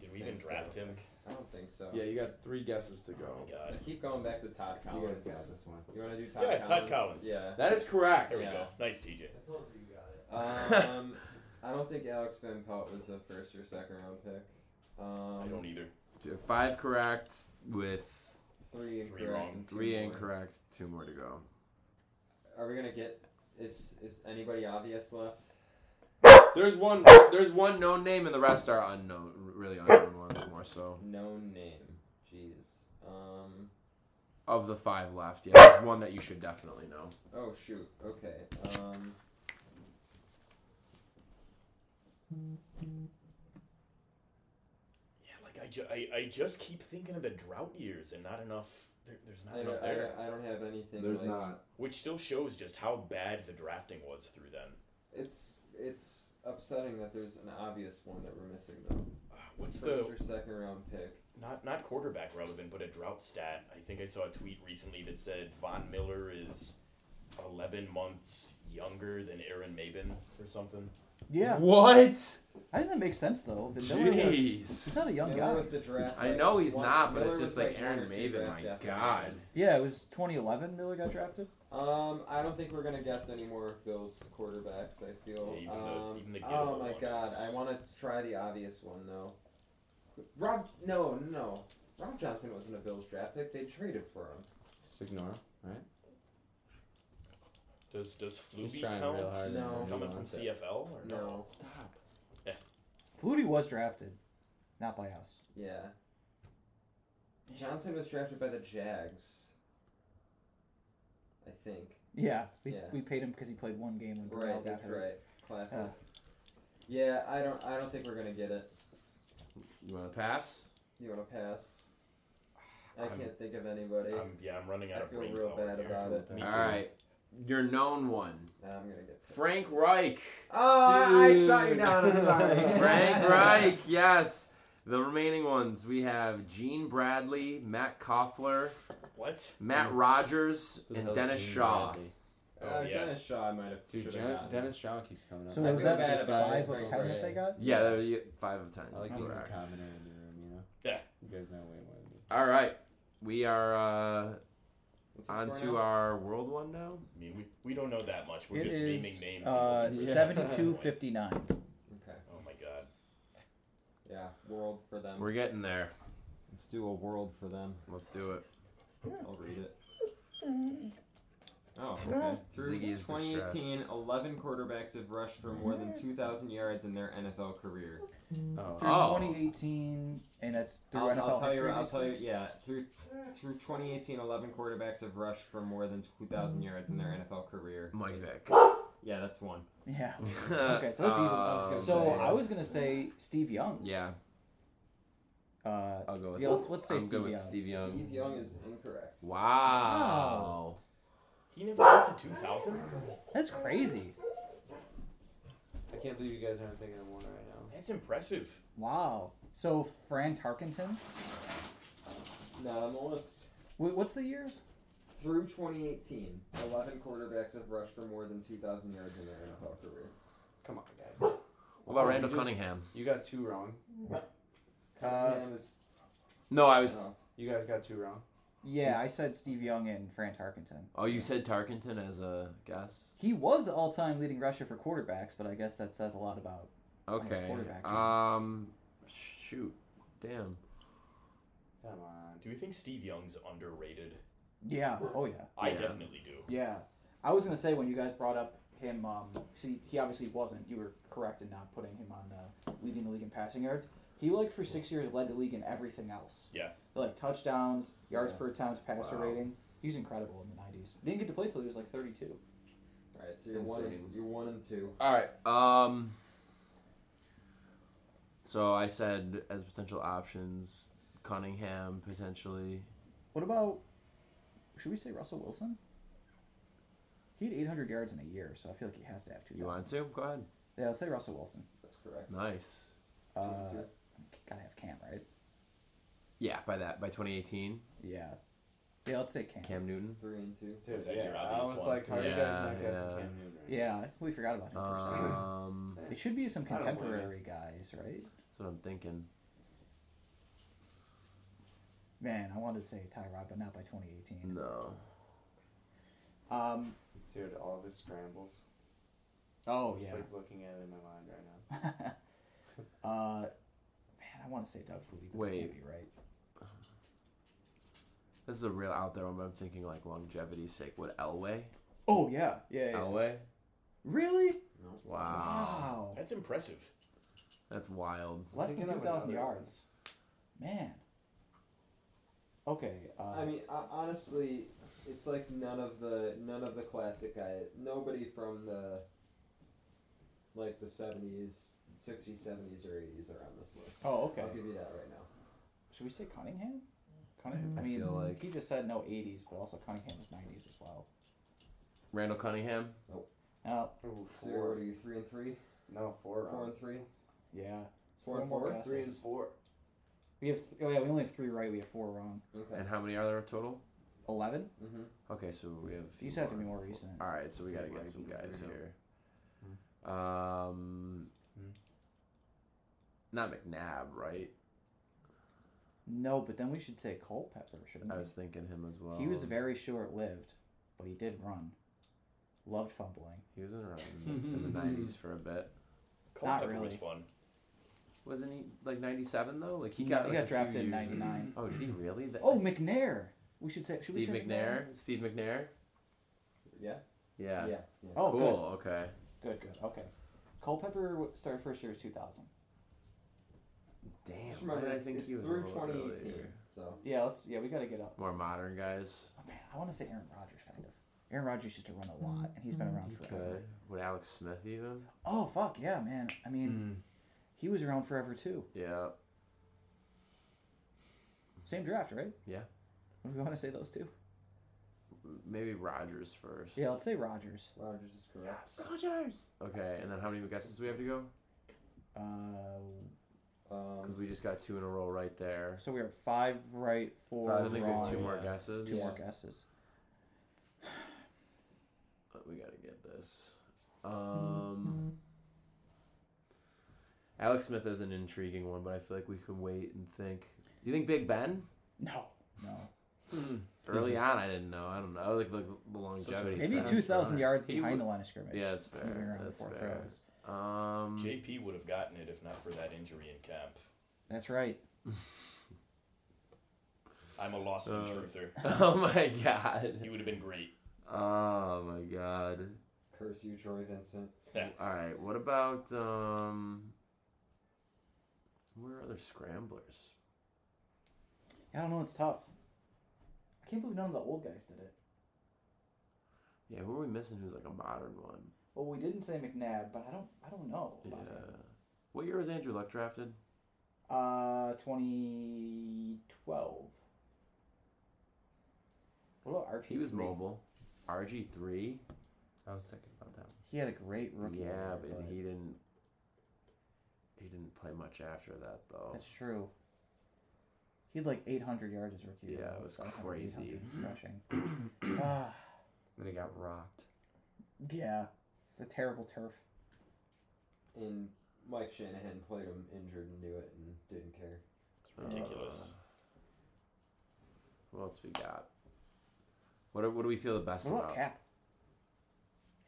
[SPEAKER 3] Did we even
[SPEAKER 2] Think so.
[SPEAKER 3] draft him?
[SPEAKER 2] I don't think so.
[SPEAKER 6] Yeah, you got three guesses to
[SPEAKER 3] Oh
[SPEAKER 6] go.
[SPEAKER 3] my god.
[SPEAKER 2] Keep going back to Todd
[SPEAKER 4] You
[SPEAKER 2] Collins.
[SPEAKER 4] guys got this one.
[SPEAKER 2] You want to do Todd
[SPEAKER 3] Yeah,
[SPEAKER 2] Collins?
[SPEAKER 3] Todd Collins.
[SPEAKER 2] Yeah.
[SPEAKER 6] That is correct.
[SPEAKER 3] There we
[SPEAKER 2] Yeah.
[SPEAKER 3] go. Nice TJ.
[SPEAKER 2] Um, I don't think Alex Van Pelt was a first or second round pick. Um,
[SPEAKER 3] I don't either.
[SPEAKER 1] Five correct with
[SPEAKER 2] Three incorrect.
[SPEAKER 3] Three wrong.
[SPEAKER 2] and two
[SPEAKER 1] Three
[SPEAKER 2] more.
[SPEAKER 1] incorrect, two more to go.
[SPEAKER 2] Are we gonna get? Is is anybody obvious left?
[SPEAKER 1] There's one. There's one known name, and the rest are unknown. Really unknown ones more so.
[SPEAKER 2] Known name. Jeez. Um.
[SPEAKER 1] Of the five left, yeah, there's one that you should definitely know.
[SPEAKER 2] Oh shoot. Okay. Um.
[SPEAKER 3] Yeah, like I, ju- I, I just keep thinking of the drought years and not enough. There, there's not
[SPEAKER 2] I
[SPEAKER 3] enough
[SPEAKER 2] don't, I,
[SPEAKER 3] there,
[SPEAKER 2] don't- I don't have anything.
[SPEAKER 4] There's
[SPEAKER 2] like,
[SPEAKER 4] not.
[SPEAKER 3] which still shows just how bad the drafting was through them.
[SPEAKER 2] It's it's upsetting that there's an obvious one that we're missing though.
[SPEAKER 3] Uh, what's
[SPEAKER 2] First
[SPEAKER 3] the
[SPEAKER 2] or second round pick.
[SPEAKER 3] not not quarterback relevant, but a drought stat? I think I saw a tweet recently that said Von Miller is 11 months younger than Aaron Maben or something.
[SPEAKER 5] Yeah,
[SPEAKER 1] What?
[SPEAKER 5] I think that makes sense though. The Miller was, he's
[SPEAKER 1] Jeez.
[SPEAKER 5] not a young
[SPEAKER 2] Miller
[SPEAKER 5] guy.
[SPEAKER 2] was the draft.
[SPEAKER 1] I
[SPEAKER 2] like,
[SPEAKER 1] know he's
[SPEAKER 2] one-
[SPEAKER 1] not, but
[SPEAKER 2] Miller
[SPEAKER 1] it's
[SPEAKER 2] was,
[SPEAKER 1] just like
[SPEAKER 2] one or
[SPEAKER 1] Aaron
[SPEAKER 2] two
[SPEAKER 1] Maven.
[SPEAKER 2] drafts
[SPEAKER 1] My
[SPEAKER 2] after
[SPEAKER 1] God.
[SPEAKER 5] yeah, it was 2011. Miller got drafted.
[SPEAKER 2] Maven. Um, I don't think we're gonna guess any more of Bill's quarterbacks. I feel.
[SPEAKER 3] Yeah, even the-
[SPEAKER 2] um,
[SPEAKER 3] even the
[SPEAKER 2] oh
[SPEAKER 3] Gilmore
[SPEAKER 2] my
[SPEAKER 3] one
[SPEAKER 2] God!
[SPEAKER 3] is-
[SPEAKER 2] I want to try the obvious one though. Rob, no, no. Rob Johnson wasn't a Bills draft pick. They traded for him.
[SPEAKER 6] Just ignore him, right?
[SPEAKER 3] Does does Flutie
[SPEAKER 6] trying real
[SPEAKER 3] count
[SPEAKER 6] hard.
[SPEAKER 2] No.
[SPEAKER 3] from coming from
[SPEAKER 6] He wants it.
[SPEAKER 3] CFL or no?
[SPEAKER 2] No.
[SPEAKER 6] Stop.
[SPEAKER 5] Flutie was drafted, not by us.
[SPEAKER 2] Yeah. Johnson was drafted by the Jags. I think.
[SPEAKER 5] Yeah, we,
[SPEAKER 2] Yeah.
[SPEAKER 5] we paid him because he played one game when Bernal
[SPEAKER 2] Right,
[SPEAKER 5] got
[SPEAKER 2] that's
[SPEAKER 5] hurt.
[SPEAKER 2] right. Classic.
[SPEAKER 5] Yeah.
[SPEAKER 2] Yeah, I don't I don't think we're gonna get it.
[SPEAKER 1] You want to pass?
[SPEAKER 2] You wanna pass? I
[SPEAKER 3] I'm-
[SPEAKER 2] can't think of anybody.
[SPEAKER 3] I'm, yeah, I'm running out
[SPEAKER 2] I
[SPEAKER 3] of
[SPEAKER 2] feel
[SPEAKER 3] brain
[SPEAKER 2] real
[SPEAKER 3] power
[SPEAKER 2] bad
[SPEAKER 3] here.
[SPEAKER 2] about it.
[SPEAKER 3] Me
[SPEAKER 1] All
[SPEAKER 3] too.
[SPEAKER 1] right. Your known one,
[SPEAKER 2] Nah, I'm gonna get pissed.
[SPEAKER 1] Frank Reich.
[SPEAKER 2] Oh, I I shot you down. I'm sorry.
[SPEAKER 1] Frank Reich, yes. The remaining ones we have Gene Bradley, Matt Koffler,
[SPEAKER 3] What?
[SPEAKER 1] Matt Rogers,
[SPEAKER 6] Who the
[SPEAKER 1] and
[SPEAKER 6] hell's
[SPEAKER 1] Dennis
[SPEAKER 6] Gene
[SPEAKER 1] Shaw.
[SPEAKER 6] Bradley?
[SPEAKER 2] Uh,
[SPEAKER 3] Oh, yeah.
[SPEAKER 2] Dennis Shaw might have.
[SPEAKER 6] Dude,
[SPEAKER 2] should've
[SPEAKER 6] Jen-
[SPEAKER 2] gotten it.
[SPEAKER 6] Dennis Shaw keeps coming up.
[SPEAKER 5] So
[SPEAKER 2] I
[SPEAKER 5] was
[SPEAKER 2] feel
[SPEAKER 5] that
[SPEAKER 2] bad
[SPEAKER 5] was
[SPEAKER 2] about
[SPEAKER 5] five
[SPEAKER 2] it,
[SPEAKER 5] of
[SPEAKER 2] Frank
[SPEAKER 5] ten that
[SPEAKER 2] Reich.
[SPEAKER 5] they got?
[SPEAKER 1] Yeah, there you five of ten.
[SPEAKER 6] I like being a
[SPEAKER 1] Correct.
[SPEAKER 6] commoner in the room, you know?
[SPEAKER 3] Yeah.
[SPEAKER 6] You guys know way more than me.
[SPEAKER 1] All right. We are uh,
[SPEAKER 2] What's the
[SPEAKER 1] on
[SPEAKER 2] score
[SPEAKER 1] to
[SPEAKER 2] now?
[SPEAKER 1] our world one now.
[SPEAKER 3] I mean, we, we don't know that much. We're
[SPEAKER 5] It
[SPEAKER 3] just naming
[SPEAKER 5] is
[SPEAKER 3] names. and
[SPEAKER 5] uh,
[SPEAKER 3] looking for
[SPEAKER 6] Yeah.
[SPEAKER 3] names at this
[SPEAKER 5] seventy-two
[SPEAKER 3] point.
[SPEAKER 5] fifty-nine.
[SPEAKER 2] Okay.
[SPEAKER 3] Oh my god.
[SPEAKER 2] Yeah. World for
[SPEAKER 6] Um,
[SPEAKER 2] them.
[SPEAKER 1] We're getting there.
[SPEAKER 2] Let's do a world for them.
[SPEAKER 1] Let's do it.
[SPEAKER 2] I'll read it. Oh, okay. Through
[SPEAKER 1] Ziggy is
[SPEAKER 2] 2018,
[SPEAKER 1] distressed.
[SPEAKER 2] 11 quarterbacks have rushed for more than 2,000 yards in their NFL career.
[SPEAKER 5] Through
[SPEAKER 6] Oh.
[SPEAKER 1] Oh.
[SPEAKER 5] 2018, and that's through
[SPEAKER 2] I'll,
[SPEAKER 5] NFL
[SPEAKER 2] I'll tell you.
[SPEAKER 5] history,
[SPEAKER 2] I'll tell you.
[SPEAKER 5] basically?
[SPEAKER 2] Yeah, through through 2018, 11 quarterbacks have rushed for more than 2,000 yards in their NFL career.
[SPEAKER 1] Mike Vick.
[SPEAKER 2] Yeah, that's one.
[SPEAKER 5] Yeah.
[SPEAKER 1] okay,
[SPEAKER 5] so that's easy. I
[SPEAKER 2] was
[SPEAKER 5] So
[SPEAKER 2] gonna say, uh,
[SPEAKER 5] I was gonna say Steve Young.
[SPEAKER 1] Um, Yeah,
[SPEAKER 5] Uh,
[SPEAKER 1] I'll go with
[SPEAKER 5] yeah, let's, let's say
[SPEAKER 1] I'm
[SPEAKER 5] Steve
[SPEAKER 1] good
[SPEAKER 5] Young.
[SPEAKER 1] with Steve Young.
[SPEAKER 2] Steve Young is incorrect.
[SPEAKER 1] Wow.
[SPEAKER 3] He never got to 2000?
[SPEAKER 5] That's crazy.
[SPEAKER 6] I can't believe you guys aren't thinking of one right now.
[SPEAKER 3] That's impressive.
[SPEAKER 5] Wow. So Fran Tarkenton.
[SPEAKER 2] Not on the list.
[SPEAKER 5] Wh- What's the years?
[SPEAKER 2] Through 2018, 11 quarterbacks have rushed for more than 2,000 yards in their NFL career.
[SPEAKER 6] Come on, guys.
[SPEAKER 1] What about
[SPEAKER 6] Oh,
[SPEAKER 1] Randall
[SPEAKER 6] you just-
[SPEAKER 1] Cunningham?
[SPEAKER 6] You got two wrong.
[SPEAKER 5] Uh,
[SPEAKER 2] Cunningham is-
[SPEAKER 1] No, I was.
[SPEAKER 6] You guys got two wrong.
[SPEAKER 5] yeah, I said Steve Young and Fran Tarkenton.
[SPEAKER 1] Oh, you said Tarkenton as a guess.
[SPEAKER 5] He was the all-time leading rusher for quarterbacks, but I guess that says a lot about.
[SPEAKER 1] Okay.
[SPEAKER 5] quarterback, yeah.
[SPEAKER 1] Um, shoot, damn.
[SPEAKER 6] Come on.
[SPEAKER 3] Do you think Steve Young's underrated?
[SPEAKER 5] Yeah. Oh yeah.
[SPEAKER 3] I
[SPEAKER 1] Yeah.
[SPEAKER 3] definitely do.
[SPEAKER 5] Yeah. I was gonna say when you guys brought up him, um, see, he obviously wasn't. You were correct in not putting him on uh, leading the league in passing yards. He like for six years led the league in everything else.
[SPEAKER 3] Yeah.
[SPEAKER 5] Like touchdowns, yards per attempt, passer
[SPEAKER 1] Wow.
[SPEAKER 5] rating. He was incredible in the nineties. Didn't get to play till he was like thirty-two.
[SPEAKER 2] All right, so you're one,
[SPEAKER 1] Insane.
[SPEAKER 2] you're one and two.
[SPEAKER 1] All right. Um. So I said as potential options, Cunningham potentially.
[SPEAKER 5] What about? Should we say Russell Wilson? He had 800 yards in a year, so I feel like he has to have two.
[SPEAKER 1] You want to? Go ahead.
[SPEAKER 5] Yeah, let's say Russell Wilson.
[SPEAKER 2] That's correct.
[SPEAKER 1] Nice.
[SPEAKER 5] Uh,
[SPEAKER 2] two.
[SPEAKER 5] gotta have Cam, right?
[SPEAKER 1] Yeah, by that by 2018,
[SPEAKER 5] Yeah. Yeah, let's say Cam.
[SPEAKER 1] Cam Newton.
[SPEAKER 2] Three and two.
[SPEAKER 6] Dude,
[SPEAKER 3] Was that your
[SPEAKER 6] I
[SPEAKER 3] obvious
[SPEAKER 6] was
[SPEAKER 3] one?
[SPEAKER 6] like, how are you guys not
[SPEAKER 1] Yeah,
[SPEAKER 6] guessing
[SPEAKER 1] yeah.
[SPEAKER 6] Cam Newton right
[SPEAKER 5] Yeah, I completely forgot about him for a second.
[SPEAKER 1] Um,
[SPEAKER 5] They should be some
[SPEAKER 6] I don't blame you.
[SPEAKER 5] contemporary guys, right?
[SPEAKER 1] that's what I'm thinking.
[SPEAKER 5] Man, I wanted to say Tyrod, but not by 2018.
[SPEAKER 1] No.
[SPEAKER 5] Um.
[SPEAKER 6] now? Dude, all of his scrambles.
[SPEAKER 5] Oh
[SPEAKER 6] I'm
[SPEAKER 5] yeah.
[SPEAKER 6] just like looking at it in my mind right now.
[SPEAKER 5] uh, man, I want to say Doug Flutie, but that
[SPEAKER 1] Wait.
[SPEAKER 5] can't be right.
[SPEAKER 1] This is a real out there one, but I'm thinking like longevity's sake. Would Elway?
[SPEAKER 5] Oh yeah, yeah, yeah.
[SPEAKER 1] Elway?
[SPEAKER 5] Really?
[SPEAKER 1] Wow.
[SPEAKER 5] Wow.
[SPEAKER 3] That's impressive.
[SPEAKER 1] That's wild.
[SPEAKER 5] Less than
[SPEAKER 4] Thinking
[SPEAKER 5] two
[SPEAKER 4] of
[SPEAKER 5] thousand
[SPEAKER 4] another one.
[SPEAKER 5] yards. Man. Okay. Uh,
[SPEAKER 2] I mean, uh, honestly, it's like none of the none of the classic guy. Nobody from the like the seventies, sixties, seventies, or eighties are on this list.
[SPEAKER 5] oh, okay.
[SPEAKER 2] I'll give you that right now.
[SPEAKER 5] Should we say Cunningham? Cunningham. I
[SPEAKER 1] I
[SPEAKER 5] mean,
[SPEAKER 1] feel like-
[SPEAKER 5] he just said no '80s, but also Cunningham was '90s as well.
[SPEAKER 1] Randall Cunningham.
[SPEAKER 5] Oh,
[SPEAKER 4] Ooh,
[SPEAKER 2] So you're-
[SPEAKER 4] four.
[SPEAKER 2] what are you? Three and three,
[SPEAKER 4] No, four.
[SPEAKER 2] four
[SPEAKER 4] wrong.
[SPEAKER 2] and three,
[SPEAKER 5] yeah.
[SPEAKER 2] four and
[SPEAKER 5] more
[SPEAKER 2] four,
[SPEAKER 5] guesses.
[SPEAKER 4] Three and four.
[SPEAKER 5] We have. Th- oh yeah, we only have three right. We have four wrong.
[SPEAKER 2] Okay.
[SPEAKER 1] And how many are there total?
[SPEAKER 5] Eleven.
[SPEAKER 2] Mm-hmm.
[SPEAKER 1] Okay, so we have.
[SPEAKER 5] These have to be more recent.
[SPEAKER 1] All right, so we got to get some guys here. Um, not McNabb, right?
[SPEAKER 5] No, but then we should say Culpepper, shouldn't
[SPEAKER 1] I
[SPEAKER 5] we?
[SPEAKER 1] was thinking him as well.
[SPEAKER 5] Hmm. He was very short-lived, but he did run. Loved fumbling.
[SPEAKER 1] He was in around in the nineties for a bit.
[SPEAKER 5] Not
[SPEAKER 3] Culpepper was
[SPEAKER 5] really.
[SPEAKER 3] fun.
[SPEAKER 1] Wasn't he like ninety seven though? Like he
[SPEAKER 5] No,
[SPEAKER 1] got
[SPEAKER 5] he
[SPEAKER 1] like,
[SPEAKER 5] got
[SPEAKER 1] a few
[SPEAKER 5] drafted in
[SPEAKER 1] years
[SPEAKER 5] '99.
[SPEAKER 1] Oh, did he really? That-
[SPEAKER 5] Oh, McNair. We should say. Should
[SPEAKER 1] Steve
[SPEAKER 5] we say
[SPEAKER 1] McNair. Steve McNair.
[SPEAKER 2] Yeah.
[SPEAKER 1] Yeah.
[SPEAKER 2] Yeah. yeah.
[SPEAKER 5] Oh,
[SPEAKER 1] cool.
[SPEAKER 5] good.
[SPEAKER 1] Okay.
[SPEAKER 5] Good, good. Okay. Culpepper w- started first year was 2000.
[SPEAKER 1] Damn.
[SPEAKER 5] Oh,
[SPEAKER 2] Just
[SPEAKER 1] why
[SPEAKER 2] remember,
[SPEAKER 1] did I
[SPEAKER 2] it's,
[SPEAKER 1] think
[SPEAKER 2] it's
[SPEAKER 1] he was a
[SPEAKER 2] through
[SPEAKER 1] little bit
[SPEAKER 2] 2018.
[SPEAKER 1] earlier?
[SPEAKER 2] So
[SPEAKER 5] Yeah, let's. Yeah, we got to get up.
[SPEAKER 1] More modern guys.
[SPEAKER 5] Oh, man, I want to say Aaron Rodgers, kind of. Aaron Rodgers used to run a lot, and he's been around forever.
[SPEAKER 1] Good. Would Alex Smith even?
[SPEAKER 5] Oh fuck yeah, man. I mean,
[SPEAKER 1] Mm.
[SPEAKER 5] he was around forever too.
[SPEAKER 1] Yeah.
[SPEAKER 5] Same draft, right?
[SPEAKER 1] Yeah.
[SPEAKER 5] Would we want to say those two?
[SPEAKER 1] M- Maybe Rogers first.
[SPEAKER 5] Yeah, let's say Rodgers.
[SPEAKER 2] Rogers is correct.
[SPEAKER 1] Yes. Okay, and then how many guesses do we have to go?
[SPEAKER 5] Uh,
[SPEAKER 2] Um,
[SPEAKER 1] Because we just got two in a row right there.
[SPEAKER 5] so we are five right, four
[SPEAKER 1] So I
[SPEAKER 4] Five
[SPEAKER 1] think we
[SPEAKER 5] wrong.
[SPEAKER 1] have two
[SPEAKER 5] two,
[SPEAKER 1] more guesses.
[SPEAKER 5] more guesses.
[SPEAKER 1] But We gotta get this. Um, Alex Smith is an intriguing one, but I feel like we could wait and think. Do you think Big Ben?
[SPEAKER 5] No, no.
[SPEAKER 1] Early
[SPEAKER 4] just-
[SPEAKER 1] on, I didn't know. I don't know. Like the, the longevity.
[SPEAKER 4] He
[SPEAKER 5] Maybe
[SPEAKER 1] factor.
[SPEAKER 4] fast
[SPEAKER 5] two thousand
[SPEAKER 4] runner.
[SPEAKER 5] yards
[SPEAKER 1] He
[SPEAKER 5] behind
[SPEAKER 1] would-
[SPEAKER 5] the line of scrimmage.
[SPEAKER 1] Yeah, that's
[SPEAKER 5] Moving
[SPEAKER 1] fair.
[SPEAKER 5] around
[SPEAKER 1] That's
[SPEAKER 5] before
[SPEAKER 1] fair.
[SPEAKER 5] throws.
[SPEAKER 1] Um,
[SPEAKER 3] JP would have gotten it if not for that injury in camp.
[SPEAKER 5] That's right.
[SPEAKER 3] I'm a lost
[SPEAKER 1] Uh,
[SPEAKER 3] truther.
[SPEAKER 1] oh my god.
[SPEAKER 3] He would have been great.
[SPEAKER 1] Oh my god.
[SPEAKER 2] curse you, Troy Vincent.
[SPEAKER 1] All right. What about um? Where are other scramblers?
[SPEAKER 5] I don't know. It's tough. I can't believe none of the old guys did it.
[SPEAKER 1] Yeah, who are we missing? Who's like a modern one?
[SPEAKER 5] Well, we didn't say McNabb, but I don't. I don't know.
[SPEAKER 1] Yeah.
[SPEAKER 5] About him.
[SPEAKER 1] What year was Andrew Luck drafted?
[SPEAKER 5] Uh, 2012. What about Archie?
[SPEAKER 1] He was
[SPEAKER 5] Three?
[SPEAKER 1] mobile. RG three.
[SPEAKER 6] I was thinking about that.
[SPEAKER 5] He had a great rookie.
[SPEAKER 1] Yeah,
[SPEAKER 5] year,
[SPEAKER 1] but he didn't. He didn't play much after that though.
[SPEAKER 5] That's true. He had like 800 yards his rookie year.
[SPEAKER 1] Yeah, it
[SPEAKER 5] though,
[SPEAKER 1] was
[SPEAKER 5] 700, 800 rushing. Ah,
[SPEAKER 6] Then he got rocked.
[SPEAKER 5] yeah, the terrible turf.
[SPEAKER 2] And Mike Shanahan played him injured and knew it and didn't care.
[SPEAKER 3] It's
[SPEAKER 1] Uh,
[SPEAKER 3] ridiculous.
[SPEAKER 1] What else we got? What, do- what do we feel the best
[SPEAKER 5] What
[SPEAKER 1] about?
[SPEAKER 5] about Cap?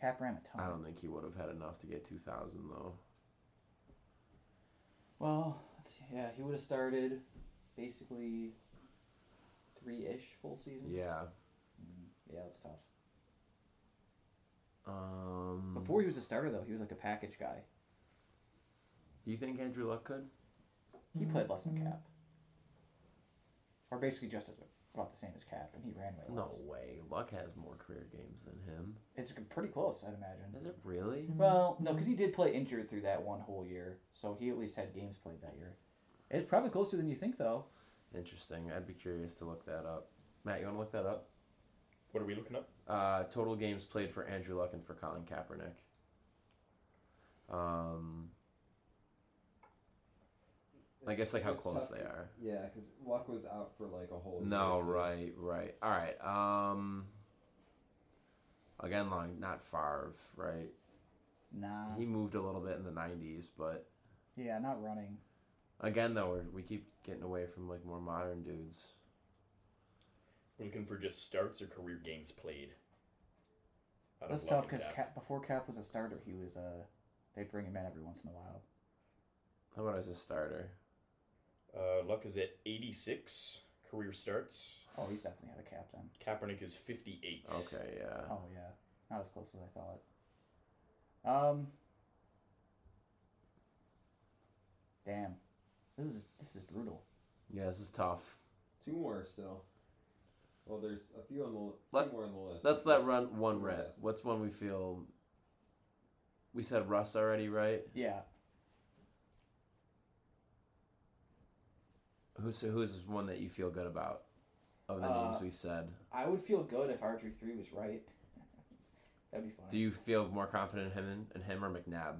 [SPEAKER 5] Cap ran a
[SPEAKER 1] I
[SPEAKER 5] ton.
[SPEAKER 1] don't think he would have had enough to get two thousand though.
[SPEAKER 5] Well, let's see. yeah, he would have started basically three ish full seasons.
[SPEAKER 1] Yeah. Mm-hmm.
[SPEAKER 5] yeah, that's tough.
[SPEAKER 1] Um.
[SPEAKER 5] Before he was a starter though, he was like a package guy.
[SPEAKER 1] do you think Andrew Luck could?
[SPEAKER 5] He played less than Cap, or basically just as, about the same as Cap, and he ran way
[SPEAKER 1] No
[SPEAKER 5] less.
[SPEAKER 1] way. Luck has more career games than him.
[SPEAKER 5] It's pretty close, I'd imagine.
[SPEAKER 1] Is it really?
[SPEAKER 5] Well, no, because he did play injured through that one whole year, so he at least had games played that year. It's probably closer than you think, though.
[SPEAKER 1] Interesting. I'd be curious to look that up. Matt, you want to look that up?
[SPEAKER 3] What are we looking up?
[SPEAKER 1] Uh, total games played for Andrew Luck and for Colin Kaepernick. Um, I guess
[SPEAKER 2] It's-
[SPEAKER 1] like how
[SPEAKER 2] it's
[SPEAKER 1] close
[SPEAKER 2] tough
[SPEAKER 1] they
[SPEAKER 2] to-
[SPEAKER 1] are.
[SPEAKER 2] Yeah, because Luck was out for like a whole.
[SPEAKER 1] No,
[SPEAKER 2] year, too.
[SPEAKER 1] right, right. All right. Um, again, long, not Favre, right?
[SPEAKER 5] Nah.
[SPEAKER 2] Mm-hmm.
[SPEAKER 1] He moved a little bit in the '90s, but
[SPEAKER 5] Yeah, not running.
[SPEAKER 1] again, though, we're, we keep getting away from like more modern dudes.
[SPEAKER 3] We're looking for just starts or career games played. Out of
[SPEAKER 5] That's
[SPEAKER 3] luck and
[SPEAKER 5] tough because
[SPEAKER 3] cap.
[SPEAKER 5] Cap, before Cap was a starter, he was uh, they'd bring him in every once in a while.
[SPEAKER 1] How about as a starter?
[SPEAKER 3] Uh, luck is at 86 career starts.
[SPEAKER 5] Oh, he's definitely had a cap then.
[SPEAKER 3] Kaepernick is 58.
[SPEAKER 2] Oh.
[SPEAKER 1] Okay, yeah.
[SPEAKER 5] Oh yeah, not as close as I thought. Um. Damn, this is this is brutal.
[SPEAKER 1] Yeah, this is tough.
[SPEAKER 2] Two more still. Well, there's a few on the
[SPEAKER 1] Let-
[SPEAKER 2] few more on the list.
[SPEAKER 1] Let's
[SPEAKER 2] but
[SPEAKER 1] let
[SPEAKER 2] there's
[SPEAKER 1] run one
[SPEAKER 2] two
[SPEAKER 1] rep.
[SPEAKER 2] left.
[SPEAKER 1] What's one we feel? We said Russ already, right?
[SPEAKER 5] Yeah.
[SPEAKER 1] Who's who's one that you feel good about of the names
[SPEAKER 5] Uh,
[SPEAKER 1] we said?
[SPEAKER 5] I would feel good if archery three was right. That'd be fun.
[SPEAKER 1] Do you feel more confident in him and, in him or McNabb?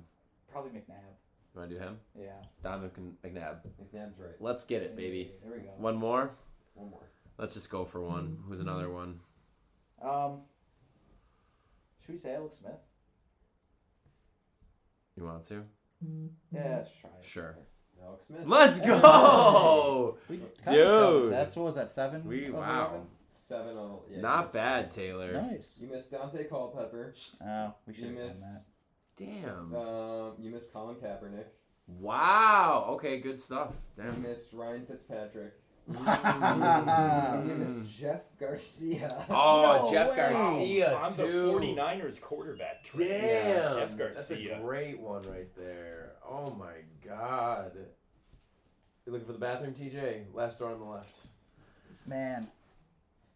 [SPEAKER 5] Probably McNabb.
[SPEAKER 1] You want to do him?
[SPEAKER 5] Yeah.
[SPEAKER 1] Don McN- McNabb.
[SPEAKER 2] McNabb's right.
[SPEAKER 1] Let's get it, baby.
[SPEAKER 5] There we go.
[SPEAKER 1] One more.
[SPEAKER 2] One more.
[SPEAKER 1] Let's just go for one. Who's another one?
[SPEAKER 5] Um. Should we say Alex Smith?
[SPEAKER 1] You want to?
[SPEAKER 5] Yeah, let's try it.
[SPEAKER 1] Sure.
[SPEAKER 2] Alex Smith.
[SPEAKER 1] Let's go,
[SPEAKER 5] We kinda settled.
[SPEAKER 1] Dude.
[SPEAKER 5] That's what was that seven?
[SPEAKER 1] We
[SPEAKER 5] of
[SPEAKER 1] wow,
[SPEAKER 2] Seven on. the- Yeah, you
[SPEAKER 1] not
[SPEAKER 2] missed
[SPEAKER 1] bad,
[SPEAKER 5] eleven?
[SPEAKER 1] Taylor.
[SPEAKER 5] Nice.
[SPEAKER 2] You missed Dante Culpepper.
[SPEAKER 5] Oh, we should
[SPEAKER 2] You
[SPEAKER 5] have done that.
[SPEAKER 2] missed.
[SPEAKER 1] Damn.
[SPEAKER 5] Uh,
[SPEAKER 2] Um, you missed Colin Kaepernick.
[SPEAKER 1] Wow. Okay, good stuff.
[SPEAKER 2] You
[SPEAKER 1] Damn.
[SPEAKER 2] missed Ryan Fitzpatrick.
[SPEAKER 5] Wow.
[SPEAKER 2] You missed Jeff Garcia.
[SPEAKER 1] Mm. Oh,
[SPEAKER 5] No
[SPEAKER 1] Jeff
[SPEAKER 5] way.
[SPEAKER 1] Garcia
[SPEAKER 3] I'm the
[SPEAKER 1] too.
[SPEAKER 3] 49ers quarterback.
[SPEAKER 6] Damn.
[SPEAKER 3] Trey. Yeah, Jeff
[SPEAKER 6] That's a
[SPEAKER 3] Garcia.
[SPEAKER 6] great one right there. Oh my god. You looking for the bathroom, TJ? Last door on the left.
[SPEAKER 5] Man,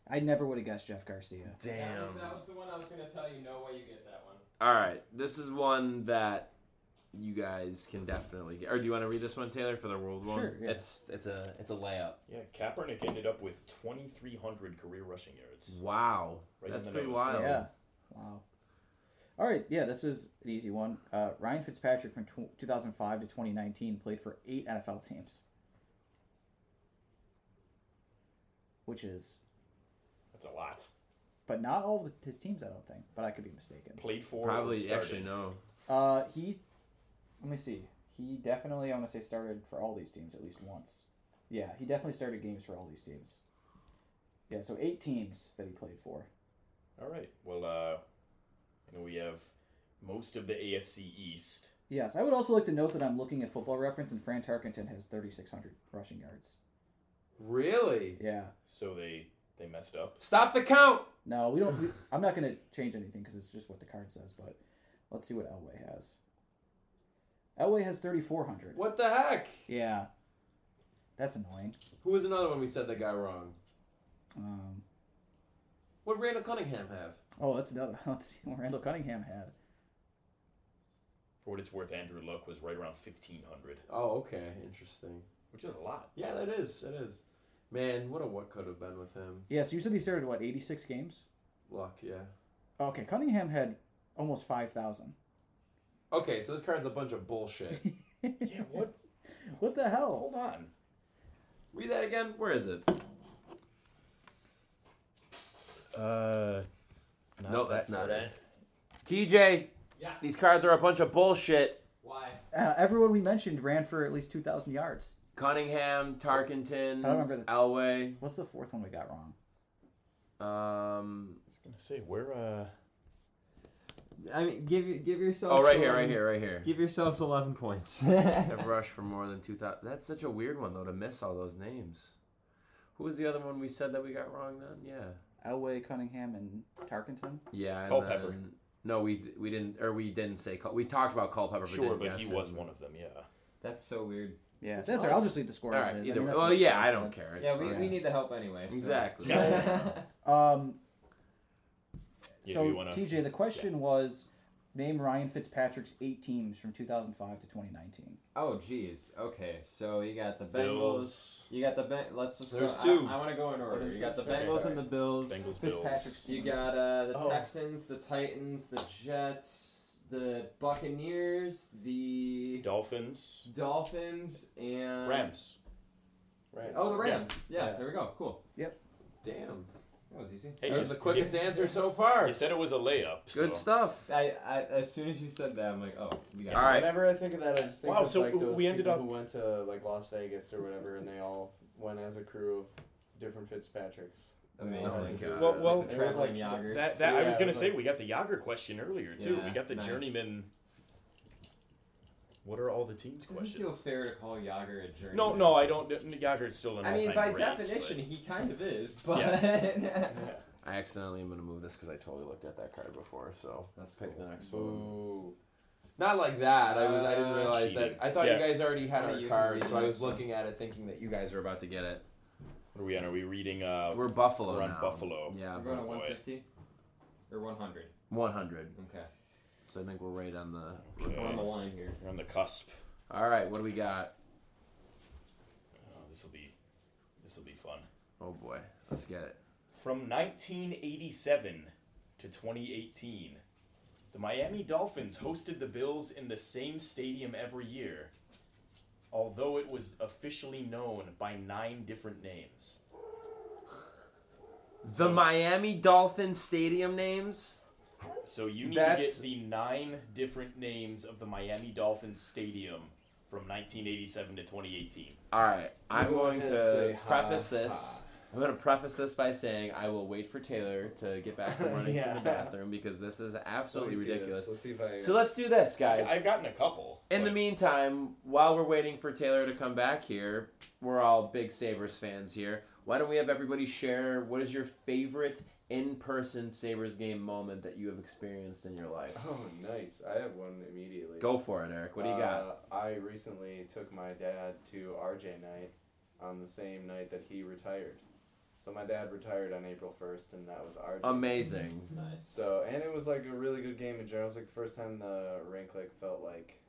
[SPEAKER 5] I never would have guessed Jeff Garcia.
[SPEAKER 1] Damn.
[SPEAKER 2] the one I was gonna tell you. No way you get that one.
[SPEAKER 1] All right, this is one that you guys can definitely get. Or do you want to read this one, Taylor, for the world one?
[SPEAKER 5] Sure, yeah.
[SPEAKER 1] It's it's a it's a layup.
[SPEAKER 3] Yeah, Kaepernick ended up with 2,300 career rushing yards.
[SPEAKER 1] Wow,
[SPEAKER 3] Right
[SPEAKER 1] that's
[SPEAKER 3] in the
[SPEAKER 1] pretty
[SPEAKER 3] nose.
[SPEAKER 1] wild.
[SPEAKER 5] Yeah. Wow. All right. Yeah, this is an easy one. Uh, Ryan Fitzpatrick from tw 2005 to 2019 played for eight NFL teams, which is,
[SPEAKER 3] That's a lot.
[SPEAKER 5] but not all of his teams. I don't think, but I could be mistaken.
[SPEAKER 3] Played for. or
[SPEAKER 1] Probably
[SPEAKER 3] started.
[SPEAKER 1] actually no.
[SPEAKER 5] Uh, he. Let me see. He definitely, I'm gonna say, started for all these teams at least once. Yeah, he definitely started games for all these teams. Yeah, so eight teams that he played for.
[SPEAKER 3] All right. Well, uh, you know, we have most of the AFC East.
[SPEAKER 5] Yes, I would also like to note that I'm looking at Football Reference, and Fran Tarkenton has 3,600 rushing yards.
[SPEAKER 6] Really?
[SPEAKER 5] Yeah.
[SPEAKER 3] So they they messed up.
[SPEAKER 1] Stop the count.
[SPEAKER 5] No, we don't. We, I'm not gonna change anything because it's just what the card says. But let's see what Elway has. Elway has 3,400.
[SPEAKER 6] What the heck?
[SPEAKER 5] Yeah. That's annoying.
[SPEAKER 6] Who was another one we said that got wrong?
[SPEAKER 5] Um.
[SPEAKER 6] What Randall Cunningham have?
[SPEAKER 5] Oh, that's another. Let's see what Randall Cunningham had.
[SPEAKER 3] For what it's worth, Andrew Luck was right around 1,500,
[SPEAKER 6] Oh, okay, interesting.
[SPEAKER 3] which is a lot.
[SPEAKER 6] Yeah, that is. That is. Man, what a what could have been with him.
[SPEAKER 5] Yeah, so you said he started what, 86 games?
[SPEAKER 6] Luck, yeah.
[SPEAKER 5] Okay, Cunningham had almost 5,000.
[SPEAKER 6] Okay, so this card's a bunch of bullshit.
[SPEAKER 3] Yeah. What?
[SPEAKER 5] What the hell?
[SPEAKER 3] Hold on.
[SPEAKER 1] Read that again. Where is it?
[SPEAKER 3] Uh.
[SPEAKER 1] no, that's not it. TJ,
[SPEAKER 2] Yeah.
[SPEAKER 1] these cards are a bunch of bullshit.
[SPEAKER 2] Why?
[SPEAKER 5] Uh, everyone we mentioned ran for at least 2,000 yards.
[SPEAKER 1] Cunningham, Tarkenton,
[SPEAKER 5] I remember the-
[SPEAKER 1] Elway.
[SPEAKER 5] What's the fourth one we got wrong?
[SPEAKER 1] Um,
[SPEAKER 3] I was gonna say where. Uh.
[SPEAKER 2] I mean, give give yourself.
[SPEAKER 1] oh, right here, right here, right here.
[SPEAKER 2] Give yourselves eleven points.
[SPEAKER 1] have rushed for more than 2,000. That's such a weird one, though, to miss all those names. Who was the other one we said that we got wrong then? Yeah.
[SPEAKER 5] Elway, Cunningham, and Tarkenton?
[SPEAKER 1] Yeah. and
[SPEAKER 3] Culpepper.
[SPEAKER 1] then- no, we we didn't, or we didn't say Cul- We talked about Culpepper, but
[SPEAKER 3] Sure,
[SPEAKER 1] didn't
[SPEAKER 3] but
[SPEAKER 1] guess
[SPEAKER 3] he
[SPEAKER 1] him.
[SPEAKER 3] was one of them. Yeah.
[SPEAKER 2] That's so weird.
[SPEAKER 5] Yeah,
[SPEAKER 2] That's
[SPEAKER 5] that's right.
[SPEAKER 2] us.
[SPEAKER 5] I'll just leave the score
[SPEAKER 1] All
[SPEAKER 5] as
[SPEAKER 1] right.
[SPEAKER 5] it is. I
[SPEAKER 1] Either way.
[SPEAKER 5] mean, that's
[SPEAKER 1] Well,
[SPEAKER 5] what
[SPEAKER 1] yeah,
[SPEAKER 5] Fran
[SPEAKER 1] I don't
[SPEAKER 5] said.
[SPEAKER 1] care. It's
[SPEAKER 2] yeah, we,
[SPEAKER 1] fine.
[SPEAKER 2] we need the help anyway. so-
[SPEAKER 1] Exactly.
[SPEAKER 5] Um,
[SPEAKER 3] Yeah,
[SPEAKER 5] so,
[SPEAKER 3] do you wanna-
[SPEAKER 5] TJ, the question was name Ryan Fitzpatrick's eight teams from 2005 to 2019.
[SPEAKER 2] oh, jeez. Okay, so you got the Bengals.
[SPEAKER 3] Bills.
[SPEAKER 2] You got the ben- let's just.
[SPEAKER 6] There's
[SPEAKER 2] go.
[SPEAKER 6] two.
[SPEAKER 2] I, want to go in order.
[SPEAKER 6] is
[SPEAKER 2] You got the
[SPEAKER 6] this?
[SPEAKER 2] Bengals
[SPEAKER 3] Okay.
[SPEAKER 2] and the Bills.
[SPEAKER 3] Bengals.
[SPEAKER 5] Fitzpatrick's
[SPEAKER 3] Bills.
[SPEAKER 2] You
[SPEAKER 5] teams.
[SPEAKER 2] got uh, the
[SPEAKER 6] Oh.
[SPEAKER 2] Texans, the Titans, the Jets, the Buccaneers, the
[SPEAKER 3] Dolphins.
[SPEAKER 2] Dolphins, and
[SPEAKER 3] Rams.
[SPEAKER 6] Right.
[SPEAKER 2] Oh, the Rams. Yeah, there we go. Cool.
[SPEAKER 6] damn.
[SPEAKER 2] That was easy.
[SPEAKER 3] Hey,
[SPEAKER 6] That
[SPEAKER 3] you
[SPEAKER 6] was the
[SPEAKER 3] s-
[SPEAKER 6] quickest
[SPEAKER 3] you-
[SPEAKER 6] answer so far.
[SPEAKER 3] You said it was a layup.
[SPEAKER 1] Good
[SPEAKER 3] so-
[SPEAKER 1] stuff.
[SPEAKER 2] I, I as soon as you said that, I'm like, oh, we got
[SPEAKER 1] All right.
[SPEAKER 4] Whenever I think of that, I just think
[SPEAKER 3] Wow,
[SPEAKER 4] of
[SPEAKER 3] so
[SPEAKER 4] like those
[SPEAKER 3] we ended
[SPEAKER 4] people
[SPEAKER 3] up-
[SPEAKER 4] who went to like Las Vegas or whatever, and they all went as a crew of different Fitzpatricks.
[SPEAKER 2] amazing.
[SPEAKER 1] Oh my God.
[SPEAKER 3] Well- well,
[SPEAKER 2] the
[SPEAKER 4] it was like
[SPEAKER 2] traveling Yoggers.
[SPEAKER 3] That, that I
[SPEAKER 4] Yeah,
[SPEAKER 3] was gonna
[SPEAKER 4] it was
[SPEAKER 3] say
[SPEAKER 4] like-
[SPEAKER 3] we got the Yager question earlier too. we
[SPEAKER 2] Yeah,
[SPEAKER 3] got the
[SPEAKER 2] nice.
[SPEAKER 3] journeyman. What are all the teams
[SPEAKER 2] doesn't feel
[SPEAKER 3] questions?
[SPEAKER 2] fair to call Yager a journeyman.
[SPEAKER 3] No, no, I don't. Yager's still an
[SPEAKER 2] I mean,
[SPEAKER 3] all-time
[SPEAKER 2] by
[SPEAKER 3] great,
[SPEAKER 2] definition, he kind of is, but
[SPEAKER 1] I accidentally am going to move this because I totally looked at that card before, so.
[SPEAKER 2] let's pick the next
[SPEAKER 4] Ooh.
[SPEAKER 1] Not like that. I was. I didn't
[SPEAKER 2] Uh,
[SPEAKER 1] realize
[SPEAKER 3] cheating.
[SPEAKER 1] that. I thought
[SPEAKER 3] Yeah.
[SPEAKER 1] you guys already had
[SPEAKER 2] What are
[SPEAKER 1] our
[SPEAKER 2] you
[SPEAKER 1] card,
[SPEAKER 2] reading
[SPEAKER 1] so I was
[SPEAKER 2] next one?
[SPEAKER 1] looking at it thinking that you guys were about to get it.
[SPEAKER 3] What are we on? Are we reading? Uh,
[SPEAKER 1] We're Buffalo
[SPEAKER 3] We're on
[SPEAKER 1] now.
[SPEAKER 3] Buffalo.
[SPEAKER 1] Yeah,
[SPEAKER 2] We're going to
[SPEAKER 3] boy.
[SPEAKER 2] 150 or 100.
[SPEAKER 1] 100.
[SPEAKER 2] Okay.
[SPEAKER 1] So I think we're right on the.
[SPEAKER 3] okay.
[SPEAKER 2] We're on the line here.
[SPEAKER 3] We're on the cusp.
[SPEAKER 1] All right, what do we got?
[SPEAKER 3] Oh, this will be, this will be fun.
[SPEAKER 1] Oh boy, let's get it.
[SPEAKER 3] From 1987 to 2018, the Miami Dolphins hosted the Bills in the same stadium every year, although it was officially known by nine different names.
[SPEAKER 1] The Miami Dolphins stadium names.
[SPEAKER 3] So you need
[SPEAKER 1] That's-
[SPEAKER 3] to get the nine different names of the Miami Dolphins stadium from 1987 to 2018.
[SPEAKER 1] All right, I'm
[SPEAKER 6] go
[SPEAKER 1] going
[SPEAKER 6] ahead
[SPEAKER 1] to
[SPEAKER 6] and say ha,
[SPEAKER 1] preface this.
[SPEAKER 6] ha.
[SPEAKER 1] I'm going to preface this by saying I will wait for Taylor to get back from running to
[SPEAKER 6] Yeah.
[SPEAKER 1] the bathroom because this is absolutely
[SPEAKER 6] Let me see this.
[SPEAKER 1] ridiculous.
[SPEAKER 6] Let's see if I.
[SPEAKER 1] So let's do this, guys.
[SPEAKER 3] I've gotten a couple.
[SPEAKER 1] In the
[SPEAKER 3] but-
[SPEAKER 1] meantime, while we're waiting for Taylor to come back here, we're all big Sabres fans here. Why don't we have everybody share what is your favorite in person Sabres game moment that you have experienced in your life?
[SPEAKER 6] oh, nice. I have one immediately.
[SPEAKER 1] Go for it, Eric. What do you got?
[SPEAKER 6] Uh, I recently took my dad to RJ night on the same night that he retired. So my dad retired on April 1st, and that was RJ.
[SPEAKER 1] Amazing.
[SPEAKER 2] Nice.
[SPEAKER 6] So, and it was like a really good game in general. It was like the first time the Ranklick felt like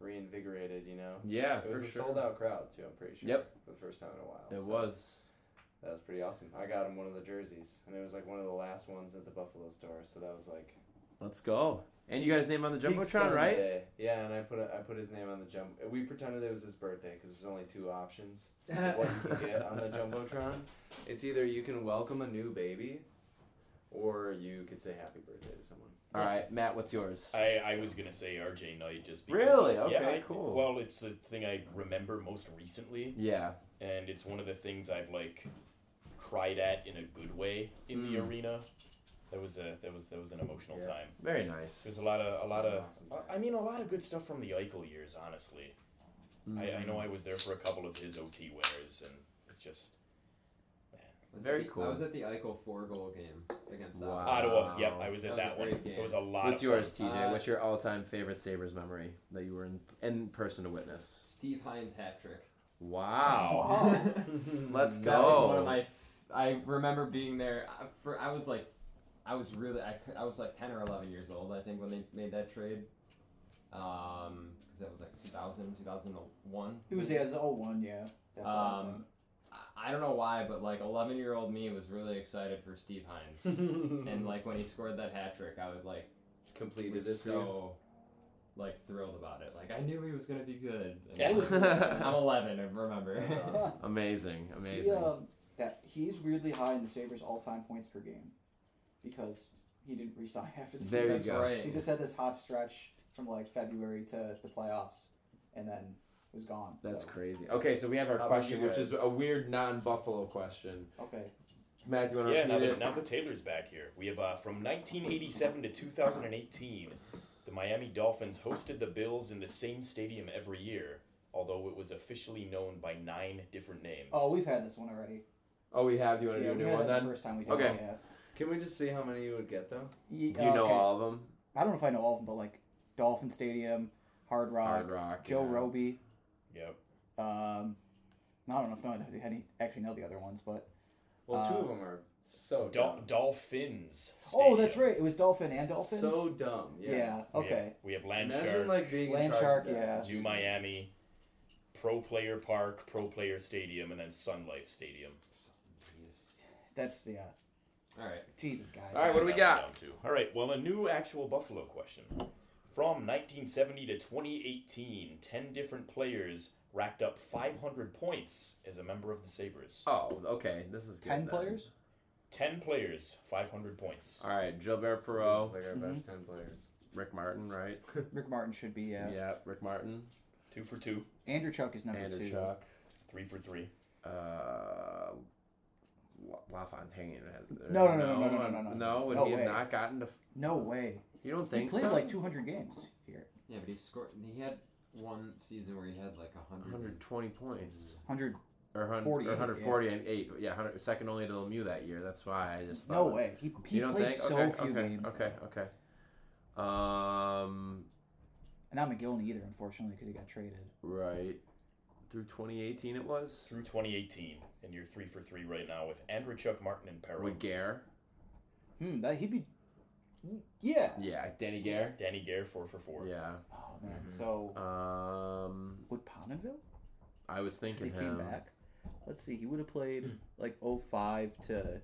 [SPEAKER 6] reinvigorated, you know?
[SPEAKER 1] Yeah,
[SPEAKER 6] It was
[SPEAKER 1] for
[SPEAKER 6] a
[SPEAKER 1] sure.
[SPEAKER 6] sold out crowd, too, I'm pretty sure.
[SPEAKER 1] Yep.
[SPEAKER 6] For the first time in a while.
[SPEAKER 1] It
[SPEAKER 6] so
[SPEAKER 1] was.
[SPEAKER 6] That was pretty awesome. I got him one of the jerseys, and it was like one of the last ones at the Buffalo store, so that was like.
[SPEAKER 1] Let's go. And you guys name on the
[SPEAKER 6] Peak
[SPEAKER 1] Jumbotron, right?
[SPEAKER 6] Sunday. Yeah, and I put a, I put his name on the jump. We pretended it was his birthday because there's only two options. of what you can get on the jumbotron? It's either you can welcome a new baby, or you could say happy birthday to someone.
[SPEAKER 1] All right, Matt, what's yours?
[SPEAKER 3] I, I was gonna say RJ Knight just because
[SPEAKER 1] Really?
[SPEAKER 3] of- yeah,
[SPEAKER 1] Okay,
[SPEAKER 3] I-
[SPEAKER 1] cool.
[SPEAKER 3] Well, it's the thing I remember most recently,
[SPEAKER 1] Yeah.
[SPEAKER 3] and it's one of the things I've like cried at in a good way in the arena. That was a that was that was an emotional
[SPEAKER 6] Yeah.
[SPEAKER 3] time.
[SPEAKER 1] Very nice.
[SPEAKER 3] There's a lot of a lot
[SPEAKER 6] It was
[SPEAKER 3] of
[SPEAKER 6] an awesome time.
[SPEAKER 3] I mean a lot of good stuff from the Eichel years. Honestly, I, I know I was there for a couple of his OT winners, and it's just
[SPEAKER 2] Was
[SPEAKER 1] Very
[SPEAKER 2] at the-
[SPEAKER 1] cool.
[SPEAKER 2] I was at the Eichel four goal game against
[SPEAKER 1] Wow.
[SPEAKER 2] South.
[SPEAKER 3] Ottawa.
[SPEAKER 1] Wow.
[SPEAKER 3] Yep, I was at
[SPEAKER 2] That
[SPEAKER 3] that,
[SPEAKER 2] was a
[SPEAKER 3] one.
[SPEAKER 2] great
[SPEAKER 3] It was a lot.
[SPEAKER 1] What's
[SPEAKER 3] of
[SPEAKER 1] yours,
[SPEAKER 3] Fun.
[SPEAKER 1] TJ?
[SPEAKER 2] Uh,
[SPEAKER 1] What's your all time favorite Sabres memory that you were in, in person to witness?
[SPEAKER 2] Steve Hines hat trick.
[SPEAKER 1] Wow.
[SPEAKER 5] Oh,
[SPEAKER 1] Let's
[SPEAKER 2] That was one
[SPEAKER 1] go.
[SPEAKER 2] of my. F- I remember being there uh, for. I was like, I was really. I, cou- I was like ten or eleven years old. I think when they made that trade, um, because that was like 2000, 2001.
[SPEAKER 5] It was yeah, it was oh one, yeah. That was
[SPEAKER 2] Um, I- I don't know why, but like eleven year old me was really excited for Steve Hines, and like when he scored that hat trick, I was like
[SPEAKER 6] Completed
[SPEAKER 2] was
[SPEAKER 6] this
[SPEAKER 2] so like thrilled about it. Like I knew he was gonna be good. And
[SPEAKER 3] Yeah.
[SPEAKER 2] I'm eleven. I remember.
[SPEAKER 5] one. Yeah.
[SPEAKER 1] amazing.
[SPEAKER 5] He,
[SPEAKER 1] Amazing.
[SPEAKER 5] um, that he's weirdly high in the Sabres all-time points per game because he didn't resign after the
[SPEAKER 1] There you
[SPEAKER 5] season.
[SPEAKER 2] That's
[SPEAKER 1] go.
[SPEAKER 2] right.
[SPEAKER 5] So he just had this hot stretch from like February to the playoffs, and then was gone.
[SPEAKER 1] That's
[SPEAKER 5] so,
[SPEAKER 1] crazy. Okay, so we have our
[SPEAKER 6] How about
[SPEAKER 1] question,
[SPEAKER 6] you
[SPEAKER 1] which is
[SPEAKER 6] guys?
[SPEAKER 1] a weird non Buffalo question.
[SPEAKER 5] Okay,
[SPEAKER 1] Matt, do you want to
[SPEAKER 3] Yeah, now
[SPEAKER 1] repeat
[SPEAKER 3] that,
[SPEAKER 1] it?
[SPEAKER 3] now that Taylor's back here, we have uh, from 1987 to 2018, the Miami Dolphins hosted the Bills in the same stadium every year, although it was officially known by nine different names.
[SPEAKER 5] oh, we've had this one already.
[SPEAKER 1] oh, we have. Do you want to do
[SPEAKER 5] Yeah,
[SPEAKER 1] a
[SPEAKER 5] we
[SPEAKER 1] new
[SPEAKER 5] had
[SPEAKER 1] one
[SPEAKER 5] that the
[SPEAKER 1] then?
[SPEAKER 5] first time we did it,
[SPEAKER 1] Okay.
[SPEAKER 5] yeah.
[SPEAKER 6] Can we just see how many you would get though?
[SPEAKER 5] Ye- uh,
[SPEAKER 1] Do you know
[SPEAKER 5] okay.
[SPEAKER 1] all of them?
[SPEAKER 5] I don't know if I know all of them, but like Dolphin Stadium, Hard Rock,
[SPEAKER 1] Hard Rock.
[SPEAKER 5] Joe
[SPEAKER 1] yeah.
[SPEAKER 5] Roby.
[SPEAKER 3] Yep.
[SPEAKER 5] Um, I don't know if no, I any actually know the other ones, but
[SPEAKER 6] Well, two
[SPEAKER 5] Uh,
[SPEAKER 6] of them are so
[SPEAKER 3] Dol-
[SPEAKER 6] dumb.
[SPEAKER 3] Dolphins.
[SPEAKER 5] oh, that's
[SPEAKER 3] Stadium.
[SPEAKER 5] right, it was Dolphin and Dolphins.
[SPEAKER 6] So dumb. Yeah.
[SPEAKER 5] yeah. okay.
[SPEAKER 3] We have, we have
[SPEAKER 6] Imagine
[SPEAKER 3] Landshark,
[SPEAKER 6] like being in
[SPEAKER 5] Land
[SPEAKER 6] charge
[SPEAKER 5] Shark,
[SPEAKER 6] of that.
[SPEAKER 3] Zoo Miami, Pro Player Park, Pro Player Stadium, and then Sun Life Stadium.
[SPEAKER 5] That's yeah.
[SPEAKER 2] All right.
[SPEAKER 5] Jesus, guys.
[SPEAKER 1] All right, what do we
[SPEAKER 3] That
[SPEAKER 1] got?
[SPEAKER 3] one down, too. All right, well, a new actual Buffalo question. From 1970 to 2018, 10 different players racked up 500 points as a member of the Sabres.
[SPEAKER 1] Oh, okay. This is good.
[SPEAKER 5] Ten
[SPEAKER 1] then.
[SPEAKER 5] players.
[SPEAKER 3] 10 players, 500 points.
[SPEAKER 1] All right, Gilbert
[SPEAKER 6] So
[SPEAKER 1] Perot,
[SPEAKER 6] this is, like our best ten players.
[SPEAKER 1] Rick Martin, right?
[SPEAKER 5] Rick Martin should be yeah.
[SPEAKER 1] Yeah, Rick Martin,
[SPEAKER 3] Two for two,
[SPEAKER 5] Andrew Chuck is number
[SPEAKER 1] Andrew
[SPEAKER 5] two.
[SPEAKER 1] Chuck.
[SPEAKER 3] three for three.
[SPEAKER 1] uh, La- LaFontaine. had-
[SPEAKER 5] No, no, no, no, no, no, no, no, no.
[SPEAKER 1] No, would
[SPEAKER 5] No
[SPEAKER 1] he
[SPEAKER 5] way.
[SPEAKER 1] have not gotten to?
[SPEAKER 5] No way.
[SPEAKER 1] You don't
[SPEAKER 5] He
[SPEAKER 1] think
[SPEAKER 5] played
[SPEAKER 1] so?
[SPEAKER 5] like 200 games here.
[SPEAKER 2] Yeah, but he scored. He had one season where he had like a hundred.
[SPEAKER 1] 120 points
[SPEAKER 5] 100.
[SPEAKER 1] or, 100,
[SPEAKER 5] 48,
[SPEAKER 1] or 140 and eight. Yeah, 100, second only to Lemieux that year. That's why I just thought.
[SPEAKER 5] No way. He, he
[SPEAKER 1] You don't
[SPEAKER 5] played
[SPEAKER 1] think?
[SPEAKER 5] so
[SPEAKER 1] okay,
[SPEAKER 5] few
[SPEAKER 1] okay,
[SPEAKER 5] games.
[SPEAKER 1] Okay, okay. Um,
[SPEAKER 5] And not McGillney either, unfortunately, because he got traded.
[SPEAKER 1] Right. Through 2018, it was?
[SPEAKER 3] Through 2018, and you're three for three right now with Andrew Chuck Martin and Perro.
[SPEAKER 1] With Gare?
[SPEAKER 5] Hmm, that he'd be. Yeah.
[SPEAKER 1] Yeah, Danny Gare.
[SPEAKER 3] Danny Gare, four for four.
[SPEAKER 1] Yeah.
[SPEAKER 5] Oh man.
[SPEAKER 1] Mm-hmm.
[SPEAKER 5] So
[SPEAKER 1] Um,
[SPEAKER 5] would Pominville?
[SPEAKER 1] I was
[SPEAKER 5] He
[SPEAKER 1] thinking
[SPEAKER 5] came
[SPEAKER 1] him.
[SPEAKER 5] back. Let's see. He would have played
[SPEAKER 1] Hmm.
[SPEAKER 5] like 05 to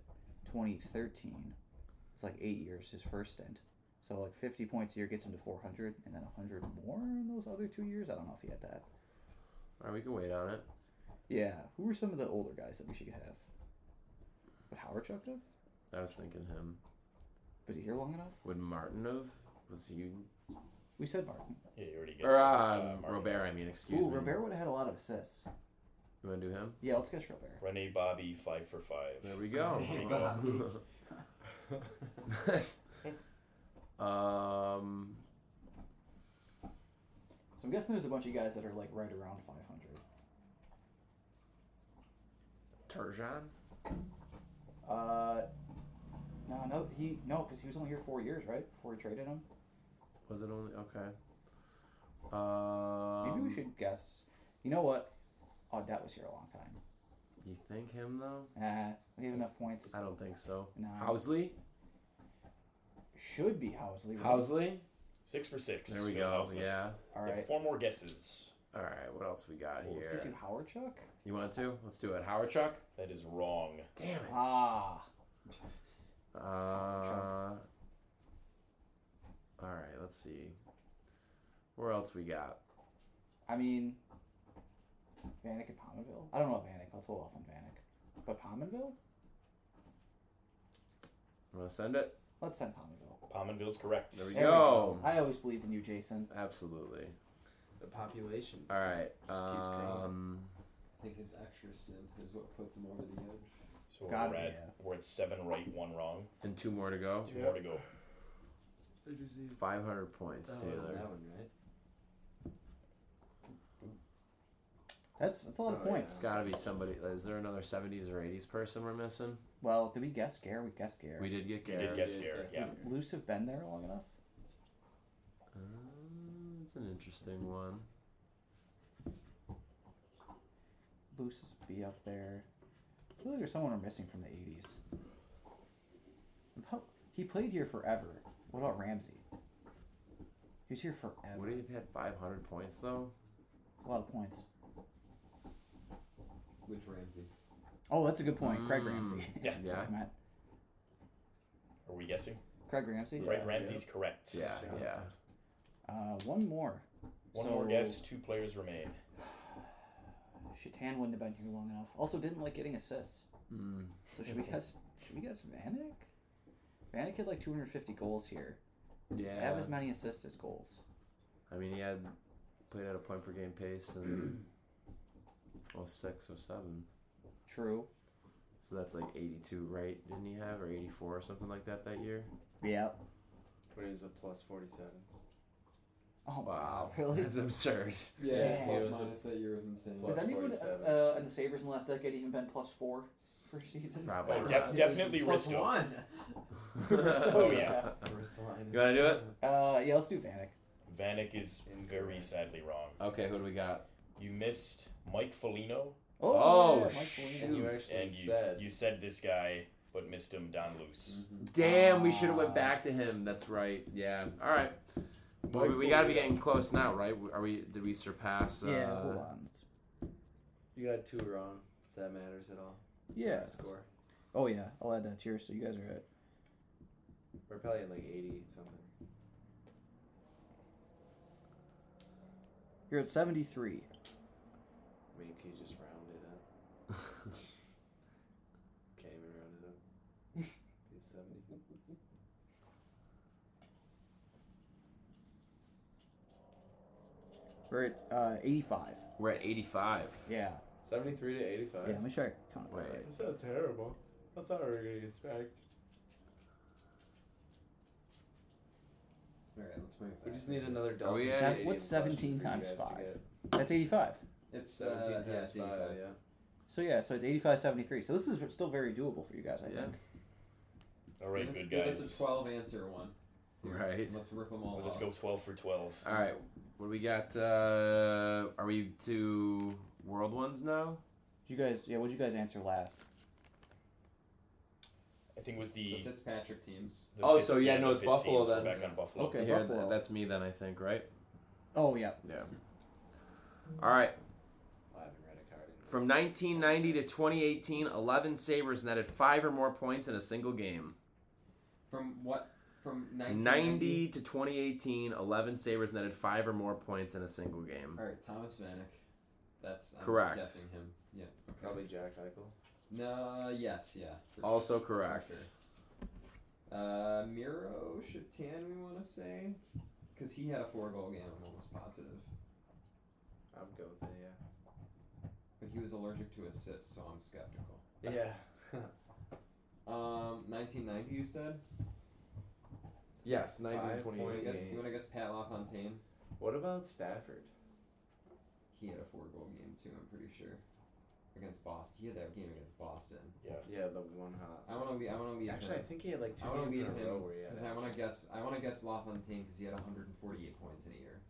[SPEAKER 5] 2013. It's like eight years his first stint. So like 50 points a year gets him to 400, and then 100 more in those other two years. I don't know if he had that.
[SPEAKER 1] All right, we can wait on it.
[SPEAKER 5] Yeah. Who were some of the older guys that we should have? Would Howard Chuck have?
[SPEAKER 1] I was thinking him.
[SPEAKER 5] Was he here long enough?
[SPEAKER 1] Would Martin have? Was he?
[SPEAKER 5] We said Martin.
[SPEAKER 3] Yeah, you already guessed.
[SPEAKER 1] Or
[SPEAKER 3] uh,
[SPEAKER 1] um,
[SPEAKER 3] Martin.
[SPEAKER 1] Robert? I mean, excuse
[SPEAKER 5] Ooh,
[SPEAKER 1] me.
[SPEAKER 5] Robert would have had a lot of assists.
[SPEAKER 1] You want to do him?
[SPEAKER 5] Yeah, let's guess Robert.
[SPEAKER 3] Rene Bobby, five for five.
[SPEAKER 1] There we go.
[SPEAKER 3] There we
[SPEAKER 1] um,
[SPEAKER 5] So I'm guessing there's a bunch of guys that are like right around 500.
[SPEAKER 1] Turjan.
[SPEAKER 5] Uh, no, no, he no, because he was only here four years, right? Before we traded him.
[SPEAKER 1] Was it only okay? Um,
[SPEAKER 5] Maybe we should guess. You know what? Audette was here a long time.
[SPEAKER 1] You think him though?
[SPEAKER 5] Uh, we have enough points.
[SPEAKER 1] I don't think so.
[SPEAKER 5] No.
[SPEAKER 1] Housley.
[SPEAKER 5] Should be Housley. right?
[SPEAKER 1] Housley.
[SPEAKER 3] Six for six.
[SPEAKER 1] There we
[SPEAKER 3] Phil
[SPEAKER 1] go.
[SPEAKER 3] Housley.
[SPEAKER 1] Yeah.
[SPEAKER 5] All
[SPEAKER 3] You have
[SPEAKER 5] right.
[SPEAKER 3] Four more guesses.
[SPEAKER 1] All right. What else we got
[SPEAKER 5] Did you
[SPEAKER 1] here?
[SPEAKER 5] do Howard Chuck?
[SPEAKER 1] You want to? Let's do it. Howard Chuck.
[SPEAKER 3] That is wrong.
[SPEAKER 1] Damn it.
[SPEAKER 5] Ah,
[SPEAKER 1] Uh, all right, let's see. Where else we got?
[SPEAKER 5] I mean, Vanek and Pominville. I don't know Vanek. I'll hold off on Vanek. But Pominville?
[SPEAKER 1] I'm gonna send it.
[SPEAKER 5] Let's send Pominville.
[SPEAKER 3] Pominville's correct.
[SPEAKER 1] There we
[SPEAKER 5] There
[SPEAKER 1] go.
[SPEAKER 5] we
[SPEAKER 1] Yo.
[SPEAKER 5] go. I always believed in you, Jason.
[SPEAKER 1] Absolutely.
[SPEAKER 6] The population.
[SPEAKER 1] All right.
[SPEAKER 6] Just keeps growing.
[SPEAKER 1] Um,
[SPEAKER 2] I think his extra stint is what puts him over the edge.
[SPEAKER 3] So
[SPEAKER 5] Gotta
[SPEAKER 3] we're
[SPEAKER 5] be,
[SPEAKER 3] at,
[SPEAKER 5] yeah.
[SPEAKER 3] we're at seven right, one wrong.
[SPEAKER 1] and two more to go.
[SPEAKER 3] Two more to go.
[SPEAKER 6] Did you see?
[SPEAKER 1] 500 points, Taylor.
[SPEAKER 6] Oh, that one, right?
[SPEAKER 5] That's that's a lot of
[SPEAKER 6] Oh,
[SPEAKER 5] points.
[SPEAKER 1] It's gotta be somebody. Is there another 70s or 80s person we're missing?
[SPEAKER 5] Well, did we guess Gare? We guessed Gare.
[SPEAKER 1] We did get
[SPEAKER 3] You
[SPEAKER 1] Gary.
[SPEAKER 3] did guess
[SPEAKER 6] did
[SPEAKER 3] here.
[SPEAKER 6] guess
[SPEAKER 3] Yeah.
[SPEAKER 6] here.
[SPEAKER 5] Loose have been there long enough.
[SPEAKER 1] Um, It's an interesting one.
[SPEAKER 5] Loose is be up there. I feel like there's someone we're missing from the '80s. How- He played here forever. What about Ramsey? He was here forever.
[SPEAKER 1] Would he have had 500 points though?
[SPEAKER 5] That's a lot of points.
[SPEAKER 2] Which Ramsey?
[SPEAKER 5] Oh, that's a good point. Craig
[SPEAKER 1] Mm.
[SPEAKER 5] Ramsey.
[SPEAKER 3] Yeah.
[SPEAKER 5] that's what I
[SPEAKER 1] Yeah.
[SPEAKER 5] meant.
[SPEAKER 3] Are we guessing?
[SPEAKER 5] Craig Ramsey.
[SPEAKER 3] Craig Ramsey's correct.
[SPEAKER 1] Yeah, yeah.
[SPEAKER 5] Uh, one more.
[SPEAKER 3] One
[SPEAKER 5] So,
[SPEAKER 3] more guess. Two players remain.
[SPEAKER 5] Shatan wouldn't have been here long enough. Also, didn't like getting assists.
[SPEAKER 1] Mm.
[SPEAKER 5] So should we guess? Should we guess Vanek? Vanek had like 250 goals here. I
[SPEAKER 1] Yeah.
[SPEAKER 5] have as many assists as goals.
[SPEAKER 1] I mean, he had played at a point per game pace oh, in 06, 07.
[SPEAKER 5] True.
[SPEAKER 1] So that's like 82, right? Didn't he have or 84 or something like that that year?
[SPEAKER 5] Yeah.
[SPEAKER 6] When he was a plus 47.
[SPEAKER 5] Oh
[SPEAKER 1] Wow,
[SPEAKER 5] Really?
[SPEAKER 1] That's absurd.
[SPEAKER 2] Yeah,
[SPEAKER 5] Yeah.
[SPEAKER 2] plus
[SPEAKER 6] He was a-
[SPEAKER 2] minus that year was insane.
[SPEAKER 6] Plus
[SPEAKER 5] Has anyone
[SPEAKER 6] 47.
[SPEAKER 5] uh, in the Sabres in the last decade even been plus four for a season?
[SPEAKER 1] Probably.
[SPEAKER 3] Oh, def- definitely
[SPEAKER 2] plus
[SPEAKER 3] Risto.
[SPEAKER 2] one.
[SPEAKER 3] Oh, yeah.
[SPEAKER 6] First line.
[SPEAKER 1] You wanna do it?
[SPEAKER 5] Uh, yeah, let's do Vanek.
[SPEAKER 3] Vanek is very
[SPEAKER 6] Incorrect.
[SPEAKER 3] sadly wrong.
[SPEAKER 1] Okay, who do we got?
[SPEAKER 3] You missed Mike Foligno,
[SPEAKER 1] Oh,
[SPEAKER 5] yeah, Mike
[SPEAKER 1] shoot.
[SPEAKER 6] And
[SPEAKER 5] Foligno.
[SPEAKER 6] you actually
[SPEAKER 3] and you,
[SPEAKER 6] said.
[SPEAKER 3] you said this guy, but missed him, Don Luce.
[SPEAKER 2] Mm-hmm.
[SPEAKER 1] Damn, we should have went back to him. That's right. Yeah. All right. Well, we, we gotta be getting close now, right? Are we? Did we surpass? Uh,
[SPEAKER 5] Yeah, hold on.
[SPEAKER 6] you got two wrong, if that matters at all.
[SPEAKER 5] Yeah.
[SPEAKER 6] Score.
[SPEAKER 5] Oh yeah, I'll add that to yours. So you guys are at.
[SPEAKER 6] We're probably at like 80 something.
[SPEAKER 5] You're at 73.
[SPEAKER 6] I mean, can you just round it up? Can't even round it up. It's 70.
[SPEAKER 5] We're at uh, 85.
[SPEAKER 1] We're at 85.
[SPEAKER 5] Yeah.
[SPEAKER 6] 73 to 85.
[SPEAKER 5] Yeah, let me try count it.
[SPEAKER 1] Wait.
[SPEAKER 5] right.
[SPEAKER 6] That's not terrible. I thought we were going to get spanked.
[SPEAKER 2] All right, let's bring it
[SPEAKER 6] We
[SPEAKER 2] back.
[SPEAKER 6] just need another
[SPEAKER 1] Are
[SPEAKER 6] double.
[SPEAKER 1] we at-
[SPEAKER 5] That, what's 17 times 5? That's 85.
[SPEAKER 2] It's
[SPEAKER 6] 17
[SPEAKER 2] uh,
[SPEAKER 6] times
[SPEAKER 2] yeah,
[SPEAKER 6] 5,
[SPEAKER 2] 85.
[SPEAKER 6] yeah.
[SPEAKER 5] So yeah, so it's 85, 73. So this is still very doable for you guys, I
[SPEAKER 1] Yeah.
[SPEAKER 5] think.
[SPEAKER 3] All right,
[SPEAKER 2] Give us-
[SPEAKER 3] good
[SPEAKER 2] give us
[SPEAKER 3] guys.
[SPEAKER 2] a 12 answer one.
[SPEAKER 1] Right.
[SPEAKER 2] Let's rip them all
[SPEAKER 3] We'll just
[SPEAKER 2] off.
[SPEAKER 3] go 12 for 12.
[SPEAKER 1] All right. What do we got? Uh, are we to world ones now?
[SPEAKER 5] You guys, yeah. What'd you guys answer last?
[SPEAKER 3] I think it was
[SPEAKER 2] The
[SPEAKER 3] the.
[SPEAKER 2] Fitzpatrick teams.
[SPEAKER 3] the
[SPEAKER 1] Oh,
[SPEAKER 3] Fitz-
[SPEAKER 1] so yeah, no,
[SPEAKER 3] the
[SPEAKER 1] it's
[SPEAKER 3] Fitz
[SPEAKER 1] Buffalo
[SPEAKER 3] teams. We're
[SPEAKER 1] then.
[SPEAKER 3] back on Buffalo.
[SPEAKER 5] Okay.
[SPEAKER 1] yeah,
[SPEAKER 5] Buffalo.
[SPEAKER 1] that's me then. I think right.
[SPEAKER 5] Oh yeah.
[SPEAKER 1] Yeah. All right.
[SPEAKER 4] I haven't read a card in
[SPEAKER 1] From 1990 to 2018, 11 Sabres netted five or more points in a single game.
[SPEAKER 2] From what? From 1990?
[SPEAKER 1] 90 to 2018, 11 Sabres netted five or more points in a single game.
[SPEAKER 2] All right, Thomas Vanek. That's I'm
[SPEAKER 1] Correct.
[SPEAKER 2] Guessing him. Yeah. Okay.
[SPEAKER 6] Probably Jack Eichel.
[SPEAKER 2] No. Yes. Yeah. for
[SPEAKER 1] Also
[SPEAKER 2] sure, for
[SPEAKER 1] correct.
[SPEAKER 2] sure. Uh, Miro Shatan, we want to say, because he had a four-goal game. I'm almost positive,
[SPEAKER 6] I would go with it, yeah.
[SPEAKER 2] but he was allergic to assists, so I'm skeptical.
[SPEAKER 6] Yeah.
[SPEAKER 2] Um, 1990, you said.
[SPEAKER 1] Yes,
[SPEAKER 6] Five
[SPEAKER 2] You want
[SPEAKER 6] points.
[SPEAKER 2] to guess?
[SPEAKER 6] 1988.
[SPEAKER 2] You want to guess Pat LaFontaine?
[SPEAKER 6] What about Stafford?
[SPEAKER 2] He had a four-goal game too. I'm pretty sure. Against Boston, he had that game against Boston.
[SPEAKER 6] Yeah, the one hot.
[SPEAKER 2] I want to. leave I want to leave.
[SPEAKER 6] Actually, I
[SPEAKER 2] him.
[SPEAKER 6] think he had like two
[SPEAKER 2] I want
[SPEAKER 6] games
[SPEAKER 2] to leave
[SPEAKER 6] in a row
[SPEAKER 2] him
[SPEAKER 6] where he had
[SPEAKER 2] because I want
[SPEAKER 6] hat-tricks.
[SPEAKER 2] to guess. I want to guess LaFontaine because he had 148 points in a year.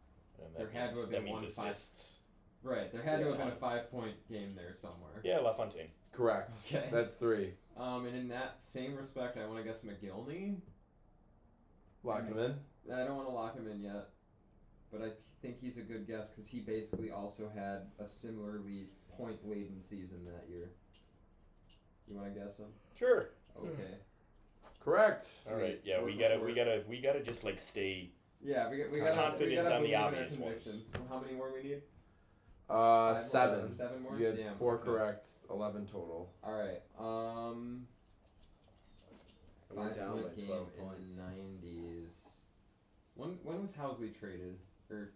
[SPEAKER 3] And
[SPEAKER 2] There
[SPEAKER 3] that
[SPEAKER 2] had
[SPEAKER 3] means,
[SPEAKER 2] to
[SPEAKER 3] that
[SPEAKER 2] have been
[SPEAKER 3] means
[SPEAKER 2] one five-
[SPEAKER 3] assists.
[SPEAKER 2] Right. There had to
[SPEAKER 3] Yeah.
[SPEAKER 2] have been a five-point game there somewhere.
[SPEAKER 3] Yeah, LaFontaine.
[SPEAKER 1] Correct.
[SPEAKER 2] Okay.
[SPEAKER 1] That's three.
[SPEAKER 2] Um, and in that same respect, I want to guess McGillney.
[SPEAKER 1] Lock him in.
[SPEAKER 2] I don't want to lock him in yet, but I th- think he's a good guess because he basically also had a similarly point-laden season that year. You want to guess him?
[SPEAKER 3] Sure.
[SPEAKER 6] Hmm.
[SPEAKER 2] Okay.
[SPEAKER 1] Correct.
[SPEAKER 3] All right.
[SPEAKER 2] Sweet.
[SPEAKER 3] Yeah,
[SPEAKER 2] We're
[SPEAKER 3] we
[SPEAKER 2] going
[SPEAKER 3] gotta,
[SPEAKER 2] for
[SPEAKER 3] we
[SPEAKER 2] it.
[SPEAKER 3] gotta, we gotta just like stay.
[SPEAKER 2] Yeah, we, got- we got
[SPEAKER 3] Confident
[SPEAKER 2] we gotta
[SPEAKER 3] on the
[SPEAKER 2] believe in our
[SPEAKER 3] obvious ones.
[SPEAKER 2] convictions. How many more we need?
[SPEAKER 1] Uh,
[SPEAKER 2] Five,
[SPEAKER 1] seven.
[SPEAKER 2] Seven more.
[SPEAKER 1] You had
[SPEAKER 2] Damn.
[SPEAKER 1] four
[SPEAKER 2] okay.
[SPEAKER 1] correct, eleven total.
[SPEAKER 2] All right. Um.
[SPEAKER 6] And we're
[SPEAKER 2] Five
[SPEAKER 6] down
[SPEAKER 2] point
[SPEAKER 6] by
[SPEAKER 2] game
[SPEAKER 6] 12
[SPEAKER 2] in
[SPEAKER 6] points.
[SPEAKER 2] the nineties. When when was Housley traded, or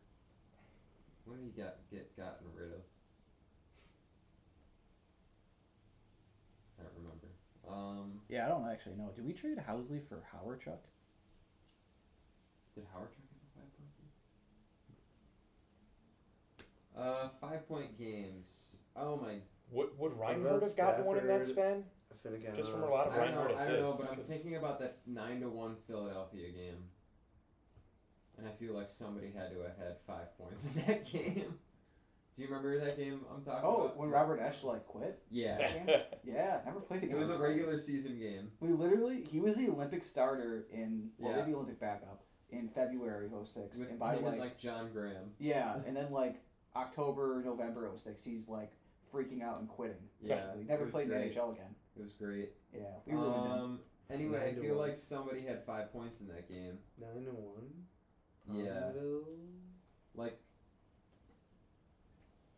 [SPEAKER 2] when did he got get gotten rid of? I don't remember. Um,
[SPEAKER 5] Yeah, I don't actually know. Did we trade Housley for Howard Chuck?
[SPEAKER 2] did Howard try to get five point game? Uh, five point games. Oh my!
[SPEAKER 3] Would would
[SPEAKER 6] about
[SPEAKER 3] Reinhardt have gotten one in that span?
[SPEAKER 6] Finnegan.
[SPEAKER 3] Just from
[SPEAKER 6] uh,
[SPEAKER 3] a lot of
[SPEAKER 2] I don't know.
[SPEAKER 3] Reinhardt
[SPEAKER 2] I don't know,
[SPEAKER 3] assists.
[SPEAKER 2] but I'm
[SPEAKER 3] 'cause-
[SPEAKER 2] thinking about that nine to one Philadelphia game, and I feel like somebody had to have had five points in that game. Do you remember that game I'm talking
[SPEAKER 5] Oh,
[SPEAKER 2] about?
[SPEAKER 5] when Robert Eschler quit.
[SPEAKER 2] Yeah.
[SPEAKER 5] Yeah, never played
[SPEAKER 2] It
[SPEAKER 5] again.
[SPEAKER 2] was a regular season game.
[SPEAKER 5] We literally, he was the Olympic starter in, well,
[SPEAKER 2] Yeah.
[SPEAKER 5] maybe Olympic backup in February of 06.
[SPEAKER 2] With
[SPEAKER 5] and by
[SPEAKER 2] him and,
[SPEAKER 5] like,
[SPEAKER 2] like John Graham.
[SPEAKER 5] yeah, and then like October, November of 06, he's like freaking out and quitting.
[SPEAKER 2] Yeah,
[SPEAKER 5] basically. He never
[SPEAKER 2] it was
[SPEAKER 5] played in
[SPEAKER 2] great.
[SPEAKER 5] the NHL again.
[SPEAKER 2] It was great.
[SPEAKER 5] Yeah, we ruined him.
[SPEAKER 2] um, anyway,
[SPEAKER 6] Nine
[SPEAKER 2] I
[SPEAKER 6] to
[SPEAKER 2] feel
[SPEAKER 6] one.
[SPEAKER 2] like somebody had five points in that game.
[SPEAKER 6] Nine to one.
[SPEAKER 2] Yeah.
[SPEAKER 6] Palmville?
[SPEAKER 2] Like,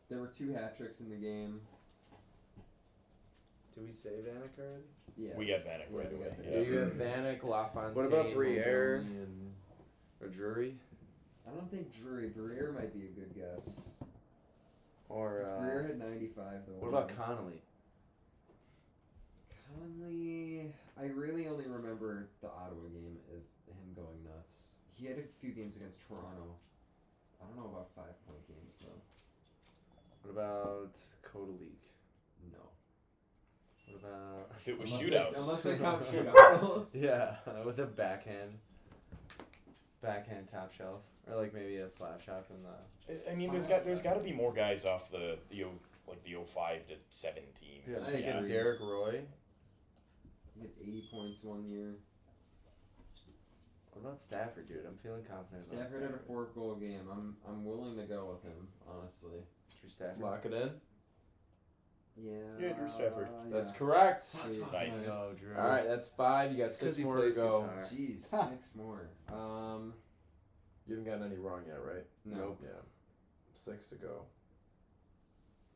[SPEAKER 2] there were two hat tricks in the game.
[SPEAKER 6] Did we save Vanek already?
[SPEAKER 2] Yeah.
[SPEAKER 3] We got Vanek
[SPEAKER 6] Yeah,
[SPEAKER 3] right
[SPEAKER 6] we
[SPEAKER 3] away.
[SPEAKER 6] got
[SPEAKER 3] Yeah.
[SPEAKER 1] You have Vanek, Lafontaine.
[SPEAKER 6] What about Briere?
[SPEAKER 1] Mogilny, and-
[SPEAKER 6] Or Drury?
[SPEAKER 2] I don't think Drury. Breer might be a good guess.
[SPEAKER 6] Or
[SPEAKER 2] Breer
[SPEAKER 6] uh,
[SPEAKER 2] had 95, though.
[SPEAKER 6] what about Connolly?
[SPEAKER 2] Conley? I really only remember the Ottawa game, of him going nuts. He had a few games against Toronto. I don't know about five point games, though.
[SPEAKER 6] What about Kodalik?
[SPEAKER 2] No.
[SPEAKER 6] What about
[SPEAKER 3] If it was
[SPEAKER 2] Unless they- unless
[SPEAKER 3] shootouts.
[SPEAKER 2] they count shootouts.
[SPEAKER 6] yeah, with a backhand, backhand top shelf, or like maybe a slap shot from the
[SPEAKER 3] I- I mean, there's got there's got to be more guys off the the O- like the 05 to 7
[SPEAKER 6] yeah.
[SPEAKER 3] teams.
[SPEAKER 6] I'm
[SPEAKER 2] I
[SPEAKER 6] thinking
[SPEAKER 2] agree.
[SPEAKER 6] Derek Roy.
[SPEAKER 2] He had 80 points one year.
[SPEAKER 6] What about Stafford, dude? I'm feeling confident. about
[SPEAKER 2] Stafford had a four goal game. I'm I'm willing to go with him, honestly.
[SPEAKER 6] Drew Stafford.
[SPEAKER 1] Lock it in.
[SPEAKER 2] Yeah.
[SPEAKER 3] Yeah, Drew Stafford.
[SPEAKER 1] That's
[SPEAKER 2] yeah.
[SPEAKER 1] correct.
[SPEAKER 2] Sweet.
[SPEAKER 3] Nice.
[SPEAKER 6] Go, Drew.
[SPEAKER 1] All right, that's five. You got
[SPEAKER 6] Because
[SPEAKER 1] six
[SPEAKER 6] he
[SPEAKER 1] more to
[SPEAKER 6] plays
[SPEAKER 1] go.
[SPEAKER 6] guitar.
[SPEAKER 2] Jeez, six more. Um,
[SPEAKER 1] You haven't gotten any wrong yet, right?
[SPEAKER 2] no.
[SPEAKER 6] Nope.
[SPEAKER 1] Yeah. Six to go.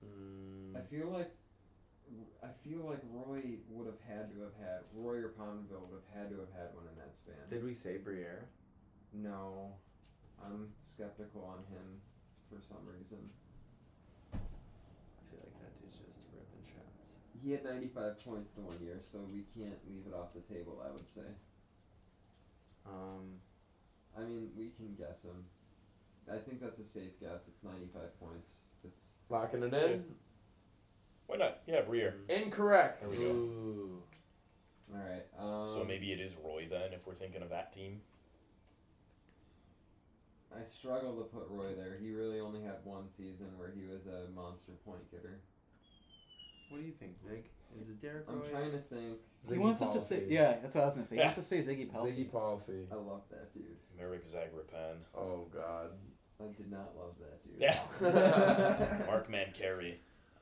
[SPEAKER 6] Mm,
[SPEAKER 2] I feel like I feel like Roy would have had to have had Roy or Palmville would have had to have had one in that span.
[SPEAKER 6] did we say Briere?
[SPEAKER 2] No, I'm skeptical on him for some reason.
[SPEAKER 6] I feel like that dude's just ripping shots.
[SPEAKER 2] He had 95 points the one year, so we can't leave it off the table. I would say.
[SPEAKER 6] Um,
[SPEAKER 2] I mean, we can guess him. I think that's a safe guess. It's 95 points. That's
[SPEAKER 1] Locking it in.
[SPEAKER 3] Why not? Yeah, Breer.
[SPEAKER 1] Incorrect.
[SPEAKER 3] There we go.
[SPEAKER 6] ooh,
[SPEAKER 2] all right. Um,
[SPEAKER 3] So maybe it is Roy then, if we're thinking of that team.
[SPEAKER 2] I struggle to put Roy there. He really only had one season where he was a monster point getter.
[SPEAKER 6] What do you think, Zig? Is it Derek
[SPEAKER 2] I'm
[SPEAKER 6] Roy?
[SPEAKER 2] trying to think.
[SPEAKER 5] he
[SPEAKER 7] Ziggy
[SPEAKER 5] wants us to
[SPEAKER 7] Palfy.
[SPEAKER 5] say, yeah, that's what I was gonna say. He wants us to say Ziggy Palfy.
[SPEAKER 7] Ziggy Palfy.
[SPEAKER 2] I love that dude.
[SPEAKER 3] Merrick Zagrepan.
[SPEAKER 7] Oh God.
[SPEAKER 2] I did not love that dude.
[SPEAKER 3] Yeah. Mark Mancari.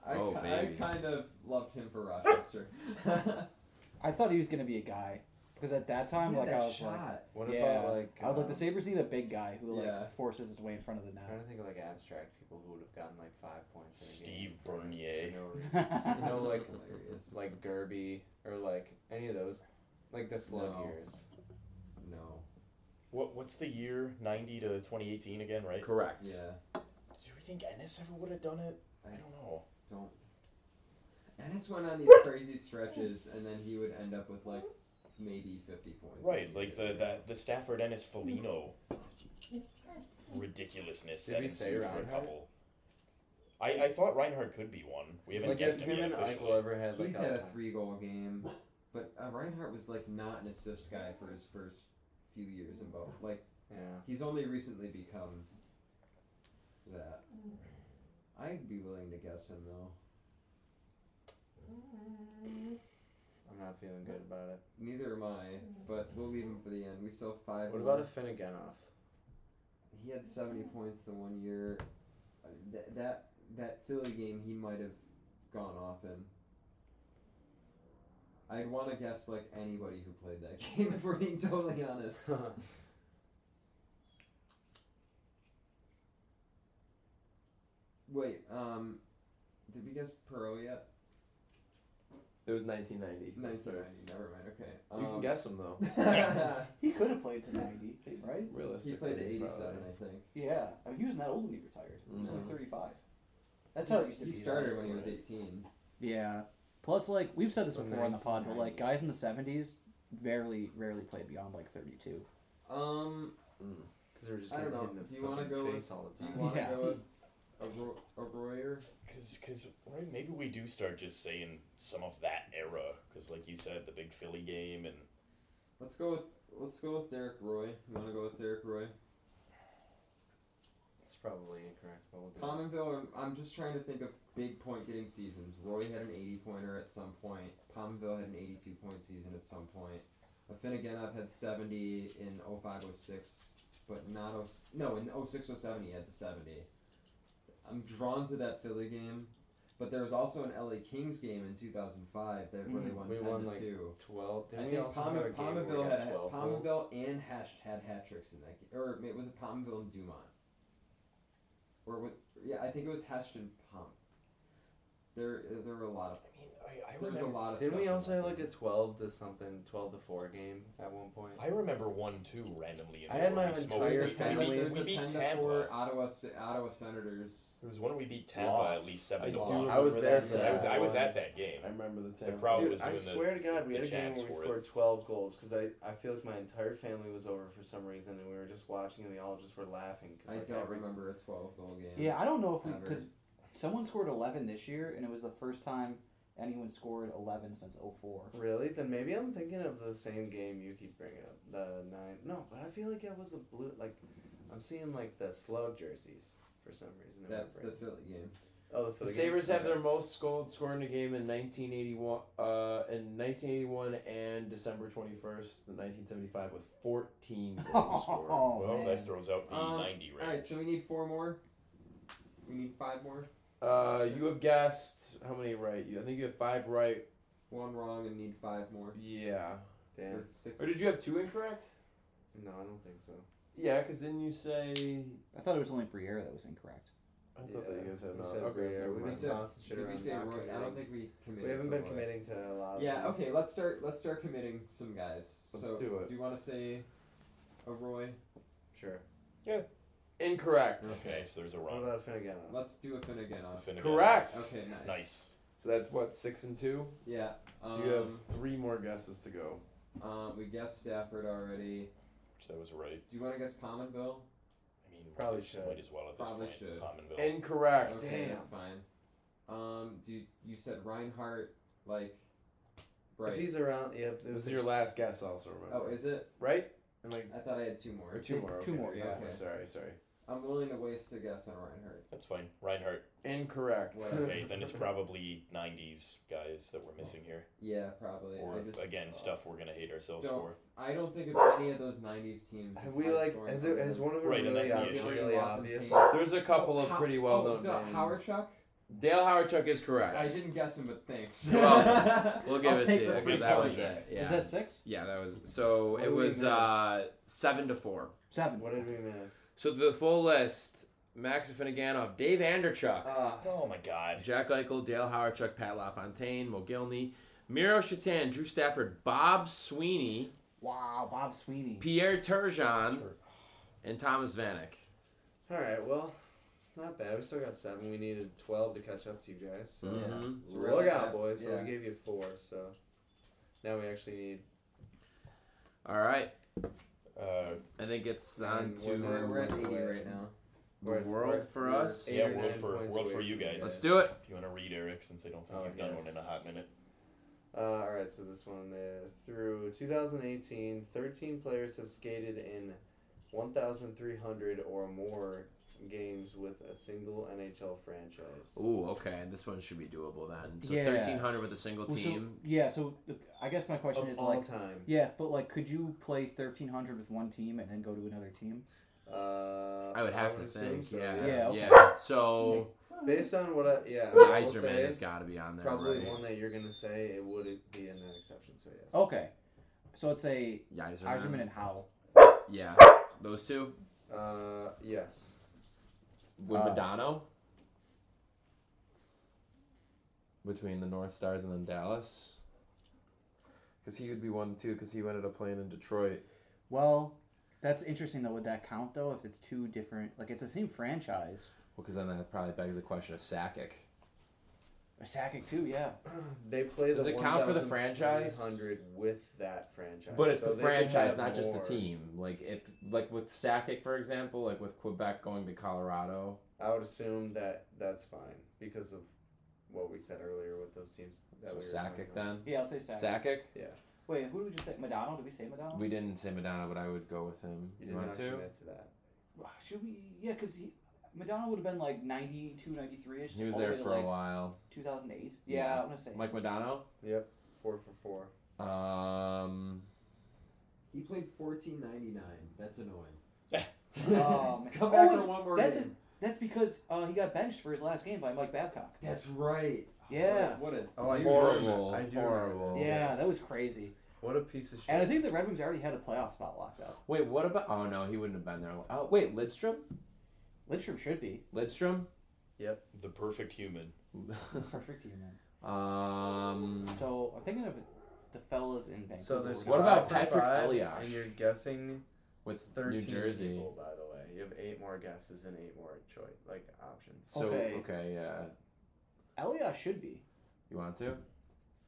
[SPEAKER 2] I,
[SPEAKER 1] Oh,
[SPEAKER 2] ki-
[SPEAKER 1] baby.
[SPEAKER 2] I kind of loved him for Rochester.
[SPEAKER 5] I thought he was gonna be a guy because at that time,
[SPEAKER 4] Yeah,
[SPEAKER 5] like
[SPEAKER 4] that
[SPEAKER 5] I was like,
[SPEAKER 4] shot.
[SPEAKER 6] What
[SPEAKER 5] yeah,
[SPEAKER 6] about like?
[SPEAKER 5] I was like, the
[SPEAKER 6] um,
[SPEAKER 5] Sabers need a big guy who like
[SPEAKER 2] Yeah.
[SPEAKER 5] forces his way in front of the net.
[SPEAKER 4] I'm trying to think of like abstract people who would have gotten like five points. In a game
[SPEAKER 3] Steve
[SPEAKER 4] for- for
[SPEAKER 3] Bernier.
[SPEAKER 4] No reason. you know, like
[SPEAKER 2] hilarious.
[SPEAKER 4] like Gerby or like any of those, like the slug
[SPEAKER 2] No.
[SPEAKER 4] years.
[SPEAKER 2] no.
[SPEAKER 3] What What's the year? 90 to 2018 again, right?
[SPEAKER 1] Correct.
[SPEAKER 2] Yeah.
[SPEAKER 3] Do we think Ennis ever would have done it? I
[SPEAKER 2] I-
[SPEAKER 3] don't know.
[SPEAKER 2] Don't. Ennis went on these crazy stretches, and then he would end up with like maybe 50 points.
[SPEAKER 3] Right, like the the, the Stafford Ennis Felino ridiculousness
[SPEAKER 6] Did
[SPEAKER 3] that
[SPEAKER 6] we say
[SPEAKER 3] ensued for a
[SPEAKER 6] Reinhardt?
[SPEAKER 3] couple. I, I thought Reinhardt could be one. We haven't
[SPEAKER 6] Like if
[SPEAKER 3] guessed him
[SPEAKER 6] him
[SPEAKER 3] yet
[SPEAKER 6] and
[SPEAKER 3] officially.
[SPEAKER 6] Eichel ever had like uh,
[SPEAKER 2] He's had a
[SPEAKER 6] a-
[SPEAKER 2] three goal game, but uh, Reinhardt was like not an assist guy for his first few years in both. Like
[SPEAKER 6] yeah.
[SPEAKER 2] he's only recently become that. I'd be willing to guess him though.
[SPEAKER 6] I'm not feeling good about it.
[SPEAKER 2] Neither am I, but we'll leave him for the end. We still have five.
[SPEAKER 6] What
[SPEAKER 2] more.
[SPEAKER 6] about a Finneganoff?
[SPEAKER 2] he had 70 points the one year. Uh, Th- that that Philly game, he might have gone off in. I'd want to guess like anybody who played that game, if we're being totally honest. Wait, um, did we guess Perot yet?
[SPEAKER 7] It was 1990.
[SPEAKER 2] Nice,
[SPEAKER 7] That's-
[SPEAKER 2] never mind. Okay,
[SPEAKER 7] You can
[SPEAKER 2] um,
[SPEAKER 7] guess him though.
[SPEAKER 5] He could have played to ninety, right?
[SPEAKER 7] Realistically,
[SPEAKER 2] he played to 87,
[SPEAKER 7] probably.
[SPEAKER 2] I think.
[SPEAKER 5] Yeah, I mean, he was not old when he retired. He was
[SPEAKER 2] Mhm.
[SPEAKER 5] like thirty-five. That's how
[SPEAKER 2] He's-
[SPEAKER 5] it used to
[SPEAKER 2] he
[SPEAKER 5] be. though.
[SPEAKER 2] started when he was 18.
[SPEAKER 5] Yeah. Plus, like we've said this
[SPEAKER 6] So
[SPEAKER 5] before on the pod, but
[SPEAKER 6] 1990.
[SPEAKER 5] like guys in the seventies barely, rarely played beyond like thirty-two.
[SPEAKER 2] Um,
[SPEAKER 6] Because they were just
[SPEAKER 2] I don't
[SPEAKER 6] getting
[SPEAKER 2] know.
[SPEAKER 6] hit in the
[SPEAKER 2] Do you wanna
[SPEAKER 6] fucking
[SPEAKER 2] go with-
[SPEAKER 6] face all the
[SPEAKER 2] do you
[SPEAKER 6] time.
[SPEAKER 2] want to
[SPEAKER 5] Yeah.
[SPEAKER 2] go with a, ro- a Royer?
[SPEAKER 3] Cause, cause, right, maybe we do start just saying some of that era. Cause, like you said, the big Philly game and
[SPEAKER 2] Let's go with let's go with Derek Roy. You want to go with Derek Roy?
[SPEAKER 6] It's probably incorrect, but we'll do it.
[SPEAKER 2] Pominville. I'm, I'm just trying to think of big point getting seasons. Roy had an 80 pointer at some point. Pominville had an 82 point season at some point. But I've had 70 in 0506, but not 0, no in 0607 he had the 70. I'm drawn to that Philly game, but there was also an LA Kings game in 2005 that where they
[SPEAKER 5] Mhm.
[SPEAKER 2] won
[SPEAKER 6] Mm-hmm. We
[SPEAKER 2] 10
[SPEAKER 6] won,
[SPEAKER 2] to
[SPEAKER 6] like,
[SPEAKER 2] 2.
[SPEAKER 6] 12. Didn't
[SPEAKER 2] I
[SPEAKER 6] we
[SPEAKER 2] think
[SPEAKER 6] also have a
[SPEAKER 2] Palmer,
[SPEAKER 6] game where we
[SPEAKER 2] Palmerville
[SPEAKER 6] got
[SPEAKER 2] had
[SPEAKER 6] 12 goals?
[SPEAKER 2] Palmerville and Hatch had hat tricks in that game, or it was it Palmerville and Dumont, or with, yeah, I think it was Hatch and Palm. There, there were a lot of
[SPEAKER 3] I mean, I, I
[SPEAKER 2] there was a
[SPEAKER 3] remember.
[SPEAKER 2] lot of.
[SPEAKER 6] Didn't we
[SPEAKER 2] stuff in
[SPEAKER 6] also
[SPEAKER 2] that
[SPEAKER 6] have like
[SPEAKER 2] game.
[SPEAKER 6] a 12 to something, 12 to 4 game at one point?
[SPEAKER 3] I remember one too randomly. In
[SPEAKER 6] I
[SPEAKER 3] there
[SPEAKER 6] had
[SPEAKER 3] where
[SPEAKER 6] my
[SPEAKER 3] we smoked-
[SPEAKER 6] entire
[SPEAKER 3] we
[SPEAKER 2] There's a
[SPEAKER 3] beat-
[SPEAKER 2] ten,
[SPEAKER 6] family-
[SPEAKER 3] We
[SPEAKER 2] there's
[SPEAKER 3] beat, we
[SPEAKER 2] a
[SPEAKER 3] beat
[SPEAKER 2] 10 to
[SPEAKER 3] Tampa.
[SPEAKER 2] four Ottawa, Se- Ottawa Senators.
[SPEAKER 3] There was one we beat Tampa
[SPEAKER 6] Lost.
[SPEAKER 3] at least seven
[SPEAKER 7] I
[SPEAKER 3] to
[SPEAKER 7] do
[SPEAKER 3] one.
[SPEAKER 7] remember
[SPEAKER 6] I was there
[SPEAKER 7] that
[SPEAKER 6] for
[SPEAKER 3] Cause I was I was
[SPEAKER 7] one.
[SPEAKER 3] at that game.
[SPEAKER 7] I remember the
[SPEAKER 3] The
[SPEAKER 7] Tampa.
[SPEAKER 3] crowd
[SPEAKER 6] Dude,
[SPEAKER 3] was doing
[SPEAKER 6] I
[SPEAKER 3] the-
[SPEAKER 6] swear to God, we
[SPEAKER 3] the
[SPEAKER 6] had a game
[SPEAKER 3] chants
[SPEAKER 6] where we
[SPEAKER 3] for it.
[SPEAKER 6] scored 12 goals because I, I feel like my entire family was over for some reason and we were just watching and we all just were laughing.
[SPEAKER 2] I
[SPEAKER 6] Cause, like,
[SPEAKER 2] don't
[SPEAKER 6] every-
[SPEAKER 2] remember a 12 goal game.
[SPEAKER 5] Yeah, I don't know if we
[SPEAKER 2] Ever.
[SPEAKER 5] because someone scored eleven this year, and it was the first time anyone scored eleven since 04.
[SPEAKER 6] Really? Then maybe I'm thinking of the same game you keep bringing up. The nine. No, but I feel like it was the blue. Like, I'm seeing like the slug jerseys for some reason. in my
[SPEAKER 2] That's the
[SPEAKER 6] brain.
[SPEAKER 2] Philly game.
[SPEAKER 6] oh, the,
[SPEAKER 7] The
[SPEAKER 6] Philly
[SPEAKER 7] Sabres
[SPEAKER 6] game?
[SPEAKER 7] have their most goals scored in a game in 1981, uh, in 1981 and December 21st, 1975, with 14 goals scored.
[SPEAKER 5] Oh,
[SPEAKER 3] Well,
[SPEAKER 5] man.
[SPEAKER 3] that throws out the
[SPEAKER 2] Um,
[SPEAKER 3] ninety
[SPEAKER 2] All right,
[SPEAKER 3] range.
[SPEAKER 2] so we need four more. We need five more.
[SPEAKER 7] Uh, you have guessed how many right? You, I think you have five right.
[SPEAKER 2] One wrong and need five more.
[SPEAKER 7] Yeah.
[SPEAKER 6] Damn.
[SPEAKER 2] Or six.
[SPEAKER 7] Or did you have two incorrect?
[SPEAKER 6] No, I don't think so.
[SPEAKER 7] Yeah, because didn't you say?
[SPEAKER 5] I thought it was only Briere that was incorrect.
[SPEAKER 7] I thought that you guys had
[SPEAKER 6] we
[SPEAKER 7] not.
[SPEAKER 6] said
[SPEAKER 7] okay,
[SPEAKER 6] Briere,
[SPEAKER 7] never
[SPEAKER 6] we
[SPEAKER 7] mind.
[SPEAKER 2] We said-
[SPEAKER 6] Boston should
[SPEAKER 2] did we
[SPEAKER 6] have
[SPEAKER 2] say
[SPEAKER 6] not
[SPEAKER 2] Roy? I don't
[SPEAKER 6] committed.
[SPEAKER 2] think we committed.
[SPEAKER 6] We haven't
[SPEAKER 2] to
[SPEAKER 6] been
[SPEAKER 2] Roy.
[SPEAKER 6] committing to a lot. Of
[SPEAKER 2] Yeah.
[SPEAKER 6] these.
[SPEAKER 2] Okay. Let's start. Let's start committing some guys.
[SPEAKER 7] Let's
[SPEAKER 2] so,
[SPEAKER 7] do it.
[SPEAKER 2] you want to say a Roy?
[SPEAKER 6] Sure.
[SPEAKER 7] Incorrect.
[SPEAKER 3] Okay, so there's a
[SPEAKER 6] What
[SPEAKER 3] wrong.
[SPEAKER 6] about a Finnegan?
[SPEAKER 2] Let's do a Finnegan off.
[SPEAKER 3] Finnegan.
[SPEAKER 7] Correct.
[SPEAKER 2] Okay. Nice.
[SPEAKER 3] Nice.
[SPEAKER 7] So that's what six and two.
[SPEAKER 2] Yeah.
[SPEAKER 7] So
[SPEAKER 2] Um,
[SPEAKER 7] you have three more guesses to go.
[SPEAKER 2] um, we guessed Stafford already.
[SPEAKER 3] Which that was right.
[SPEAKER 2] Do you want to guess Pominville?
[SPEAKER 3] I mean,
[SPEAKER 6] Probably
[SPEAKER 3] might as-
[SPEAKER 6] should.
[SPEAKER 3] Might as well at this
[SPEAKER 2] Probably
[SPEAKER 3] point.
[SPEAKER 2] should.
[SPEAKER 3] Pominville.
[SPEAKER 7] Incorrect.
[SPEAKER 2] Okay,
[SPEAKER 6] Damn.
[SPEAKER 2] that's fine. Um, do you, you said Reinhardt like?
[SPEAKER 6] If
[SPEAKER 2] Right.
[SPEAKER 6] he's around, yeah. It
[SPEAKER 7] This
[SPEAKER 6] was
[SPEAKER 7] is your last guess, also remember.
[SPEAKER 2] Oh, is it?
[SPEAKER 7] right?
[SPEAKER 1] Am I,
[SPEAKER 2] I thought I had two more.
[SPEAKER 1] two more. okay.
[SPEAKER 5] Two more, yeah.
[SPEAKER 1] Okay.
[SPEAKER 6] Sorry, sorry.
[SPEAKER 2] I'm willing to waste a guess on Reinhardt.
[SPEAKER 3] That's fine. Reinhardt.
[SPEAKER 1] Incorrect.
[SPEAKER 2] Whatever.
[SPEAKER 3] Okay, then it's probably 90s guys that we're missing here.
[SPEAKER 2] Yeah, probably.
[SPEAKER 3] Or,
[SPEAKER 2] I just, uh,
[SPEAKER 3] again, stuff we're going to hate ourselves
[SPEAKER 2] Don't-
[SPEAKER 3] for.
[SPEAKER 2] I don't think of any of those '90s teams. as
[SPEAKER 8] Have we
[SPEAKER 2] high
[SPEAKER 8] like
[SPEAKER 2] scoring
[SPEAKER 8] has,
[SPEAKER 2] other
[SPEAKER 8] it, has
[SPEAKER 2] than-
[SPEAKER 8] one of them
[SPEAKER 3] Right, and
[SPEAKER 8] really,
[SPEAKER 3] that's the
[SPEAKER 8] obvious,
[SPEAKER 3] issue.
[SPEAKER 8] really
[SPEAKER 2] Loft and
[SPEAKER 8] obvious?
[SPEAKER 2] Taylor.
[SPEAKER 1] There's a couple of
[SPEAKER 2] Ho-
[SPEAKER 1] pretty well known
[SPEAKER 2] oh, duh,
[SPEAKER 1] names.
[SPEAKER 2] Howard Chuck.
[SPEAKER 1] Dale Howarchuk is correct.
[SPEAKER 2] I didn't guess him, but thanks.
[SPEAKER 1] You're welcome. We'll give
[SPEAKER 2] I'll
[SPEAKER 1] it
[SPEAKER 2] take
[SPEAKER 1] to you.
[SPEAKER 2] the
[SPEAKER 1] Okay,
[SPEAKER 3] first
[SPEAKER 1] that
[SPEAKER 3] one.
[SPEAKER 1] was it. Yeah.
[SPEAKER 5] Is that six?
[SPEAKER 1] yeah, that was so.
[SPEAKER 8] What
[SPEAKER 1] it
[SPEAKER 8] do we
[SPEAKER 1] was
[SPEAKER 8] miss?
[SPEAKER 1] uh, seven to four.
[SPEAKER 5] Seven.
[SPEAKER 8] What did we miss?
[SPEAKER 1] So the full list: Max Finneganov, Dave Anderchuk,
[SPEAKER 2] Uh,
[SPEAKER 3] Oh my god.
[SPEAKER 1] Jack Eichel, Dale Howard, Chuck, Pat LaFontaine, Mo Gilney, Miro Chetan, Drew Stafford, Bob Sweeney,
[SPEAKER 5] Wow, Bob Sweeney.
[SPEAKER 1] Pierre Turgeon, and Thomas Vanek.
[SPEAKER 6] All right, well, not bad. We still got seven. We needed twelve to catch up to you guys. So
[SPEAKER 1] Mhm.
[SPEAKER 2] it's
[SPEAKER 6] So
[SPEAKER 2] really
[SPEAKER 6] look out,
[SPEAKER 2] bad.
[SPEAKER 6] boys. But
[SPEAKER 2] Mm-hmm. Yeah.
[SPEAKER 6] we gave you four, so now we actually need.
[SPEAKER 1] All right,
[SPEAKER 3] Uh,
[SPEAKER 1] I think it's on
[SPEAKER 6] And
[SPEAKER 1] to
[SPEAKER 6] we're-
[SPEAKER 2] We're, we're at
[SPEAKER 6] Two.
[SPEAKER 2] 80 right now.
[SPEAKER 1] the world for us.
[SPEAKER 6] eight
[SPEAKER 3] Yeah,
[SPEAKER 6] or
[SPEAKER 3] world
[SPEAKER 6] nine
[SPEAKER 3] for-
[SPEAKER 6] points
[SPEAKER 3] world
[SPEAKER 6] away
[SPEAKER 3] for you
[SPEAKER 6] from
[SPEAKER 3] guys.
[SPEAKER 1] Let's do it.
[SPEAKER 3] if you want to read Eric, since I don't think
[SPEAKER 6] Oh,
[SPEAKER 3] you've done
[SPEAKER 6] yes.
[SPEAKER 3] one in a hot minute.
[SPEAKER 6] Uh, all right, so this one is through 2018, 13 players have skated in 1,300 or more games with a single NHL franchise.
[SPEAKER 1] Ooh, okay. This one should be doable then. So
[SPEAKER 5] Yeah.
[SPEAKER 1] 1300 with a single
[SPEAKER 5] Well, so,
[SPEAKER 1] team.
[SPEAKER 5] yeah, so uh, I guess my question
[SPEAKER 6] Of
[SPEAKER 5] is
[SPEAKER 6] all
[SPEAKER 5] like,
[SPEAKER 6] time.
[SPEAKER 5] yeah, but like, could you play thirteen hundred with one team and then go to another team?
[SPEAKER 6] Uh,
[SPEAKER 1] I would have to
[SPEAKER 6] assume
[SPEAKER 1] think.
[SPEAKER 6] so,
[SPEAKER 1] yeah.
[SPEAKER 5] Yeah,
[SPEAKER 1] Yeah.
[SPEAKER 5] okay.
[SPEAKER 1] So
[SPEAKER 6] Based on what I, yeah.
[SPEAKER 1] the
[SPEAKER 6] I will
[SPEAKER 1] Iserman
[SPEAKER 6] say
[SPEAKER 1] has got to be on there,
[SPEAKER 6] Probably
[SPEAKER 1] right?
[SPEAKER 6] one that you're going to say it would be an exception, so yes.
[SPEAKER 5] Okay, so let's say
[SPEAKER 1] Yeah, Iserman.
[SPEAKER 5] Eiserman and Howell.
[SPEAKER 1] Yeah. Those two.
[SPEAKER 6] Uh, yes.
[SPEAKER 1] Would
[SPEAKER 5] Uh,
[SPEAKER 1] Madonna? Between the North Stars and then Dallas? Because he would be one too, because he ended up playing in Detroit.
[SPEAKER 5] Well, that's interesting though. Would that count though if it's two different? Like it's the same franchise.
[SPEAKER 1] Well, because then that probably begs the question of Sakic.
[SPEAKER 5] Or Sakic too, yeah.
[SPEAKER 6] They play
[SPEAKER 1] Does
[SPEAKER 6] the
[SPEAKER 1] it count for the
[SPEAKER 6] 1,300 with that franchise.
[SPEAKER 1] But it's
[SPEAKER 6] so
[SPEAKER 1] the
[SPEAKER 6] they can
[SPEAKER 1] franchise,
[SPEAKER 6] have
[SPEAKER 1] not just the
[SPEAKER 6] more.
[SPEAKER 1] team. Like if, like with Sakic, for example, like with Quebec going to Colorado.
[SPEAKER 6] I would assume that that's fine because of what we said earlier with those teams. That
[SPEAKER 1] So
[SPEAKER 6] we were talking
[SPEAKER 1] Sakic
[SPEAKER 6] about.
[SPEAKER 1] then.
[SPEAKER 5] Yeah, I'll say Sakic.
[SPEAKER 1] Sakic.
[SPEAKER 5] Wait, who did we just say? Madonna? Did we say Madonna?
[SPEAKER 1] We didn't say Madonna, but I would go with him.
[SPEAKER 6] You
[SPEAKER 1] You,
[SPEAKER 6] did
[SPEAKER 1] want
[SPEAKER 6] not
[SPEAKER 1] to?
[SPEAKER 6] commit to that.
[SPEAKER 5] Should we? Yeah, because he. Madonna would have been like 92, 93 ish.
[SPEAKER 1] He was there for a while.
[SPEAKER 5] 2008. Yeah,
[SPEAKER 1] Yeah, Yeah.
[SPEAKER 5] I'm going to say.
[SPEAKER 1] Mike Madonna.
[SPEAKER 6] Yep, four for four.
[SPEAKER 1] Um,
[SPEAKER 2] He played 14.99. That's annoying.
[SPEAKER 5] Oh, man.
[SPEAKER 2] Come
[SPEAKER 5] Oh,
[SPEAKER 2] back
[SPEAKER 5] wait,
[SPEAKER 2] for one more
[SPEAKER 5] that's
[SPEAKER 2] game.
[SPEAKER 5] That's because uh, he got benched for his last game by Mike Babcock.
[SPEAKER 2] That's right.
[SPEAKER 5] Yeah.
[SPEAKER 2] What a,
[SPEAKER 6] Oh, I do
[SPEAKER 1] horrible,
[SPEAKER 6] remember- I do remember
[SPEAKER 1] horrible.
[SPEAKER 6] this.
[SPEAKER 5] Yeah,
[SPEAKER 6] Yes.
[SPEAKER 5] that was crazy.
[SPEAKER 6] What a piece of shit.
[SPEAKER 5] And I think the Red Wings already had a playoff spot locked up.
[SPEAKER 1] Wait, what about? Oh no, he wouldn't have been there. Oh wait, Lidstrom.
[SPEAKER 5] Lidstrom should be.
[SPEAKER 1] Lidstrom.
[SPEAKER 3] The perfect human.
[SPEAKER 5] Perfect team, man.
[SPEAKER 1] um,
[SPEAKER 5] So I'm thinking of the fellas in Vancouver.
[SPEAKER 6] so there's
[SPEAKER 1] What
[SPEAKER 6] five
[SPEAKER 1] about
[SPEAKER 6] for
[SPEAKER 1] Patrick
[SPEAKER 6] five,
[SPEAKER 1] Elias?
[SPEAKER 6] And you're guessing
[SPEAKER 1] with
[SPEAKER 6] 13
[SPEAKER 1] New Jersey.
[SPEAKER 6] people, by the way. You have eight more guesses and eight more choice, like options.
[SPEAKER 1] So okay.
[SPEAKER 5] Okay.
[SPEAKER 1] yeah.
[SPEAKER 5] Elias should be.
[SPEAKER 1] You want to?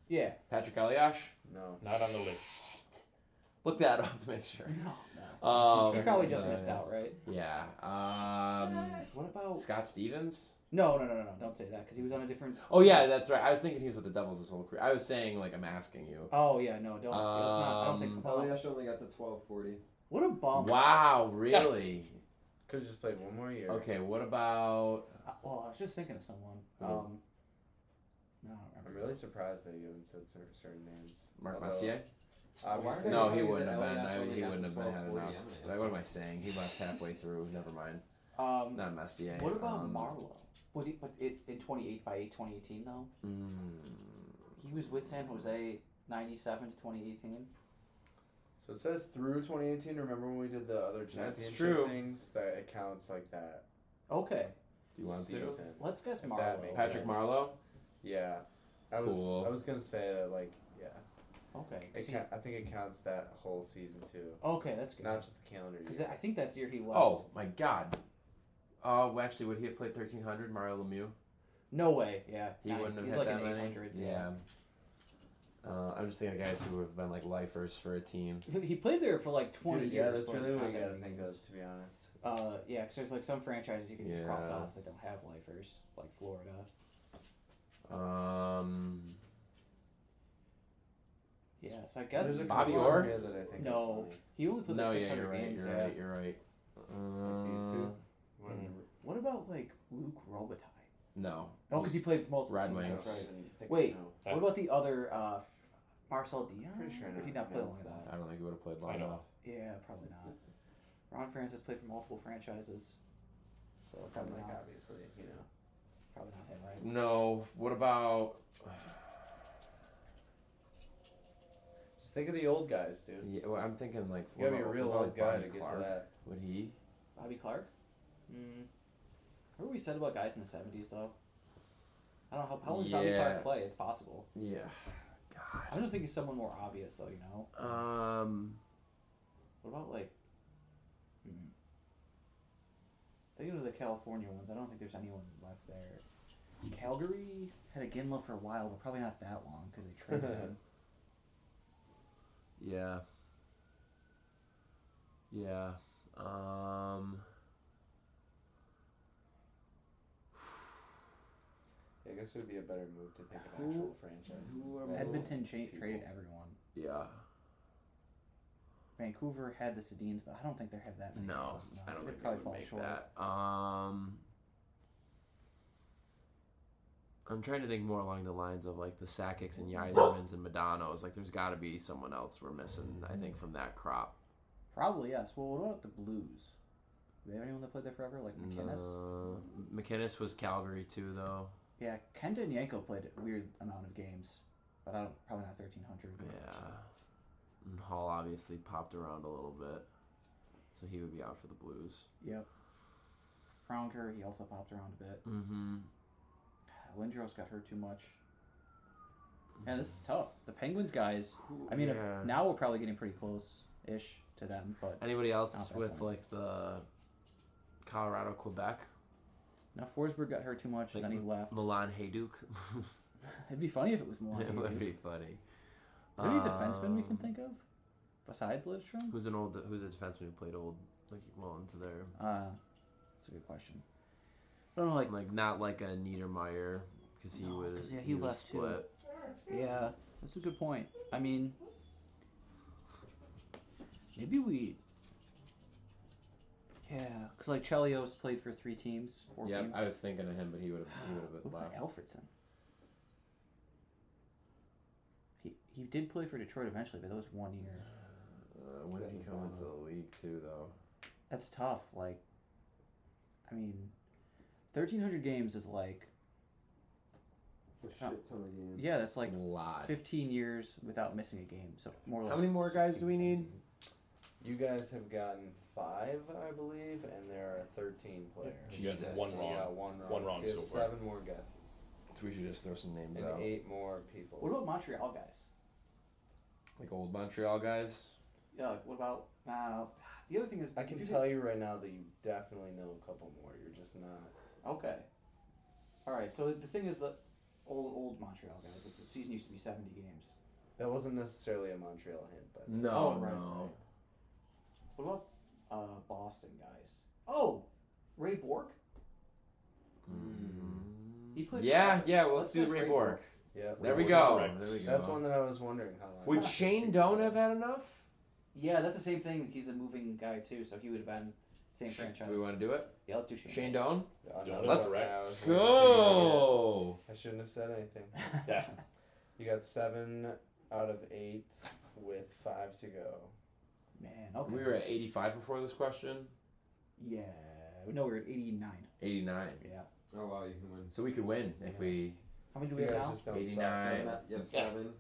[SPEAKER 5] Yeah.
[SPEAKER 1] Patrick Elias.
[SPEAKER 6] No.
[SPEAKER 3] Not on the list.
[SPEAKER 1] Look that up to make sure.
[SPEAKER 5] No,
[SPEAKER 1] Um,
[SPEAKER 5] He probably just
[SPEAKER 6] uh,
[SPEAKER 5] missed out, right?
[SPEAKER 1] Yeah. Um,
[SPEAKER 5] What about?
[SPEAKER 1] Scott Stevens.
[SPEAKER 5] No, no, no, no, no! Don't say that because he was on a different.
[SPEAKER 1] Oh yeah, that's right. I was thinking he was with the Devils his whole career. I was saying like I'm asking you.
[SPEAKER 5] Oh yeah, no, don't. let's not, I don't
[SPEAKER 1] Um,
[SPEAKER 5] think. well,
[SPEAKER 2] Elias only got to 12.40.
[SPEAKER 5] what a bump!
[SPEAKER 1] Wow, really?
[SPEAKER 6] Could have just played one more year.
[SPEAKER 1] Okay, what about
[SPEAKER 5] Uh, well, I was just thinking of someone.
[SPEAKER 1] Who?
[SPEAKER 5] Um, no, I don't
[SPEAKER 6] I'm
[SPEAKER 5] remember.
[SPEAKER 6] really surprised that you haven't said cer- certain names.
[SPEAKER 1] Mark
[SPEAKER 6] Although,
[SPEAKER 1] Messier?
[SPEAKER 6] Obviously,
[SPEAKER 1] No,
[SPEAKER 2] I
[SPEAKER 1] he
[SPEAKER 2] thought
[SPEAKER 1] wouldn't
[SPEAKER 2] that
[SPEAKER 1] have been.
[SPEAKER 2] Elias
[SPEAKER 1] I,
[SPEAKER 2] only
[SPEAKER 1] he
[SPEAKER 2] got
[SPEAKER 1] wouldn't
[SPEAKER 2] to
[SPEAKER 1] have been had
[SPEAKER 2] 12:40.
[SPEAKER 1] enough.
[SPEAKER 2] I'm
[SPEAKER 1] Like, what am I saying? He left halfway through. Never mind.
[SPEAKER 5] Um,
[SPEAKER 1] Not Messier.
[SPEAKER 5] what about
[SPEAKER 1] um,
[SPEAKER 5] Marlowe? But he, but it in 28 by 8 2018 though.
[SPEAKER 1] mm,
[SPEAKER 5] He was with San Jose 97 to 2018.
[SPEAKER 6] So it says through 2018. Remember when we did the other
[SPEAKER 1] That's
[SPEAKER 6] championship
[SPEAKER 1] true.
[SPEAKER 6] things? That it counts like that.
[SPEAKER 5] Okay,
[SPEAKER 1] do you want to?
[SPEAKER 6] season.
[SPEAKER 5] let's guess
[SPEAKER 6] If that
[SPEAKER 5] Marlowe.
[SPEAKER 6] makes
[SPEAKER 1] Patrick
[SPEAKER 6] sense.
[SPEAKER 1] Marlowe.
[SPEAKER 6] Yeah, I was
[SPEAKER 1] Cool.
[SPEAKER 6] I was gonna say that like yeah,
[SPEAKER 5] Okay,
[SPEAKER 6] it
[SPEAKER 5] 'cause he-
[SPEAKER 6] ca- I think it counts that whole season too,
[SPEAKER 5] okay, that's good.
[SPEAKER 6] not just the calendar
[SPEAKER 5] Because
[SPEAKER 6] year.
[SPEAKER 5] I think that's the year he left.
[SPEAKER 1] Oh my God. Oh, well, actually, would he have played 1300? Mario Lemieux.
[SPEAKER 5] no way. Yeah,
[SPEAKER 1] He
[SPEAKER 5] Nah,
[SPEAKER 1] wouldn't have
[SPEAKER 5] He's
[SPEAKER 1] hit
[SPEAKER 5] like
[SPEAKER 1] that
[SPEAKER 5] in
[SPEAKER 1] many.
[SPEAKER 5] 800s.
[SPEAKER 1] Yeah. Uh, I'm just thinking of guys who have been like lifers for a team.
[SPEAKER 5] He- He played there for like 20
[SPEAKER 6] Dude,
[SPEAKER 5] years.
[SPEAKER 6] yeah, that's
[SPEAKER 5] but
[SPEAKER 6] really what
[SPEAKER 5] not
[SPEAKER 6] you
[SPEAKER 5] that
[SPEAKER 6] gotta
[SPEAKER 5] many
[SPEAKER 6] think
[SPEAKER 5] years.
[SPEAKER 6] of, to be honest.
[SPEAKER 5] Uh, yeah, because there's like some franchises you can just cross
[SPEAKER 1] Yeah.
[SPEAKER 5] off that don't have lifers, like Florida.
[SPEAKER 1] Um,
[SPEAKER 5] Yeah, so I guess
[SPEAKER 4] There's a
[SPEAKER 7] Bobby
[SPEAKER 4] couple on
[SPEAKER 7] Orr?
[SPEAKER 4] here that I think
[SPEAKER 5] no, he only put like
[SPEAKER 7] no, yeah,
[SPEAKER 5] 600
[SPEAKER 7] you're right.
[SPEAKER 5] games.
[SPEAKER 7] You're
[SPEAKER 5] yeah. Hmm.
[SPEAKER 7] right. You're right.
[SPEAKER 4] these two?
[SPEAKER 7] Uh,
[SPEAKER 4] Are funny.
[SPEAKER 7] Mm.
[SPEAKER 5] What about like Luke Robitaille?
[SPEAKER 7] No.
[SPEAKER 5] Oh, because he played for multiple
[SPEAKER 7] Red
[SPEAKER 5] teams.
[SPEAKER 4] I
[SPEAKER 7] Wings.
[SPEAKER 4] probably didn't think
[SPEAKER 5] Wait.
[SPEAKER 4] I know.
[SPEAKER 5] What about the other uh, Marcel Dion?
[SPEAKER 4] Pretty sure I
[SPEAKER 5] Or
[SPEAKER 4] know
[SPEAKER 5] did he
[SPEAKER 4] who
[SPEAKER 5] not play long
[SPEAKER 4] pronounced
[SPEAKER 5] enough?
[SPEAKER 7] I don't think he would have played
[SPEAKER 3] I
[SPEAKER 7] long
[SPEAKER 3] know.
[SPEAKER 7] enough.
[SPEAKER 5] Yeah, probably not. Ron Francis played for multiple franchises, so
[SPEAKER 4] I'm
[SPEAKER 5] probably
[SPEAKER 4] like,
[SPEAKER 5] not.
[SPEAKER 4] obviously, you know.
[SPEAKER 5] Probably not him, right?
[SPEAKER 7] No. What about?
[SPEAKER 6] Just think of the old guys, dude.
[SPEAKER 7] Yeah, well, I'm thinking like.
[SPEAKER 6] You gotta
[SPEAKER 7] what
[SPEAKER 6] be a
[SPEAKER 7] about-
[SPEAKER 6] real
[SPEAKER 7] what about,
[SPEAKER 6] old
[SPEAKER 7] like,
[SPEAKER 6] guy
[SPEAKER 7] Bobby
[SPEAKER 6] to get
[SPEAKER 7] Clark?
[SPEAKER 6] to that.
[SPEAKER 7] Would he?
[SPEAKER 5] Bobby Clark. Mm. Remember we said about guys in the seventies though. I don't know how, how long did Bobby
[SPEAKER 7] Yeah.
[SPEAKER 5] Clark play. It's possible.
[SPEAKER 7] Yeah.
[SPEAKER 5] I'm gonna think of someone more obvious though. You know,
[SPEAKER 7] God. Um.
[SPEAKER 5] what about like? Hmm. Thinking of the California ones, I don't think there's anyone left there. Calgary had a Ginla for a while, but probably not that long because they traded him.
[SPEAKER 7] Yeah. Yeah. Um.
[SPEAKER 6] Yeah, I guess it would be a better move to think of actual franchises.
[SPEAKER 7] who are
[SPEAKER 6] Well,
[SPEAKER 5] Edmonton cha- traded
[SPEAKER 6] people.
[SPEAKER 5] everyone.
[SPEAKER 7] Yeah.
[SPEAKER 5] Vancouver had the Sedines, but I don't think they have that many.
[SPEAKER 7] No,
[SPEAKER 5] close enough.
[SPEAKER 7] I don't
[SPEAKER 5] They'd
[SPEAKER 7] think they would make that. Um, I'm trying to think more along the lines of like the Sakics and Yzermans and Medanos. Like, there's got to be someone else we're missing. I think from that crop.
[SPEAKER 5] Probably yes. Well, what about the Blues? Do they have anyone that played there forever, like McKinnis?
[SPEAKER 7] No. McKinnis Uh, was Calgary too, though.
[SPEAKER 5] Yeah, Kenta and Yanko played a weird amount of games, but I don't probably not thirteen hundred.
[SPEAKER 7] Yeah. And Hall obviously popped around a little bit, so he would be out for the Blues.
[SPEAKER 5] Yep. Froniker, he also popped around a bit.
[SPEAKER 7] Mm-hmm.
[SPEAKER 5] Lindros got hurt too much. Yeah, this is tough. The Penguins guys. I mean,
[SPEAKER 7] yeah.
[SPEAKER 5] if, now we're probably getting pretty close ish to them, but
[SPEAKER 7] Anybody
[SPEAKER 5] Not
[SPEAKER 7] else
[SPEAKER 5] that
[SPEAKER 7] with
[SPEAKER 5] point.
[SPEAKER 7] like the Colorado Quebec
[SPEAKER 5] now Forsberg got hurt too much,
[SPEAKER 7] Like
[SPEAKER 5] and then he left.
[SPEAKER 7] Milan Hayduk?
[SPEAKER 5] It'd be funny if it was Milan.
[SPEAKER 7] it would
[SPEAKER 5] Is
[SPEAKER 7] be funny.
[SPEAKER 5] there any defenseman we can
[SPEAKER 7] Um,
[SPEAKER 5] think of besides Lidstrom?
[SPEAKER 7] Who's an old? Who's a defenseman who played old, like well into their
[SPEAKER 5] Uh, that's a good question. I don't know, like
[SPEAKER 7] like not like a Niedermeyer because he
[SPEAKER 5] No,
[SPEAKER 7] would
[SPEAKER 5] 'cause, yeah, he
[SPEAKER 7] was
[SPEAKER 5] left too.
[SPEAKER 7] split.
[SPEAKER 5] Yeah, that's a good point. I mean, maybe we. Yeah, because like Chelios played for three teams, four
[SPEAKER 1] Yeah,
[SPEAKER 5] teams.
[SPEAKER 1] I was thinking of him, but he would have he would
[SPEAKER 5] What
[SPEAKER 1] have
[SPEAKER 5] about
[SPEAKER 1] left.
[SPEAKER 5] Alfredson? He he did play for Detroit eventually, but that was one year.
[SPEAKER 1] Uh, when did he come into the league too, though?
[SPEAKER 5] That's tough. Like, I mean, thirteen hundred games is like
[SPEAKER 4] A shit ton of games.
[SPEAKER 5] yeah, that's like
[SPEAKER 1] It's a lot.
[SPEAKER 5] fifteen years without missing a game. So more.
[SPEAKER 1] How
[SPEAKER 5] like
[SPEAKER 1] many more guys do we
[SPEAKER 5] 16,
[SPEAKER 1] need?
[SPEAKER 5] 17.
[SPEAKER 6] You guys have gotten five, I believe, and there are 13 players.
[SPEAKER 3] You guys have one
[SPEAKER 7] Jesus.
[SPEAKER 3] wrong.
[SPEAKER 6] Yeah, one wrong.
[SPEAKER 3] One wrong
[SPEAKER 6] so you have
[SPEAKER 3] so far.
[SPEAKER 6] seven more guesses.
[SPEAKER 1] So we should just throw some names
[SPEAKER 6] And
[SPEAKER 1] out,
[SPEAKER 6] eight more people.
[SPEAKER 5] What about Montreal guys?
[SPEAKER 1] like old Montreal guys.
[SPEAKER 5] Yeah, like, what about uh, the other thing is
[SPEAKER 6] I
[SPEAKER 5] if
[SPEAKER 6] can
[SPEAKER 5] you
[SPEAKER 6] tell you right now that you definitely know a couple more. You're just not.
[SPEAKER 5] did- Okay. All right. So the thing is the old old Montreal guys. It's, the season used to be seventy games.
[SPEAKER 6] That wasn't necessarily a Montreal hint, but
[SPEAKER 1] Mm.
[SPEAKER 7] No,
[SPEAKER 5] Oh, right,
[SPEAKER 7] no.
[SPEAKER 5] What about uh, Boston guys? Oh, Ray Bork.
[SPEAKER 7] Mm-hmm.
[SPEAKER 5] He played. for-
[SPEAKER 1] Yeah, yeah. Well, let's,
[SPEAKER 5] Let's
[SPEAKER 1] do
[SPEAKER 5] go
[SPEAKER 1] Ray
[SPEAKER 5] Ray
[SPEAKER 1] Borg.
[SPEAKER 5] Borg.
[SPEAKER 6] yeah.
[SPEAKER 1] There we
[SPEAKER 3] Borg's
[SPEAKER 1] go.
[SPEAKER 3] correct.
[SPEAKER 1] There we go.
[SPEAKER 6] That's one that I was wondering how long.
[SPEAKER 1] Would Shane Doan have had enough?
[SPEAKER 5] Yeah, that's the same thing. He's a moving guy too, so he would have been same franchise.
[SPEAKER 1] Do we want to do it?
[SPEAKER 5] Yeah, let's do Shane.
[SPEAKER 1] Shane Doan.
[SPEAKER 6] Another
[SPEAKER 3] Let's
[SPEAKER 6] one I
[SPEAKER 3] correct.
[SPEAKER 6] was wondering.
[SPEAKER 1] Go.
[SPEAKER 6] I shouldn't have said anything.
[SPEAKER 3] Yeah.
[SPEAKER 6] You got seven out of eight with five to go.
[SPEAKER 5] Man, okay.
[SPEAKER 1] We were at 85 before this question.
[SPEAKER 5] Yeah. No, we were at eighty nine.
[SPEAKER 1] 89.
[SPEAKER 5] Yeah.
[SPEAKER 2] Oh wow, you can win.
[SPEAKER 1] So we could win if we.
[SPEAKER 5] How many do we
[SPEAKER 6] You
[SPEAKER 5] have
[SPEAKER 6] guys
[SPEAKER 5] now?
[SPEAKER 6] just don't suck.
[SPEAKER 1] 89.
[SPEAKER 2] Seven, out- you have
[SPEAKER 3] Yeah.
[SPEAKER 2] seven.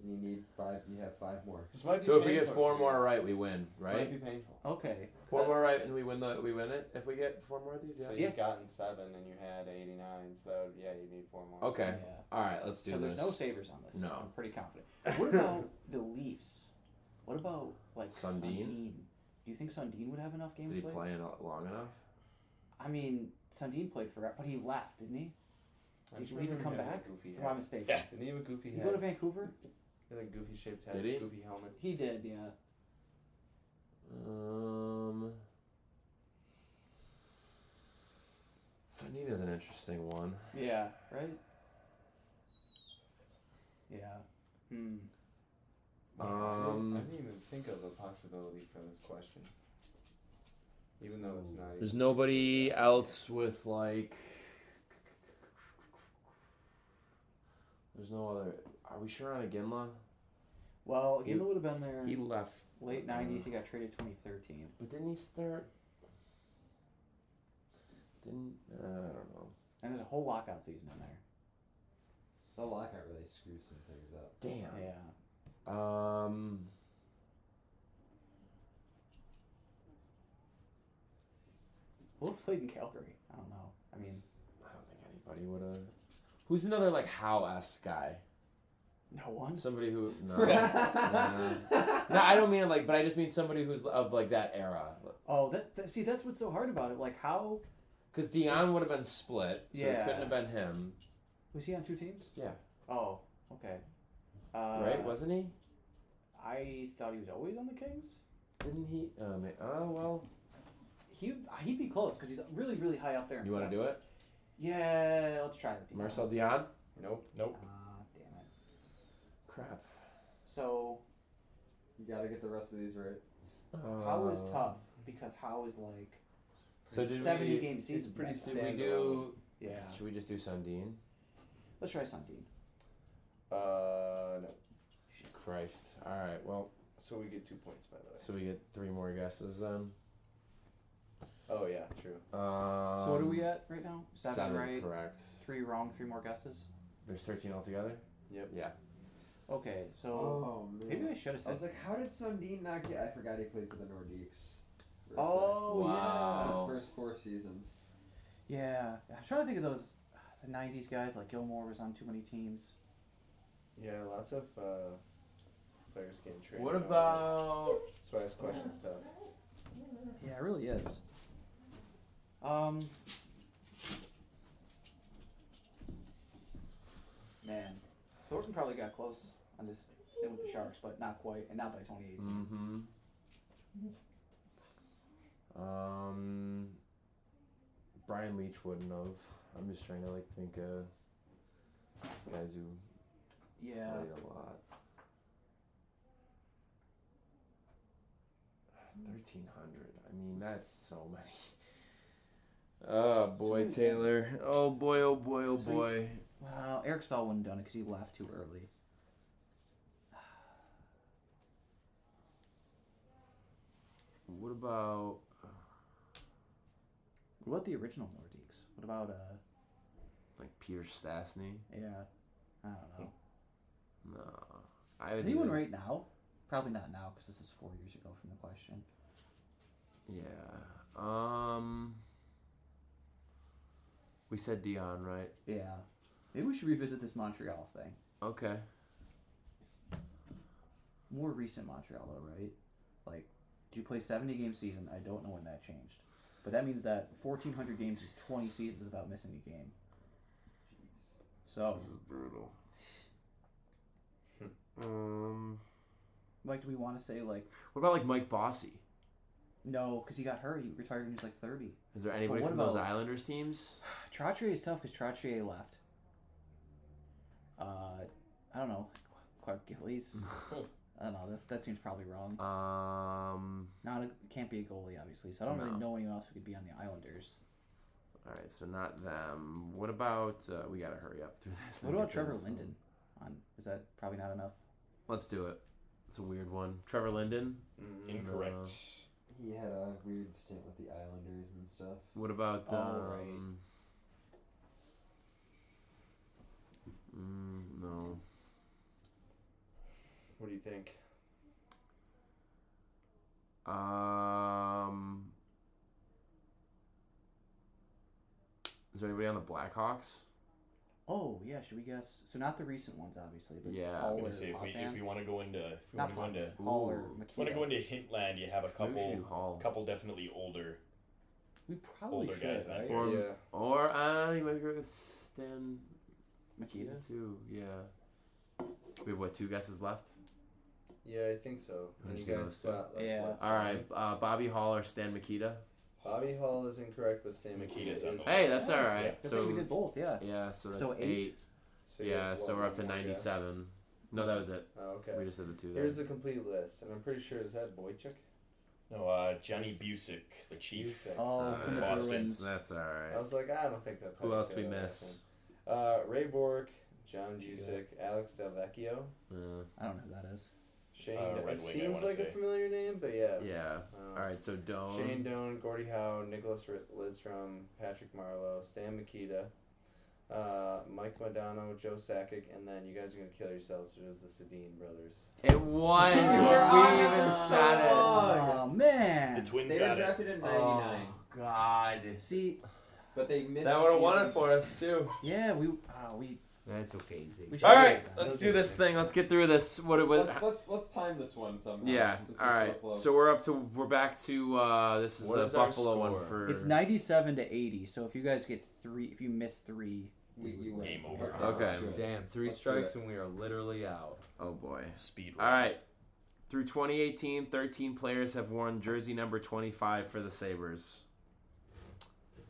[SPEAKER 2] And you need five. You have five more.
[SPEAKER 6] This might be
[SPEAKER 1] So if we get
[SPEAKER 6] painful
[SPEAKER 1] four
[SPEAKER 6] for
[SPEAKER 1] more
[SPEAKER 6] you.
[SPEAKER 1] right, we win,
[SPEAKER 6] This might
[SPEAKER 1] right?
[SPEAKER 6] be painful.
[SPEAKER 5] Okay.
[SPEAKER 1] Four more right, and we win the we win it. If we get four more of these,
[SPEAKER 6] So
[SPEAKER 1] yeah.
[SPEAKER 6] you've
[SPEAKER 5] Yeah.
[SPEAKER 6] gotten seven and you had 89, so yeah, you need four more.
[SPEAKER 1] Okay.
[SPEAKER 5] Yeah.
[SPEAKER 1] All right. Let's do
[SPEAKER 5] so
[SPEAKER 1] this.
[SPEAKER 5] there's no savers on this.
[SPEAKER 1] No.
[SPEAKER 5] I'm pretty confident. What about the Leafs? What about like
[SPEAKER 1] Sundin?
[SPEAKER 5] Sundin? Do you think Sundin would have enough games
[SPEAKER 1] Did he
[SPEAKER 5] played?
[SPEAKER 1] play in a- long enough?
[SPEAKER 5] I mean, Sundin played forever, but he left, didn't he?
[SPEAKER 6] I'm
[SPEAKER 5] Did he
[SPEAKER 6] sure
[SPEAKER 5] leave
[SPEAKER 6] he
[SPEAKER 5] and come
[SPEAKER 6] had a
[SPEAKER 5] back?
[SPEAKER 6] goofy
[SPEAKER 5] Or am I
[SPEAKER 6] head.
[SPEAKER 5] mistaken?
[SPEAKER 3] Yeah.
[SPEAKER 6] Didn't he have a goofy
[SPEAKER 5] Did he
[SPEAKER 6] head?
[SPEAKER 5] go to Vancouver?
[SPEAKER 6] He had a goofy shaped head,
[SPEAKER 1] Did he?
[SPEAKER 6] goofy helmet.
[SPEAKER 5] He did, yeah.
[SPEAKER 1] Um. Sundin is an interesting one.
[SPEAKER 5] Yeah, right? Yeah. Hmm.
[SPEAKER 6] I
[SPEAKER 1] Um,
[SPEAKER 6] didn't even think of a possibility for this question. Even though it's not.
[SPEAKER 1] there's
[SPEAKER 6] even-
[SPEAKER 1] nobody else with like. There's no other. Are we sure on Aginla?
[SPEAKER 5] Well,
[SPEAKER 1] He-
[SPEAKER 5] Ginla would have been there
[SPEAKER 1] He left.
[SPEAKER 5] late '90s. He got traded 2013.
[SPEAKER 1] But didn't he start? Didn't uh, I don't know.
[SPEAKER 5] And there's a whole lockout season in there.
[SPEAKER 2] The lockout really screws some things up.
[SPEAKER 1] Damn.
[SPEAKER 5] Yeah.
[SPEAKER 1] Um.
[SPEAKER 5] Wolves played in Calgary. I don't know. I mean,
[SPEAKER 1] I don't think anybody would have. Who's another like how esque guy?
[SPEAKER 5] no one.
[SPEAKER 1] Somebody who no, no, no. I don't mean like, but I just mean somebody who's of like that era.
[SPEAKER 5] Oh, that, that see, that's what's so hard about it. Like, how
[SPEAKER 1] Because Dion would have been split, so it
[SPEAKER 5] Yeah.
[SPEAKER 1] couldn't have been him,
[SPEAKER 5] was he on two teams?
[SPEAKER 1] Yeah.
[SPEAKER 5] Oh, okay. Uh,
[SPEAKER 1] right? Wasn't he?
[SPEAKER 5] I thought he was always on the Kings.
[SPEAKER 1] Didn't he? Oh, man. oh well.
[SPEAKER 5] He he'd be close because he's really really high up there. in
[SPEAKER 1] You want to do
[SPEAKER 5] points.
[SPEAKER 1] it,
[SPEAKER 5] Yeah, let's try it. Dion.
[SPEAKER 1] Marcel Dion?
[SPEAKER 6] Nope.
[SPEAKER 3] Nope.
[SPEAKER 5] Ah, damn it.
[SPEAKER 1] Crap.
[SPEAKER 5] So
[SPEAKER 2] You gotta get the rest of these right.
[SPEAKER 5] how is
[SPEAKER 1] Uh,
[SPEAKER 5] tough because how is like
[SPEAKER 1] So did
[SPEAKER 5] 70
[SPEAKER 1] we,
[SPEAKER 5] game
[SPEAKER 1] it's
[SPEAKER 5] seasons
[SPEAKER 1] Pretty,
[SPEAKER 5] back
[SPEAKER 1] did we
[SPEAKER 6] then.
[SPEAKER 1] do?
[SPEAKER 5] yeah.
[SPEAKER 1] Should we just do Sundin?
[SPEAKER 5] Let's try Sundin.
[SPEAKER 6] Uh, no.
[SPEAKER 1] Christ. All right. Well,
[SPEAKER 6] So we get two points, by the way.
[SPEAKER 1] so we get three more guesses then.
[SPEAKER 6] Oh, yeah, true.
[SPEAKER 1] Um,
[SPEAKER 5] So what are we at right now? Seven,
[SPEAKER 1] Seven,
[SPEAKER 5] right?
[SPEAKER 1] correct.
[SPEAKER 5] Three wrong, three more guesses.
[SPEAKER 1] There's 13 altogether?
[SPEAKER 6] Yep.
[SPEAKER 1] Yeah.
[SPEAKER 5] Okay, so
[SPEAKER 2] Oh man.
[SPEAKER 5] maybe I should have
[SPEAKER 2] I
[SPEAKER 5] said.
[SPEAKER 2] was like, how did Sundin not get? I forgot he played for the Nordiques. for a
[SPEAKER 5] oh
[SPEAKER 2] sec.
[SPEAKER 1] Wow.
[SPEAKER 2] His first four seasons.
[SPEAKER 5] yeah, yeah. I'm trying to think of those the '90s guys like Gilmore was on too many teams.
[SPEAKER 6] Yeah, lots of uh, players getting traded.
[SPEAKER 1] What
[SPEAKER 6] over.
[SPEAKER 1] about.
[SPEAKER 6] That's why this question's tough.
[SPEAKER 5] Yeah, it really is. Um. Man, Thornton probably got close on this stay with the Sharks, but not quite, and not by 2018.
[SPEAKER 1] Mm hmm. Um, Brian Leach wouldn't have. I'm just trying to like think of guys who
[SPEAKER 5] Yeah,
[SPEAKER 1] played a lot. Uh, Thirteen hundred. I mean, that's so many. Oh boy,
[SPEAKER 5] many
[SPEAKER 1] Taylor. Oh boy. Oh boy. Oh
[SPEAKER 5] So you-
[SPEAKER 1] boy.
[SPEAKER 5] well, Eric Stahl wouldn't have done it because he left too early.
[SPEAKER 1] What about?
[SPEAKER 5] What about the original Nordiques? What about uh?
[SPEAKER 1] like Peter Stastny.
[SPEAKER 5] Yeah, I don't know.
[SPEAKER 1] No, I was
[SPEAKER 5] Is anyone
[SPEAKER 1] even-
[SPEAKER 5] right now? Probably not now because this is four years ago from the question.
[SPEAKER 1] Yeah. Um. We said Dion, right?
[SPEAKER 5] Yeah, maybe we should revisit this Montreal thing.
[SPEAKER 1] Okay.
[SPEAKER 5] More recent Montreal though, right? Like, do you play seventy game season? I don't know when that changed, but that means that fourteen hundred games is twenty seasons without missing a game. So,
[SPEAKER 1] brutal. um.
[SPEAKER 5] like, do we want to say like
[SPEAKER 1] What about like Mike Bossy?
[SPEAKER 5] no because he got hurt? He retired when he was like thirty.
[SPEAKER 1] Is there anybody
[SPEAKER 5] what
[SPEAKER 1] from those
[SPEAKER 5] about-
[SPEAKER 1] Islanders teams?
[SPEAKER 5] Trottier is tough because Trottier left. Uh, I don't know. Clark Gillies.
[SPEAKER 3] Hmm.
[SPEAKER 5] I don't know. That's, that seems probably wrong.
[SPEAKER 1] Um.
[SPEAKER 5] Not a, can't be a goalie, obviously. So I don't
[SPEAKER 1] No.
[SPEAKER 5] really know anyone else who could be on the Islanders.
[SPEAKER 1] All right, so not them. What about? Uh, we gotta hurry up through this.
[SPEAKER 5] What
[SPEAKER 1] and
[SPEAKER 5] about
[SPEAKER 1] get
[SPEAKER 5] Trevor
[SPEAKER 1] this.
[SPEAKER 5] Linden? On is that probably not enough?
[SPEAKER 1] Let's do it. It's a weird one. Trevor Linden.
[SPEAKER 3] Incorrect.
[SPEAKER 2] He had a weird stint with the Islanders and stuff.
[SPEAKER 1] What about?
[SPEAKER 5] Oh, right.
[SPEAKER 1] um, mm, no.
[SPEAKER 6] What do you think?
[SPEAKER 1] Um, is there anybody on the Blackhawks?
[SPEAKER 5] Oh yeah, should we guess? So not the recent ones, obviously. But
[SPEAKER 1] Yeah. I was
[SPEAKER 3] I
[SPEAKER 5] Hall
[SPEAKER 3] was
[SPEAKER 5] or
[SPEAKER 3] gonna say if we if
[SPEAKER 5] Potvin?
[SPEAKER 3] we want to go into if we want
[SPEAKER 5] not
[SPEAKER 3] to go into
[SPEAKER 5] Potvin,
[SPEAKER 3] if
[SPEAKER 5] Hall or
[SPEAKER 1] Ooh.
[SPEAKER 5] McKeon.
[SPEAKER 3] we want to go into Hintland, you have a
[SPEAKER 1] Maybe we should do
[SPEAKER 3] couple
[SPEAKER 1] Hall.
[SPEAKER 3] couple definitely older.
[SPEAKER 5] we probably
[SPEAKER 3] older
[SPEAKER 5] should,
[SPEAKER 3] guys, I
[SPEAKER 5] right?
[SPEAKER 3] hear.
[SPEAKER 1] Or,
[SPEAKER 6] Yeah.
[SPEAKER 1] or uh, you might go with Stan
[SPEAKER 5] Makita.
[SPEAKER 1] too. Yeah. We have what two guesses left?
[SPEAKER 6] Yeah, I think so.
[SPEAKER 1] I
[SPEAKER 6] And you
[SPEAKER 1] see
[SPEAKER 6] guys
[SPEAKER 1] those two.
[SPEAKER 6] spot like
[SPEAKER 5] Yeah.
[SPEAKER 6] what
[SPEAKER 1] All right,
[SPEAKER 6] side?
[SPEAKER 1] uh, Bobby Hall or Stan Makita.
[SPEAKER 6] Bobby Hall is incorrect, but Stan Makita
[SPEAKER 3] Makita's
[SPEAKER 6] is.
[SPEAKER 3] on the
[SPEAKER 1] Hey, that's all
[SPEAKER 3] Yeah.
[SPEAKER 1] right.
[SPEAKER 5] That's right, we
[SPEAKER 1] So
[SPEAKER 5] did both. Yeah.
[SPEAKER 1] yeah, so that's
[SPEAKER 5] So
[SPEAKER 1] eight.
[SPEAKER 5] eight?
[SPEAKER 6] So you
[SPEAKER 1] Yeah,
[SPEAKER 6] have
[SPEAKER 1] so
[SPEAKER 6] one
[SPEAKER 1] we're up to
[SPEAKER 6] more guess.
[SPEAKER 1] ninety-seven. No, that was it.
[SPEAKER 6] Oh, okay.
[SPEAKER 1] We just did the two there.
[SPEAKER 6] Here's the complete list, and I'm pretty sure is that Boychuk.
[SPEAKER 3] No, uh, Johnny Busick, the chief.
[SPEAKER 6] Busick.
[SPEAKER 5] Oh, from the
[SPEAKER 3] Boston.
[SPEAKER 5] Bruins.
[SPEAKER 1] That's all
[SPEAKER 6] I
[SPEAKER 1] right.
[SPEAKER 6] was like, I don't think that's how
[SPEAKER 1] Who
[SPEAKER 6] you
[SPEAKER 1] else
[SPEAKER 6] say
[SPEAKER 1] we
[SPEAKER 6] that last
[SPEAKER 1] miss?
[SPEAKER 6] name. Uh, Ray Bork, John Jusick, Alex Del Vecchio,
[SPEAKER 1] Uh,
[SPEAKER 5] I don't know who that is.
[SPEAKER 6] Shane.
[SPEAKER 3] Uh, Red Wing, I
[SPEAKER 6] it seems
[SPEAKER 3] wanna
[SPEAKER 6] like a
[SPEAKER 3] say.
[SPEAKER 6] familiar name, but yeah.
[SPEAKER 1] yeah.
[SPEAKER 6] Um,
[SPEAKER 1] All right. So Doan.
[SPEAKER 6] Shane Doan, Gordie Howe, Nicholas R- Lidstrom, Patrick Marlowe, Stan Makita, uh, Mike Modano, Joe Sakic, and then you guys are gonna kill yourselves. But it was the Sedin brothers.
[SPEAKER 1] It won.
[SPEAKER 2] were on
[SPEAKER 1] we
[SPEAKER 2] it
[SPEAKER 1] even
[SPEAKER 2] for so
[SPEAKER 1] said it.
[SPEAKER 2] long.
[SPEAKER 5] Oh, man.
[SPEAKER 3] The twins
[SPEAKER 2] They were
[SPEAKER 3] got it.
[SPEAKER 2] drafted in
[SPEAKER 7] Oh,
[SPEAKER 2] '99,
[SPEAKER 7] God.
[SPEAKER 5] See,
[SPEAKER 2] but they missed.
[SPEAKER 7] That
[SPEAKER 2] a
[SPEAKER 7] would have won
[SPEAKER 2] season.
[SPEAKER 7] it for us, too.
[SPEAKER 5] yeah, we uh, we,
[SPEAKER 1] That's okay.
[SPEAKER 5] we should
[SPEAKER 1] All
[SPEAKER 5] do
[SPEAKER 1] right.
[SPEAKER 5] that.
[SPEAKER 1] Let's do this thing. Let's get through this. What it was.
[SPEAKER 2] Let's, let's let's time this one somehow.
[SPEAKER 1] Yeah.
[SPEAKER 2] since we're
[SPEAKER 1] All right.
[SPEAKER 2] close.
[SPEAKER 1] So we're up to. We're back to. uh This is
[SPEAKER 7] What
[SPEAKER 1] the
[SPEAKER 7] is our
[SPEAKER 1] Buffalo one
[SPEAKER 7] score?
[SPEAKER 1] for.
[SPEAKER 5] It's 97 to 80. So if you guys get three, if you miss three,
[SPEAKER 2] we, you win.
[SPEAKER 3] Game over.
[SPEAKER 1] Okay.
[SPEAKER 2] let's do it.
[SPEAKER 6] Damn, 3
[SPEAKER 2] Let's do
[SPEAKER 6] strikes
[SPEAKER 2] it.
[SPEAKER 6] and we are literally out.
[SPEAKER 1] Oh boy.
[SPEAKER 3] Speed.
[SPEAKER 1] All right. Through 2018, 13 players have worn jersey number 25 for the Sabers.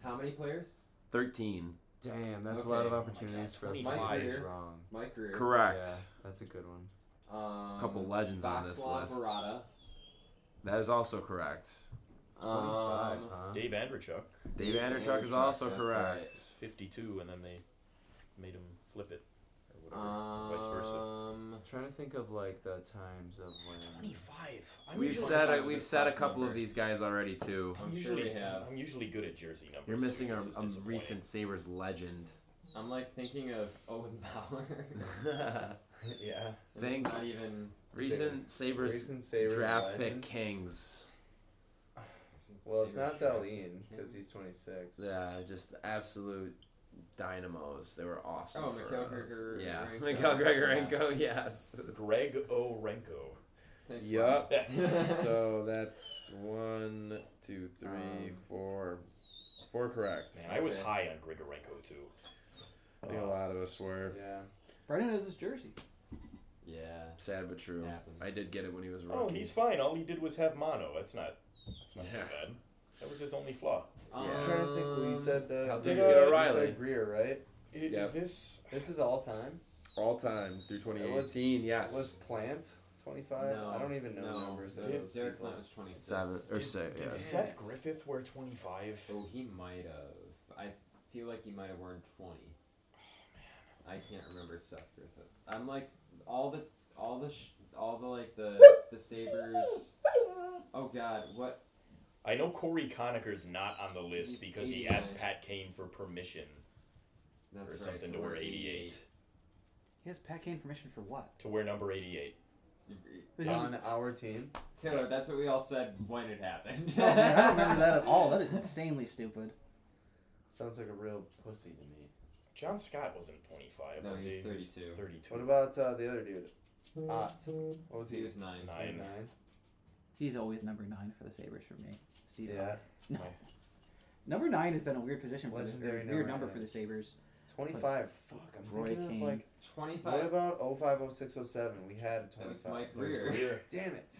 [SPEAKER 2] How many players?
[SPEAKER 1] 13.
[SPEAKER 6] Damn, that's
[SPEAKER 2] Okay.
[SPEAKER 6] a lot of
[SPEAKER 2] Oh my
[SPEAKER 6] opportunities
[SPEAKER 3] God,
[SPEAKER 6] for us to
[SPEAKER 3] 25
[SPEAKER 6] get this
[SPEAKER 2] here.
[SPEAKER 6] wrong.
[SPEAKER 2] My career.
[SPEAKER 1] Correct.
[SPEAKER 6] Yeah, that's a good one.
[SPEAKER 2] Um,
[SPEAKER 1] Couple legends on this
[SPEAKER 2] Václav
[SPEAKER 1] list.
[SPEAKER 2] Varada.
[SPEAKER 1] That is also correct.
[SPEAKER 6] Twenty-five,
[SPEAKER 2] Um,
[SPEAKER 6] huh?
[SPEAKER 3] Dave Andrichuk,
[SPEAKER 1] Dave
[SPEAKER 2] Yeah,
[SPEAKER 1] Anderchuk is
[SPEAKER 2] Anderchuk,
[SPEAKER 1] also
[SPEAKER 2] that's
[SPEAKER 1] correct.
[SPEAKER 2] right.
[SPEAKER 3] 52, and then they made him flip it, or whatever,
[SPEAKER 6] Um,
[SPEAKER 3] vice versa.
[SPEAKER 2] Um,
[SPEAKER 6] I'm trying to think of like the times of when.
[SPEAKER 3] 25. I'm
[SPEAKER 1] We've
[SPEAKER 3] usually,
[SPEAKER 1] said
[SPEAKER 2] five
[SPEAKER 1] a,
[SPEAKER 2] is a
[SPEAKER 1] we've said a
[SPEAKER 2] tough
[SPEAKER 1] couple of
[SPEAKER 2] number.
[SPEAKER 1] these guys already too.
[SPEAKER 2] I'm
[SPEAKER 3] I'm
[SPEAKER 2] sure
[SPEAKER 3] usually,
[SPEAKER 2] we have.
[SPEAKER 3] I'm usually good at jersey numbers.
[SPEAKER 1] You're missing a,
[SPEAKER 3] dude. This is
[SPEAKER 1] a
[SPEAKER 3] disappointing.
[SPEAKER 1] recent Sabres legend.
[SPEAKER 2] I'm like thinking of Owen Power.
[SPEAKER 6] yeah.
[SPEAKER 1] Think-
[SPEAKER 2] It's not even.
[SPEAKER 1] Recent Sabres
[SPEAKER 6] Recent Sabres
[SPEAKER 1] draft pick
[SPEAKER 6] legend?
[SPEAKER 1] Kings.
[SPEAKER 6] Well, it's not
[SPEAKER 2] Sabres
[SPEAKER 6] Darlene because he's 26.
[SPEAKER 1] Yeah, just absolute dynamos. They were awesome.
[SPEAKER 2] Oh,
[SPEAKER 1] for
[SPEAKER 2] Mikhail
[SPEAKER 1] us.
[SPEAKER 2] Gregor-
[SPEAKER 1] Yeah,
[SPEAKER 2] Gregor-
[SPEAKER 1] Mikhail
[SPEAKER 2] yeah.
[SPEAKER 1] Gregorenko. Yes.
[SPEAKER 3] Greg Orenko.
[SPEAKER 2] Thanks,
[SPEAKER 1] Yup.
[SPEAKER 2] Mike.
[SPEAKER 1] so that's one, two, three,
[SPEAKER 2] Um,
[SPEAKER 1] four, four correct.
[SPEAKER 3] Man, I was
[SPEAKER 2] Okay.
[SPEAKER 3] high on Greg Orenko too.
[SPEAKER 1] I think a lot of us were.
[SPEAKER 6] Yeah.
[SPEAKER 5] Brennan has his jersey.
[SPEAKER 2] Yeah.
[SPEAKER 1] Sad but true.
[SPEAKER 2] Happens.
[SPEAKER 1] I did get it when he was a
[SPEAKER 3] Oh,
[SPEAKER 1] rookie.
[SPEAKER 3] he's fine. All he did was have mono. That's not. That's not too
[SPEAKER 1] Yeah.
[SPEAKER 3] bad. That was his only flaw.
[SPEAKER 2] Um,
[SPEAKER 6] I'm trying to think. We said uh,
[SPEAKER 1] How
[SPEAKER 3] big is
[SPEAKER 6] Greer-
[SPEAKER 3] it,
[SPEAKER 6] we
[SPEAKER 1] O'Reilly?
[SPEAKER 6] said Greer, right?
[SPEAKER 3] I-
[SPEAKER 1] Yeah.
[SPEAKER 3] Is this?
[SPEAKER 6] This is all time.
[SPEAKER 1] All time through 2018. yes.
[SPEAKER 6] Was Plant 25?
[SPEAKER 2] No.
[SPEAKER 6] I don't even know
[SPEAKER 2] no.
[SPEAKER 6] numbers of
[SPEAKER 2] Derek-
[SPEAKER 6] those
[SPEAKER 2] Derek
[SPEAKER 6] people.
[SPEAKER 2] Plant was 26.
[SPEAKER 1] seven or
[SPEAKER 3] Did,
[SPEAKER 1] six.
[SPEAKER 3] did
[SPEAKER 1] yeah.
[SPEAKER 3] Seth Griffith wear twenty five?
[SPEAKER 2] Oh, he might have. I feel like he might have worn 20. Oh man. I can't remember Seth Griffith. I'm like all the all the sh- all the like the the Sabers. Oh God, what?
[SPEAKER 3] I know Corey Conacher's not on the list
[SPEAKER 2] He's
[SPEAKER 3] because he
[SPEAKER 2] 89.
[SPEAKER 3] asked Pat Kane for permission
[SPEAKER 2] That's
[SPEAKER 3] or
[SPEAKER 2] right.
[SPEAKER 3] something
[SPEAKER 2] so
[SPEAKER 3] to wear
[SPEAKER 2] we're
[SPEAKER 3] eighty eight.
[SPEAKER 5] He has Pat Kane permission for what?
[SPEAKER 3] To wear number eighty eight.
[SPEAKER 2] 88.
[SPEAKER 5] Is he-
[SPEAKER 6] On our team.
[SPEAKER 2] Taylor, that's what we all said when it happened.
[SPEAKER 5] Oh, man, I don't remember that at all. That is insanely stupid.
[SPEAKER 6] Sounds like a real pussy to me.
[SPEAKER 3] John Scott wasn't twenty five.
[SPEAKER 2] No,
[SPEAKER 3] was
[SPEAKER 2] he's
[SPEAKER 3] he?
[SPEAKER 2] 32.
[SPEAKER 3] Thirty two.
[SPEAKER 6] What about uh, the other dude? Ott. What was he?
[SPEAKER 2] He was nine.
[SPEAKER 3] Nine.
[SPEAKER 6] He was nine.
[SPEAKER 5] He's always number nine for the Sabres for me. Steve.
[SPEAKER 6] Yeah.
[SPEAKER 5] Number nine has been a weird position for the, or
[SPEAKER 6] Legendary
[SPEAKER 5] weird
[SPEAKER 6] number
[SPEAKER 5] number
[SPEAKER 6] nine.
[SPEAKER 5] for the Sabres.
[SPEAKER 6] 25. Fuck. I'm
[SPEAKER 5] Roy
[SPEAKER 6] thinking
[SPEAKER 5] Keane.
[SPEAKER 6] of like.
[SPEAKER 2] Twenty-five.
[SPEAKER 6] What about 05, 06, 07? We had
[SPEAKER 2] that was
[SPEAKER 6] 25.
[SPEAKER 2] Mike Greer.
[SPEAKER 3] Greer.
[SPEAKER 6] Damn it.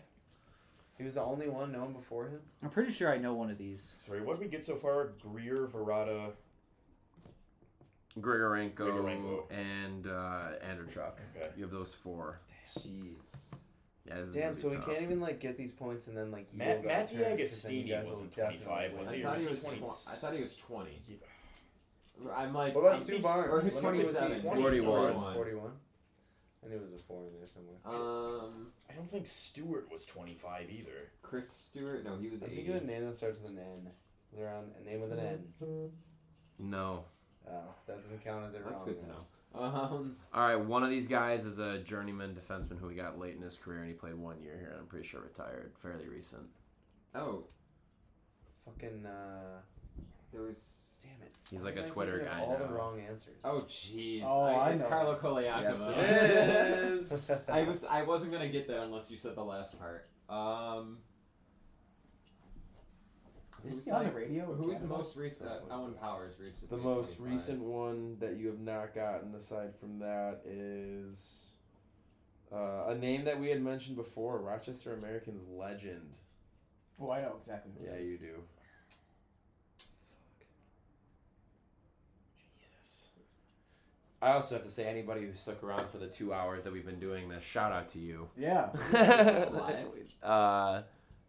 [SPEAKER 6] He was the only one known before him?
[SPEAKER 5] I'm pretty sure I know one of these.
[SPEAKER 3] Sorry, what did we get so far? Greer, Verada.
[SPEAKER 1] Grigorenko,
[SPEAKER 3] Grigorenko.
[SPEAKER 1] and uh, Anderchuk.
[SPEAKER 3] Okay.
[SPEAKER 1] You have those four.
[SPEAKER 2] Jeez.
[SPEAKER 1] Yeah, this is
[SPEAKER 6] Damn,
[SPEAKER 1] gonna be
[SPEAKER 6] so we
[SPEAKER 1] tough.
[SPEAKER 6] can't even like get these points and then like
[SPEAKER 3] Matt-
[SPEAKER 6] yield our
[SPEAKER 3] Matt
[SPEAKER 6] turn, 'cause then you
[SPEAKER 3] D'Agostini
[SPEAKER 6] guys will
[SPEAKER 3] wasn't
[SPEAKER 6] definitely
[SPEAKER 3] 25,
[SPEAKER 6] win.
[SPEAKER 3] was
[SPEAKER 2] I
[SPEAKER 3] he?
[SPEAKER 2] thought he
[SPEAKER 3] Was
[SPEAKER 2] was.
[SPEAKER 3] he
[SPEAKER 2] Tw-
[SPEAKER 3] 20?
[SPEAKER 2] I thought he was twenty. I'm like.
[SPEAKER 6] What about
[SPEAKER 2] I'm-
[SPEAKER 6] Stu Barnes?
[SPEAKER 2] Or he's
[SPEAKER 6] What about Stu
[SPEAKER 2] 27.
[SPEAKER 6] Barnes?
[SPEAKER 1] 41.
[SPEAKER 6] 41. I knew it was a four in there somewhere.
[SPEAKER 2] Um,
[SPEAKER 3] I don't think Stewart was twenty five either.
[SPEAKER 2] Chris Stewart. No, he was
[SPEAKER 6] I think
[SPEAKER 2] 80.
[SPEAKER 6] you had a name that starts with an N. Is there on a name with an N?
[SPEAKER 1] No.
[SPEAKER 6] Oh, that doesn't count as a
[SPEAKER 2] That's
[SPEAKER 6] wrong
[SPEAKER 2] good to
[SPEAKER 6] then.
[SPEAKER 2] know. Um,
[SPEAKER 1] All right, one of these guys is a journeyman defenseman who we got late in his career, and he played one year here, and I'm pretty sure retired fairly recent.
[SPEAKER 2] oh,
[SPEAKER 6] Fucking uh
[SPEAKER 2] there was.
[SPEAKER 6] damn it.
[SPEAKER 1] He's
[SPEAKER 6] Why
[SPEAKER 1] like
[SPEAKER 6] am
[SPEAKER 1] a
[SPEAKER 6] I
[SPEAKER 1] Twitter
[SPEAKER 6] thinking of
[SPEAKER 1] guy
[SPEAKER 6] All the
[SPEAKER 1] now.
[SPEAKER 6] wrong answers.
[SPEAKER 2] Oh, jeez.
[SPEAKER 6] Oh, I
[SPEAKER 2] it's
[SPEAKER 6] know.
[SPEAKER 2] Carlo Koliakova.
[SPEAKER 1] Yes,
[SPEAKER 6] it is.
[SPEAKER 2] I was. I wasn't gonna get that unless you said the last part. Um,
[SPEAKER 5] Is
[SPEAKER 2] who's
[SPEAKER 5] he on the
[SPEAKER 2] like-
[SPEAKER 5] radio? in
[SPEAKER 2] Who's the
[SPEAKER 5] Canada?
[SPEAKER 2] most recent? Uh, Owen Powers recent.
[SPEAKER 7] The most recent one that you have not gotten, aside from that, is uh, a name that we had mentioned before Rochester Americans legend.
[SPEAKER 5] Oh, I know exactly who
[SPEAKER 7] Yeah,
[SPEAKER 5] it is.
[SPEAKER 7] you do.
[SPEAKER 3] Jesus.
[SPEAKER 1] I also have to say, anybody who stuck around for the two hours that we've been doing this, shout out to you.
[SPEAKER 4] Yeah.
[SPEAKER 2] this live?
[SPEAKER 1] Uh,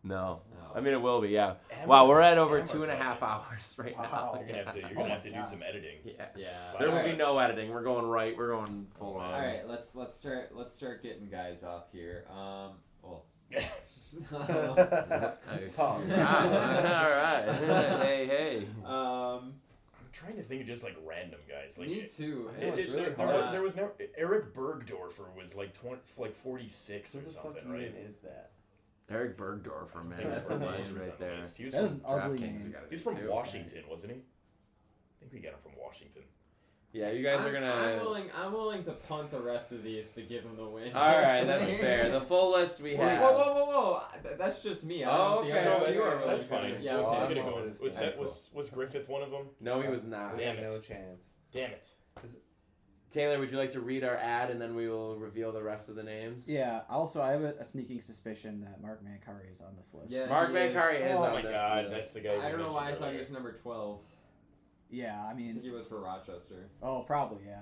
[SPEAKER 1] no.
[SPEAKER 2] No.
[SPEAKER 1] I mean, it will be, yeah.
[SPEAKER 3] Hammer-
[SPEAKER 1] Wow, we're at over
[SPEAKER 3] hammer
[SPEAKER 1] two and a half
[SPEAKER 3] content.
[SPEAKER 1] hours right
[SPEAKER 4] Wow.
[SPEAKER 1] now.
[SPEAKER 4] You're
[SPEAKER 3] You're gonna have to, you're
[SPEAKER 4] Oh
[SPEAKER 3] gonna
[SPEAKER 4] my
[SPEAKER 3] have to do
[SPEAKER 4] God.
[SPEAKER 3] some editing.
[SPEAKER 1] Yeah.
[SPEAKER 2] Yeah.
[SPEAKER 1] There will
[SPEAKER 3] Alright.
[SPEAKER 1] be no um, editing. We're going right. We're going full on.
[SPEAKER 2] All right, let's let's start let's start getting guys off here. Um, well,
[SPEAKER 6] Oh,
[SPEAKER 1] Wow. All Ah. right. Hey, hey.
[SPEAKER 3] I'm
[SPEAKER 2] um,
[SPEAKER 3] trying to think of just like random guys. Like
[SPEAKER 2] me
[SPEAKER 3] it-
[SPEAKER 2] too.
[SPEAKER 4] I know,
[SPEAKER 3] it-
[SPEAKER 4] it's
[SPEAKER 3] it-
[SPEAKER 4] really
[SPEAKER 3] there,
[SPEAKER 2] hard.
[SPEAKER 3] were- there was no Eric Bergdorfer was like 20, like 46
[SPEAKER 4] Who
[SPEAKER 3] or
[SPEAKER 4] the fuck
[SPEAKER 3] something,
[SPEAKER 4] even
[SPEAKER 3] right?
[SPEAKER 4] is that?
[SPEAKER 1] Eric Bergdorfer, man.
[SPEAKER 3] I think
[SPEAKER 1] That's a
[SPEAKER 3] Bergdorfer
[SPEAKER 4] name
[SPEAKER 1] nice
[SPEAKER 3] was
[SPEAKER 1] right
[SPEAKER 3] on the
[SPEAKER 1] there.
[SPEAKER 3] list. He was
[SPEAKER 5] That is
[SPEAKER 3] from,
[SPEAKER 5] an ugly
[SPEAKER 1] DraftKings,
[SPEAKER 5] name.
[SPEAKER 1] we gotta
[SPEAKER 3] he's
[SPEAKER 1] do
[SPEAKER 3] from
[SPEAKER 1] too.
[SPEAKER 3] Washington, wasn't he? I think we got him from Washington.
[SPEAKER 1] Yeah, you guys
[SPEAKER 2] I'm,
[SPEAKER 1] are gonna.
[SPEAKER 2] I'm willing. I'm willing to punt the rest of these to give him the win.
[SPEAKER 1] All right, that's fair. The full list we
[SPEAKER 2] Whoa,
[SPEAKER 1] have.
[SPEAKER 2] whoa, whoa, whoa! I- th- That's just me. I don't know
[SPEAKER 1] Oh,
[SPEAKER 2] if
[SPEAKER 1] okay.
[SPEAKER 2] The
[SPEAKER 1] No,
[SPEAKER 2] others
[SPEAKER 1] that's-
[SPEAKER 2] you are really
[SPEAKER 3] that's
[SPEAKER 2] good.
[SPEAKER 3] fine.
[SPEAKER 2] Yeah.
[SPEAKER 4] Well,
[SPEAKER 2] Okay.
[SPEAKER 4] I'm
[SPEAKER 3] We're gonna go
[SPEAKER 4] over
[SPEAKER 3] on.
[SPEAKER 4] this
[SPEAKER 3] Was,
[SPEAKER 4] guy.
[SPEAKER 3] that, was was Griffith one of them?
[SPEAKER 1] No, he was not.
[SPEAKER 3] Damn it.
[SPEAKER 4] No chance.
[SPEAKER 3] Damn it!
[SPEAKER 1] Taylor, would you like to read our ad and then we will reveal the rest of the names?
[SPEAKER 5] Yeah. Also, I have a, a sneaking suspicion that Mark Mancari is on this list.
[SPEAKER 2] Yeah.
[SPEAKER 1] Mark
[SPEAKER 2] He is-
[SPEAKER 1] Mancari is
[SPEAKER 3] Oh
[SPEAKER 1] on
[SPEAKER 3] my
[SPEAKER 1] this
[SPEAKER 3] God,
[SPEAKER 1] list.
[SPEAKER 3] that's the guy.
[SPEAKER 2] I don't know why I
[SPEAKER 3] mentioned
[SPEAKER 2] thought he
[SPEAKER 3] earlier.
[SPEAKER 2] was number twelve.
[SPEAKER 5] Yeah. I
[SPEAKER 2] I think
[SPEAKER 5] mean.
[SPEAKER 2] he was for Rochester.
[SPEAKER 5] Oh, probably. Yeah.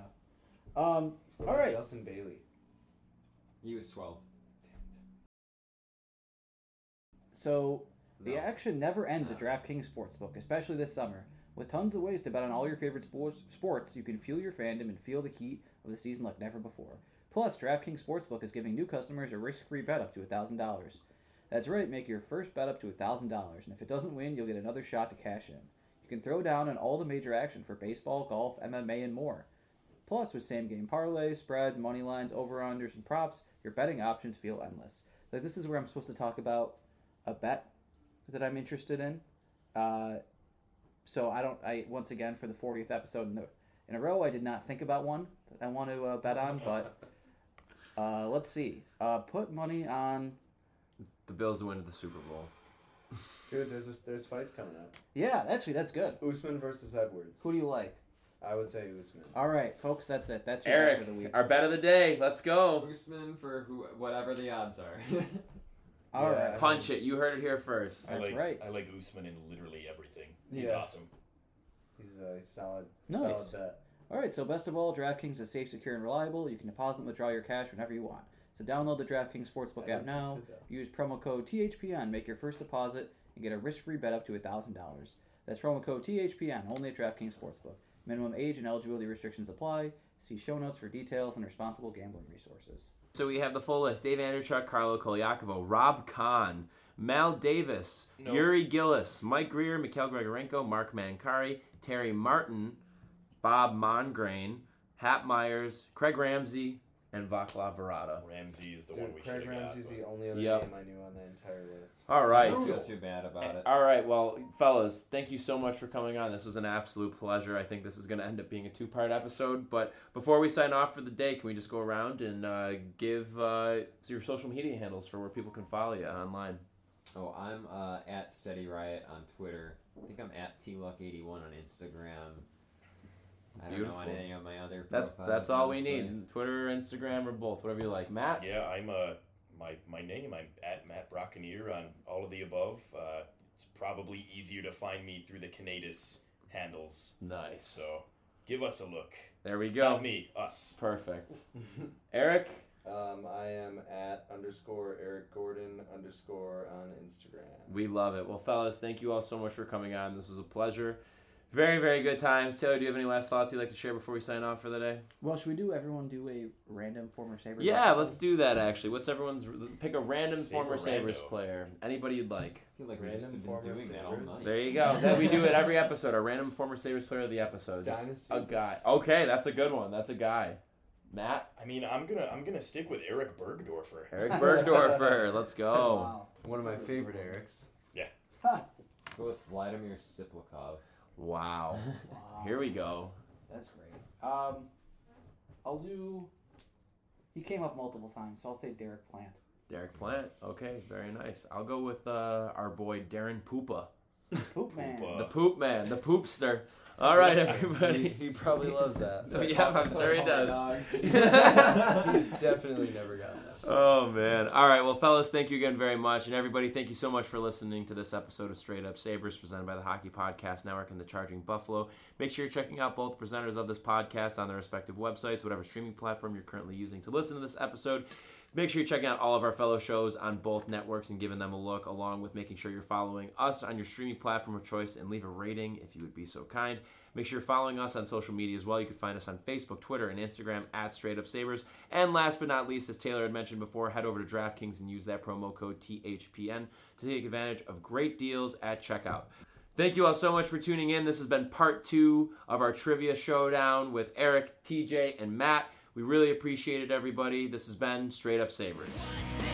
[SPEAKER 5] Um. All right.
[SPEAKER 4] Justin Bailey.
[SPEAKER 2] He was twelve.
[SPEAKER 5] So the
[SPEAKER 2] No.
[SPEAKER 5] action never ends at
[SPEAKER 2] No.
[SPEAKER 5] DraftKings Sportsbook, especially this summer. With tons of ways to bet on all your favorite sports, sports, you can fuel your fandom and feel the heat of the season like never before. Plus, DraftKings Sportsbook is giving new customers a risk-free bet up to $1,000. That's right, make your first bet up to $1,000, and if it doesn't win, you'll get another shot to cash in. You can throw down on all the major action for baseball, golf, MMA, and more. Plus, with same game parlays, spreads, money lines, over unders, and props, your betting options feel endless. Like, this is where I'm supposed to talk about a bet that I'm interested in. Uh, so I don't. I once again for the 40th episode in, the, in a row, I did not think about one that I want to uh, bet on. But uh, let's see. Uh, put money on.
[SPEAKER 1] The Bills win the Super Bowl.
[SPEAKER 4] Dude, there's just, there's fights coming up.
[SPEAKER 5] Yeah, actually, that's good.
[SPEAKER 4] Usman versus Edwards.
[SPEAKER 5] Who do you like?
[SPEAKER 4] I would say Usman.
[SPEAKER 5] All right, folks, that's it. That's your bet
[SPEAKER 1] Eric,
[SPEAKER 5] for the week.
[SPEAKER 1] our bet of the day. Let's go.
[SPEAKER 2] Boostman for who, whatever the odds are.
[SPEAKER 5] All right.
[SPEAKER 4] Yeah.
[SPEAKER 1] Punch it. You heard it here first.
[SPEAKER 3] I
[SPEAKER 5] That's
[SPEAKER 3] like,
[SPEAKER 5] right.
[SPEAKER 3] I like Usman in literally everything. He's
[SPEAKER 4] Yeah.
[SPEAKER 3] awesome.
[SPEAKER 4] He's a solid,
[SPEAKER 5] Nice.
[SPEAKER 4] solid bet.
[SPEAKER 5] All right, so best of all, DraftKings is safe, secure, and reliable. You can deposit and withdraw your cash whenever you want. So download the DraftKings Sportsbook
[SPEAKER 4] I like this
[SPEAKER 5] app now.
[SPEAKER 4] bit, though.
[SPEAKER 5] Use promo code THPN, make your first deposit, and get a risk-free bet up to $1,000. That's promo code THPN, only at DraftKings Sportsbook. Minimum age and eligibility restrictions apply. See show notes for details and responsible gambling resources.
[SPEAKER 1] So we have the full list: Dave Anderchuk, Carlo Kolyakovo, Rob Kahn, Mal Davis,
[SPEAKER 3] No.
[SPEAKER 1] Yuri Gillis, Mike Greer, Mikhail Gregorenko, Mark Mancari, Terry Martin, Bob Mongrain, Hap Myers, Craig Ramsey, and Vaclav Verada.
[SPEAKER 3] Ramsey is the one we
[SPEAKER 4] Dude,
[SPEAKER 3] should
[SPEAKER 4] Craig
[SPEAKER 3] have got.
[SPEAKER 4] Ramsey's
[SPEAKER 3] but-
[SPEAKER 4] the only other
[SPEAKER 1] Yep.
[SPEAKER 4] name I knew on that entire list.
[SPEAKER 1] All
[SPEAKER 2] I
[SPEAKER 1] right.
[SPEAKER 2] don't feel too bad about it.
[SPEAKER 1] All right, well, fellas, thank you so much for coming on. This was an absolute pleasure. I think this is going to end up being a two part episode. But before we sign off for the day, can we just go around and uh, give uh, your social media handles for where people can follow you online?
[SPEAKER 2] Oh, I'm uh, at Steady Riot on Twitter. I think I'm at tluck81 on Instagram. I don't know on
[SPEAKER 1] Beautiful.
[SPEAKER 2] any of my other.
[SPEAKER 1] That's
[SPEAKER 2] profiles,
[SPEAKER 1] that's all we
[SPEAKER 2] honestly.
[SPEAKER 1] need. Twitter, Instagram, or both, whatever you like. Matt,
[SPEAKER 3] Yeah, I'm uh my my name. I'm at Matt Brockeneer on all of the above. Uh, it's probably easier to find me through the Canadas handles.
[SPEAKER 1] nice.
[SPEAKER 3] So give us a look.
[SPEAKER 1] there we
[SPEAKER 3] Not
[SPEAKER 1] go.
[SPEAKER 3] me, us.
[SPEAKER 1] Perfect. Eric,
[SPEAKER 4] Um, I am at underscore Eric Gordon underscore on Instagram.
[SPEAKER 1] we love it. Well, fellas, thank you all so much for coming on. This was a pleasure. Very very good times. Taylor, do you have any last thoughts you'd like to share before we sign off for the day?
[SPEAKER 5] Well, should we do everyone do a random former Saber?
[SPEAKER 1] Yeah, let's do that. Actually, what's everyone's? Pick a random
[SPEAKER 3] Saber
[SPEAKER 1] former Sabres
[SPEAKER 3] rando.
[SPEAKER 1] player, anybody you'd like.
[SPEAKER 2] I feel like
[SPEAKER 4] Random
[SPEAKER 2] we've just been
[SPEAKER 4] former
[SPEAKER 2] doing that all
[SPEAKER 4] Sabres.
[SPEAKER 2] night.
[SPEAKER 1] There you go. Then we do it every episode. A random former Sabres player of the episode. Just
[SPEAKER 4] Dynasty.
[SPEAKER 1] a guy. Oh, Okay, that's a good one. That's a guy. Matt
[SPEAKER 3] I mean, I'm gonna I'm gonna stick with Eric Bergdorfer.
[SPEAKER 1] Eric Bergdorfer. Let's go.
[SPEAKER 5] Wow.
[SPEAKER 4] One of my favorite Erics.
[SPEAKER 2] Go with Vladimir Siplikov.
[SPEAKER 1] Wow.
[SPEAKER 5] Wow.
[SPEAKER 1] Here we go.
[SPEAKER 5] That's great. Um, I'll do. He came up multiple times, so I'll say Derek Plant.
[SPEAKER 1] Derek Plant. Okay, very nice. I'll go with uh, our boy Darren Poopa.
[SPEAKER 5] Poop man.
[SPEAKER 3] Poopa.
[SPEAKER 1] The poop man, the poopster. All right,
[SPEAKER 6] He,
[SPEAKER 1] everybody.
[SPEAKER 6] he probably loves that.
[SPEAKER 1] yeah, I'm
[SPEAKER 4] Oh
[SPEAKER 1] sure he does.
[SPEAKER 6] He's definitely never gotten that.
[SPEAKER 1] Oh man. All right, well fellas, thank you again very much and everybody thank you so much for listening to this episode of Straight Up Sabres presented by the Hockey Podcast Network and the Charging Buffalo. Make sure you're checking out both presenters of this podcast on their respective websites, whatever streaming platform you're currently using to listen to this episode. Make sure you're checking out all of our fellow shows on both networks and giving them a look, along with making sure you're following us on your streaming platform of choice and leave a rating if you would be so kind. Make sure you're following us on social media as well. You can find us on Facebook, Twitter, and Instagram at Straight Up Sabres. And last but not least, as Taylor had mentioned before, head over to DraftKings and use that promo code THPN to take advantage of great deals at checkout. Thank you all so much for tuning in. This has been part two of our trivia showdown with Eric, TJ, and Matt. We really appreciate it, everybody. This has been Straight Up Sabres.
[SPEAKER 9] One, two,